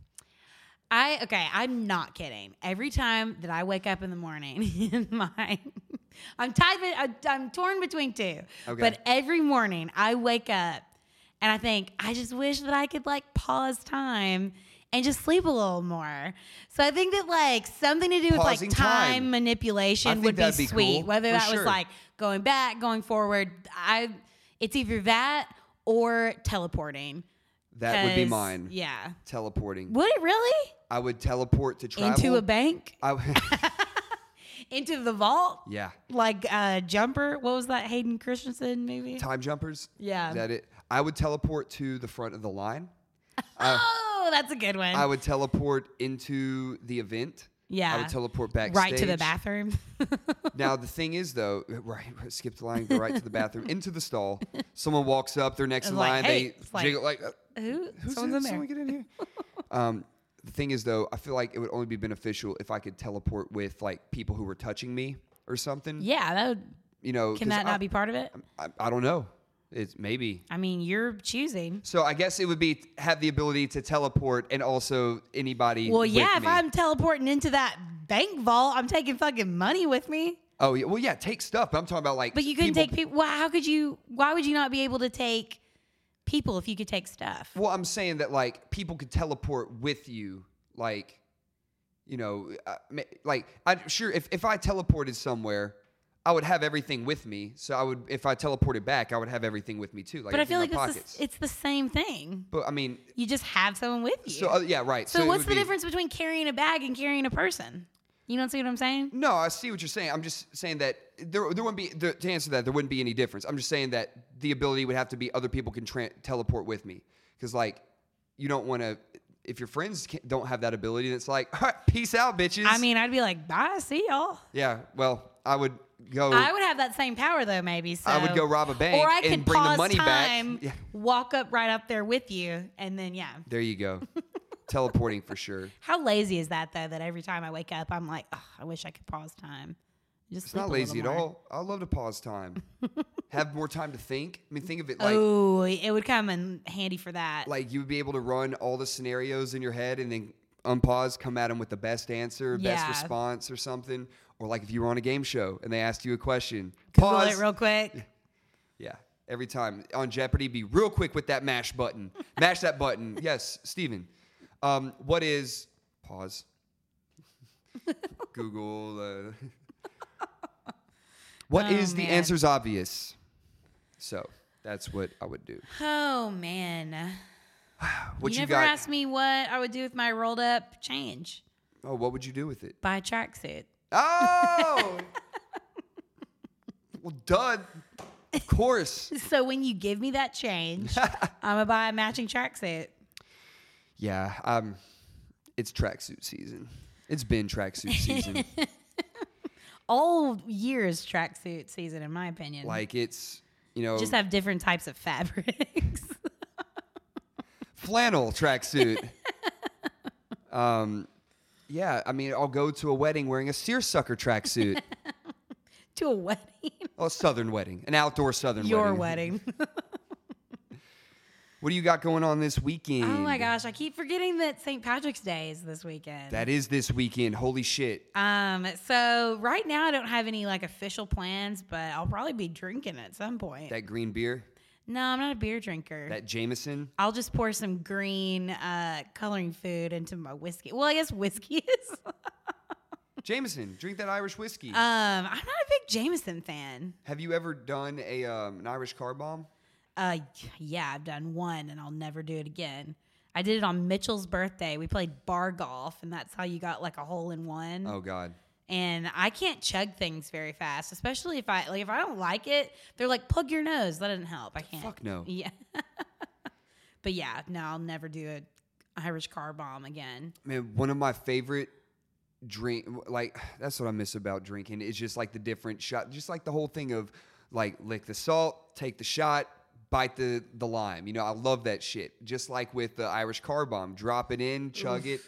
[SPEAKER 2] I okay, I'm not kidding. Every time that I wake up in the morning in my I'm tied be- I'm, I'm torn between two.
[SPEAKER 1] Okay.
[SPEAKER 2] But every morning I wake up And I think I just wish that I could like pause time and just sleep a little more. So I think that like something to do with
[SPEAKER 1] Pausing
[SPEAKER 2] like time,
[SPEAKER 1] time.
[SPEAKER 2] manipulation
[SPEAKER 1] I think
[SPEAKER 2] would be
[SPEAKER 1] that'd be cool,
[SPEAKER 2] sweet. Whether
[SPEAKER 1] for
[SPEAKER 2] that was
[SPEAKER 1] sure.
[SPEAKER 2] like going back, going forward, I it's either that or teleporting.
[SPEAKER 1] That would be
[SPEAKER 2] 'Cause-
[SPEAKER 1] mine.
[SPEAKER 2] Yeah.
[SPEAKER 1] Teleporting.
[SPEAKER 2] Would it really?
[SPEAKER 1] I would teleport to travel.
[SPEAKER 2] Into a bank?
[SPEAKER 1] I w-
[SPEAKER 2] Into the vault?
[SPEAKER 1] yeah.
[SPEAKER 2] Like uh jumper? What was that Hayden Christensen movie?
[SPEAKER 1] Time jumpers.
[SPEAKER 2] Yeah.
[SPEAKER 1] Is that it? I would teleport to the front of the line.
[SPEAKER 2] oh, that's a good one.
[SPEAKER 1] uh, I would teleport into the event. I
[SPEAKER 2] Yeah.
[SPEAKER 1] would teleport backstage.
[SPEAKER 2] right to the bathroom.
[SPEAKER 1] Now the thing is though, right, right, skip the line, go right to the bathroom, into the stall. Someone walks up, they're next in
[SPEAKER 2] It's like,
[SPEAKER 1] line,
[SPEAKER 2] hey,
[SPEAKER 1] they
[SPEAKER 2] it's like-
[SPEAKER 1] jiggle like, uh,
[SPEAKER 2] Who?
[SPEAKER 1] who's
[SPEAKER 2] Someone's
[SPEAKER 1] that?
[SPEAKER 2] in there.
[SPEAKER 1] Someone get in here. um, the thing is though, I feel like it would only be beneficial if I could teleport with like people who were touching me or something.
[SPEAKER 2] yeah, that would.
[SPEAKER 1] You know,
[SPEAKER 2] Can
[SPEAKER 1] 'cause
[SPEAKER 2] that not
[SPEAKER 1] I-
[SPEAKER 2] be part of it?
[SPEAKER 1] I, I don't know. It's maybe.
[SPEAKER 2] I mean, you're choosing.
[SPEAKER 1] So I guess it would be t- have the ability to teleport and also anybody.
[SPEAKER 2] Well,
[SPEAKER 1] with
[SPEAKER 2] yeah. If
[SPEAKER 1] me.
[SPEAKER 2] I'm teleporting into that bank vault, I'm taking fucking money with me.
[SPEAKER 1] Oh yeah. Well, yeah. Take stuff. But I'm talking about like.
[SPEAKER 2] But you couldn't take people. Well, how could you? Why would you not be able to take people if you could take stuff?
[SPEAKER 1] Well, I'm saying that like people could teleport with you, like, you know, uh, ma- like I sure if if I teleported somewhere. I would have everything with me, so I would if I teleported back, I would have everything with me too. Like
[SPEAKER 2] but I
[SPEAKER 1] it'd be
[SPEAKER 2] feel
[SPEAKER 1] in
[SPEAKER 2] like
[SPEAKER 1] my
[SPEAKER 2] it's
[SPEAKER 1] pockets.
[SPEAKER 2] the, it's the same thing.
[SPEAKER 1] but I mean,
[SPEAKER 2] You just have someone with you.
[SPEAKER 1] so uh, yeah, right.
[SPEAKER 2] So
[SPEAKER 1] it
[SPEAKER 2] what's
[SPEAKER 1] would
[SPEAKER 2] the
[SPEAKER 1] be-
[SPEAKER 2] difference between carrying a bag and carrying a person? You don't see what I'm saying?
[SPEAKER 1] No, I see what you're saying. I'm just saying that there, there wouldn't be there, to answer that there wouldn't be any difference. I'm just saying that the ability would have to be other people can tra- teleport with me because like you don't want to if your friends can don't have that ability. Then it's like all right, peace out, bitches.
[SPEAKER 2] I mean, I'd be like, bye, see y'all.
[SPEAKER 1] yeah. Well, I would go.
[SPEAKER 2] I would have that same power though, maybe. So
[SPEAKER 1] I would go rob a bank
[SPEAKER 2] or I
[SPEAKER 1] and
[SPEAKER 2] could
[SPEAKER 1] bring the
[SPEAKER 2] pause
[SPEAKER 1] money back.
[SPEAKER 2] time,
[SPEAKER 1] Yeah.
[SPEAKER 2] Walk up right up there with you, and then yeah.
[SPEAKER 1] there you go, teleporting for sure.
[SPEAKER 2] How lazy is that though? That every time I wake up, I'm like, oh, I wish I could pause time. Just
[SPEAKER 1] It's not lazy at all. I love to pause time, have more time to think. I mean, think of it like.
[SPEAKER 2] oh, it would come in handy for that.
[SPEAKER 1] like you would be able to run all the scenarios in your head and then unpause, come at them with the best answer, best
[SPEAKER 2] Yeah.
[SPEAKER 1] response, or something. Or like if you were on a game show and they asked you a question,
[SPEAKER 2] Google
[SPEAKER 1] pause.
[SPEAKER 2] it real quick.
[SPEAKER 1] yeah, every time on Jeopardy, be real quick with that mash button. mash that button. Yes, Steven. Um, what is pause? Google. uh, What is
[SPEAKER 2] Oh,
[SPEAKER 1] the
[SPEAKER 2] man.
[SPEAKER 1] answer's obvious? So that's what I would do.
[SPEAKER 2] Oh man,
[SPEAKER 1] What you,
[SPEAKER 2] you, never
[SPEAKER 1] got?
[SPEAKER 2] asked me what I would do with my rolled up change.
[SPEAKER 1] oh, what would you do with it?
[SPEAKER 2] Buy a tracksuit.
[SPEAKER 1] Oh. well, done. Of course.
[SPEAKER 2] So when you give me that change, I'm gonna buy a matching tracksuit.
[SPEAKER 1] Yeah. Um, it's tracksuit season. It's been tracksuit season.
[SPEAKER 2] All years tracksuit season, in my opinion.
[SPEAKER 1] like oh. it's you know
[SPEAKER 2] just have different types of fabrics.
[SPEAKER 1] flannel tracksuit. um, yeah. I mean, I'll go to a wedding wearing a seersucker tracksuit.
[SPEAKER 2] to a wedding,
[SPEAKER 1] oh, a southern wedding, an outdoor southern
[SPEAKER 2] your
[SPEAKER 1] wedding.
[SPEAKER 2] wedding.
[SPEAKER 1] What do you got going on this weekend?
[SPEAKER 2] oh my gosh, I keep forgetting that St. Patrick's Day is this weekend.
[SPEAKER 1] That is this weekend. Holy shit.
[SPEAKER 2] um, so right now I don't have any like official plans, but I'll probably be drinking at some point.
[SPEAKER 1] That green beer,
[SPEAKER 2] no, I'm not a beer drinker.
[SPEAKER 1] that Jameson.
[SPEAKER 2] I'll just pour some green uh, coloring food into my whiskey. Well, I guess whiskey is. um,
[SPEAKER 1] Jameson, drink that Irish whiskey.
[SPEAKER 2] I'm not a big Jameson fan.
[SPEAKER 1] Have you ever done a um, an Irish car bomb?
[SPEAKER 2] Uh, yeah, I've done one, and I'll never do it again. I did it on Mitchell's birthday. We played bar golf, and that's how you got like a hole in one.
[SPEAKER 1] Oh God,
[SPEAKER 2] And I can't chug things very fast, especially if I like if I don't like it. They're like plug your nose. That doesn't help. I can't.
[SPEAKER 1] fuck no.
[SPEAKER 2] Yeah. but yeah, no, I'll never do a Irish car bomb again.
[SPEAKER 1] man! One of my favorite drink, like that's what I miss about drinking. Is just like the different shot, just like the whole thing of like lick the salt, take the shot, bite the the lime. You know, I love that shit. Just like with the Irish car bomb, drop it in, chug it.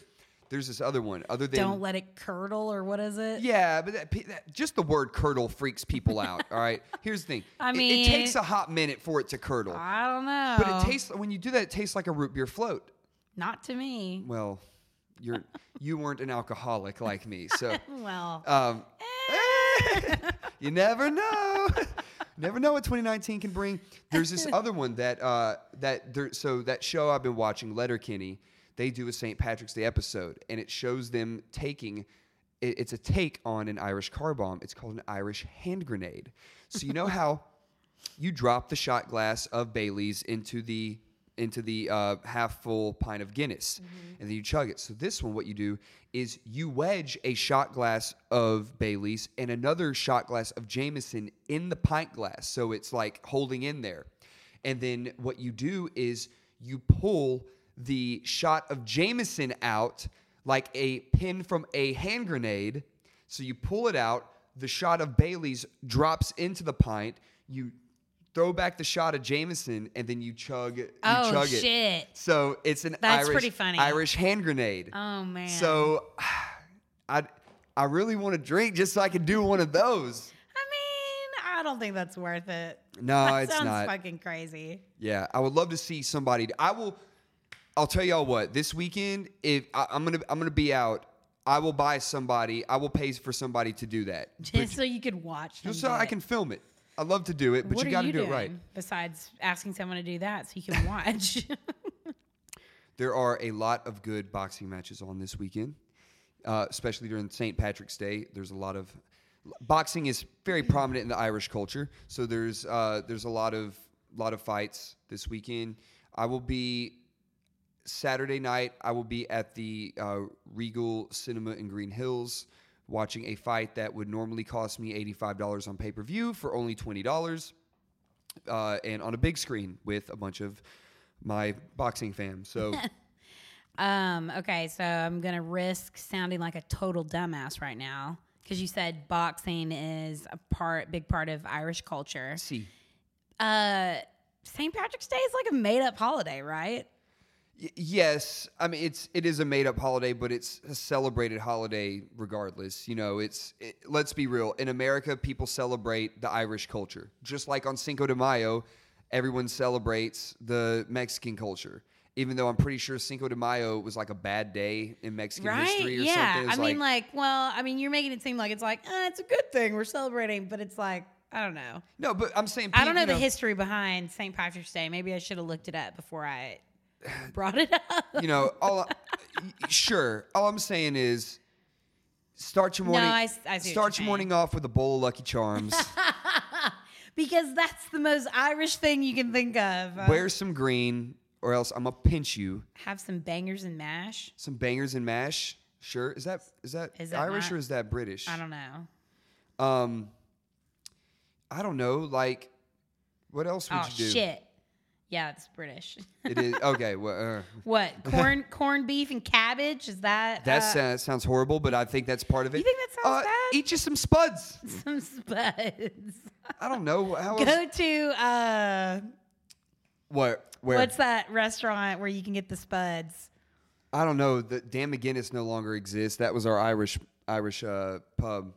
[SPEAKER 1] There's this other one, other than
[SPEAKER 2] don't let it curdle or what is it?
[SPEAKER 1] Yeah, but that, pe- that, just the word curdle freaks people out. all right, here's the thing.
[SPEAKER 2] I
[SPEAKER 1] It-
[SPEAKER 2] mean- Oh.
[SPEAKER 1] it, takes a hot minute for it to curdle,
[SPEAKER 2] I don't know.
[SPEAKER 1] but it tastes when you do that, it tastes like a root beer float.
[SPEAKER 2] not to me.
[SPEAKER 1] Well, you're you weren't an alcoholic like me, so
[SPEAKER 2] Well,
[SPEAKER 1] um, you never know. never know what 2019 can bring. There's this other one that uh, that there, so that show I've been watching, Letterkenny. They do a St. Patrick's Day episode, and it shows them taking. It, it's a take on an Irish car bomb. It's called an Irish hand grenade. So you know how you drop the shot glass of Bailey's into the into the uh, half full pint of Guinness, and then you chug it. So this one, what you do is you wedge a shot glass of Bailey's and another shot glass of Jameson in the pint glass, so it's like holding in there. And then what you do is you pull the shot of Jameson out like a pin from a hand grenade. So you pull it out. The shot of Bailey's drops into the pint. You throw back the shot of Jameson, and then you chug. You
[SPEAKER 2] Oh,
[SPEAKER 1] chug
[SPEAKER 2] shit.
[SPEAKER 1] It. So it's an
[SPEAKER 2] That's
[SPEAKER 1] Irish,
[SPEAKER 2] pretty funny.
[SPEAKER 1] Irish hand grenade.
[SPEAKER 2] Oh, man.
[SPEAKER 1] So I I really want to drink just so I can do one of those.
[SPEAKER 2] I mean, I don't think that's worth it.
[SPEAKER 1] No,
[SPEAKER 2] that
[SPEAKER 1] it's
[SPEAKER 2] sounds
[SPEAKER 1] not.
[SPEAKER 2] fucking crazy.
[SPEAKER 1] Yeah, I would love to see somebody. I will. I'll tell y'all what. This weekend, if I, I'm gonna I'm gonna be out, I will buy somebody. I will pay for somebody to do that.
[SPEAKER 2] Just so you could watch. them
[SPEAKER 1] Just so
[SPEAKER 2] do
[SPEAKER 1] I
[SPEAKER 2] it.
[SPEAKER 1] can film it. I love to do it, but
[SPEAKER 2] what
[SPEAKER 1] you
[SPEAKER 2] are
[SPEAKER 1] got to
[SPEAKER 2] you
[SPEAKER 1] do
[SPEAKER 2] doing
[SPEAKER 1] it right.
[SPEAKER 2] Besides asking someone to do that so you can watch.
[SPEAKER 1] There are a lot of good boxing matches on this weekend, uh, especially during St. Patrick's Day. There's a lot of boxing is very prominent in the Irish culture, so there's uh, there's a lot of lot of fights this weekend. I will be Saturday night. I will be at the uh, Regal Cinema in Green Hills watching a fight that would normally cost me eighty five dollars on pay per view for only twenty dollars uh, and on a big screen with a bunch of my boxing fam. So
[SPEAKER 2] um, okay, so I'm gonna risk sounding like a total dumbass right now because you said boxing is a part, big part of Irish culture.
[SPEAKER 1] see,
[SPEAKER 2] Uh, St. Patrick's Day is like a made up holiday, right?
[SPEAKER 1] y- yes, I mean it's it is a made up holiday, but it's a celebrated holiday regardless. You know, it's it, let's be real. In America, people celebrate the Irish culture, just like on Cinco de Mayo, everyone celebrates the Mexican culture. Even though I'm pretty sure Cinco de Mayo was like a bad day in Mexican history or
[SPEAKER 2] yeah.
[SPEAKER 1] something.
[SPEAKER 2] I
[SPEAKER 1] It's
[SPEAKER 2] mean, like, well, I mean, you're making it seem like it's like uh, it's a good thing we're celebrating, but it's like I don't know.
[SPEAKER 1] no, but I'm saying
[SPEAKER 2] I don't know
[SPEAKER 1] you
[SPEAKER 2] the history behind St. Patrick's Day. Maybe I should have looked it up before I brought it up.
[SPEAKER 1] you know, all y- sure. All I'm saying is start your
[SPEAKER 2] No,
[SPEAKER 1] morning
[SPEAKER 2] I s- I see what
[SPEAKER 1] start
[SPEAKER 2] you're
[SPEAKER 1] your morning off with a bowl of Lucky Charms.
[SPEAKER 2] because that's the most Irish thing you can think of. Uh,
[SPEAKER 1] wear some green or else I'm gonna pinch you.
[SPEAKER 2] have some bangers and mash.
[SPEAKER 1] Some bangers and mash. Sure. Is that is that,
[SPEAKER 2] Is that
[SPEAKER 1] Irish
[SPEAKER 2] not-
[SPEAKER 1] or is that British?
[SPEAKER 2] I don't know.
[SPEAKER 1] know. Um I don't know, like what else would
[SPEAKER 2] Oh
[SPEAKER 1] you do?
[SPEAKER 2] shit. Yeah, it's British.
[SPEAKER 1] It is okay, well, uh,
[SPEAKER 2] what corn, corn beef and cabbage? Is that
[SPEAKER 1] that
[SPEAKER 2] uh,
[SPEAKER 1] sa- sounds horrible, but I think that's part of it.
[SPEAKER 2] You think that sounds
[SPEAKER 1] uh,
[SPEAKER 2] bad?
[SPEAKER 1] Eat you some spuds.
[SPEAKER 2] some spuds?
[SPEAKER 1] I don't know. How else?
[SPEAKER 2] Go to uh,
[SPEAKER 1] What? Where?
[SPEAKER 2] what's that restaurant where you can get the spuds?
[SPEAKER 1] I don't know. The Dan McGinnis no longer exists. That was our Irish Irish uh, pub.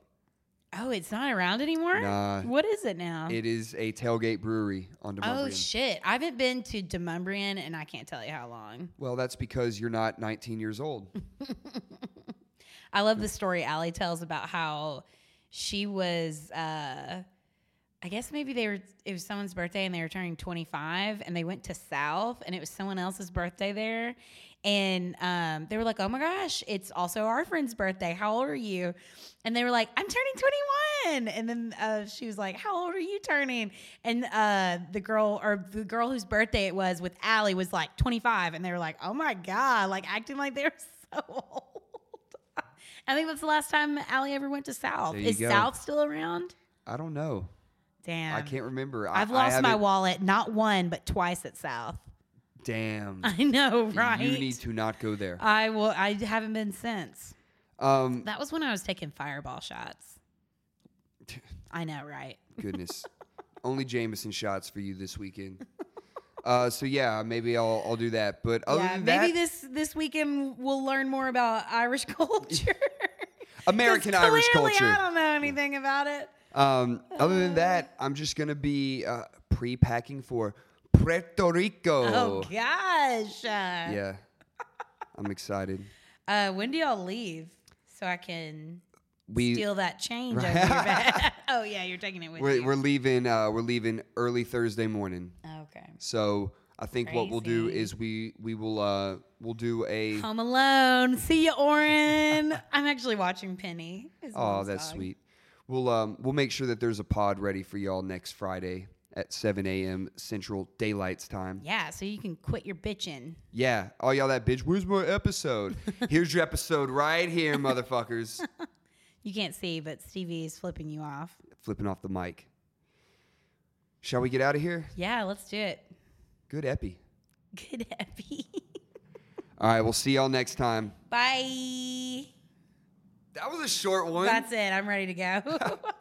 [SPEAKER 2] Oh, it's not around anymore.
[SPEAKER 1] Nah.
[SPEAKER 2] What is it now?
[SPEAKER 1] It is a tailgate brewery on
[SPEAKER 2] Oh
[SPEAKER 1] Demumbrian.
[SPEAKER 2] shit! I haven't been to Demumbrian, and I can't tell you how long.
[SPEAKER 1] well, that's because you're not 19 years old.
[SPEAKER 2] I love the story Allie tells about how she was. Uh, I guess maybe they were. It was someone's birthday, and they were turning 25, and they went to South, and it was someone else's birthday there, and um, they were like, "Oh my gosh, it's also our friend's birthday. How old are you?" And they were like, "I'm turning 21," and then uh, she was like, "How old are you turning?" And uh, the girl or the girl whose birthday it was with Allie was like 25, and they were like, "Oh my god!" Like acting like they were so old. I think that's the last time Allie ever went to South.
[SPEAKER 1] There you
[SPEAKER 2] Is
[SPEAKER 1] go.
[SPEAKER 2] South still around?
[SPEAKER 1] I don't know.
[SPEAKER 2] Damn.
[SPEAKER 1] I can't remember. I,
[SPEAKER 2] I've
[SPEAKER 1] I
[SPEAKER 2] lost my
[SPEAKER 1] haven't-
[SPEAKER 2] wallet not one, but twice at South.
[SPEAKER 1] Damn.
[SPEAKER 2] I know, right?
[SPEAKER 1] You need to not go there.
[SPEAKER 2] I will I haven't been since.
[SPEAKER 1] Um,
[SPEAKER 2] That was when I was taking fireball shots. I know, right?
[SPEAKER 1] goodness. Only Jameson shots for you this weekend. Uh, so yeah, maybe I'll I'll do that. But other
[SPEAKER 2] yeah,
[SPEAKER 1] than
[SPEAKER 2] maybe
[SPEAKER 1] that,
[SPEAKER 2] this this weekend we'll learn more about Irish culture. 'Cause
[SPEAKER 1] American Irish
[SPEAKER 2] clearly
[SPEAKER 1] culture.
[SPEAKER 2] I don't know anything about it.
[SPEAKER 1] Um, other than that,
[SPEAKER 2] Oh.
[SPEAKER 1] I'm just gonna be uh, pre-packing for Puerto Rico.
[SPEAKER 2] Oh, gosh.
[SPEAKER 1] Yeah, I'm excited.
[SPEAKER 2] Uh, when do y'all leave so I can
[SPEAKER 1] we
[SPEAKER 2] Steal that change over your bed. oh yeah, you're taking it with
[SPEAKER 1] we're,
[SPEAKER 2] you.
[SPEAKER 1] we're leaving uh, we're leaving early Thursday morning.
[SPEAKER 2] okay.
[SPEAKER 1] So I think what we'll do
[SPEAKER 2] Crazy.
[SPEAKER 1] is we we will uh we'll do a
[SPEAKER 2] Home Alone. See you, Oren. I'm actually watching Penny. his
[SPEAKER 1] oh
[SPEAKER 2] mom's
[SPEAKER 1] that's
[SPEAKER 2] dog.
[SPEAKER 1] sweet. We'll um we'll make sure that there's a pod ready for y'all next Friday at 7 a.m. Central Daylight's time.
[SPEAKER 2] Yeah, so you can quit your bitching.
[SPEAKER 1] Yeah, all y'all that bitch. Where's my episode? Here's your episode right here, motherfuckers.
[SPEAKER 2] You can't see, but Stevie is flipping you off.
[SPEAKER 1] Flipping off the mic. Shall we get out of here?
[SPEAKER 2] Yeah, let's do it.
[SPEAKER 1] Good epi.
[SPEAKER 2] Good happy.
[SPEAKER 1] All right, we'll see y'all next time.
[SPEAKER 2] Bye.
[SPEAKER 1] That was a short one.
[SPEAKER 2] That's it. I'm ready to go.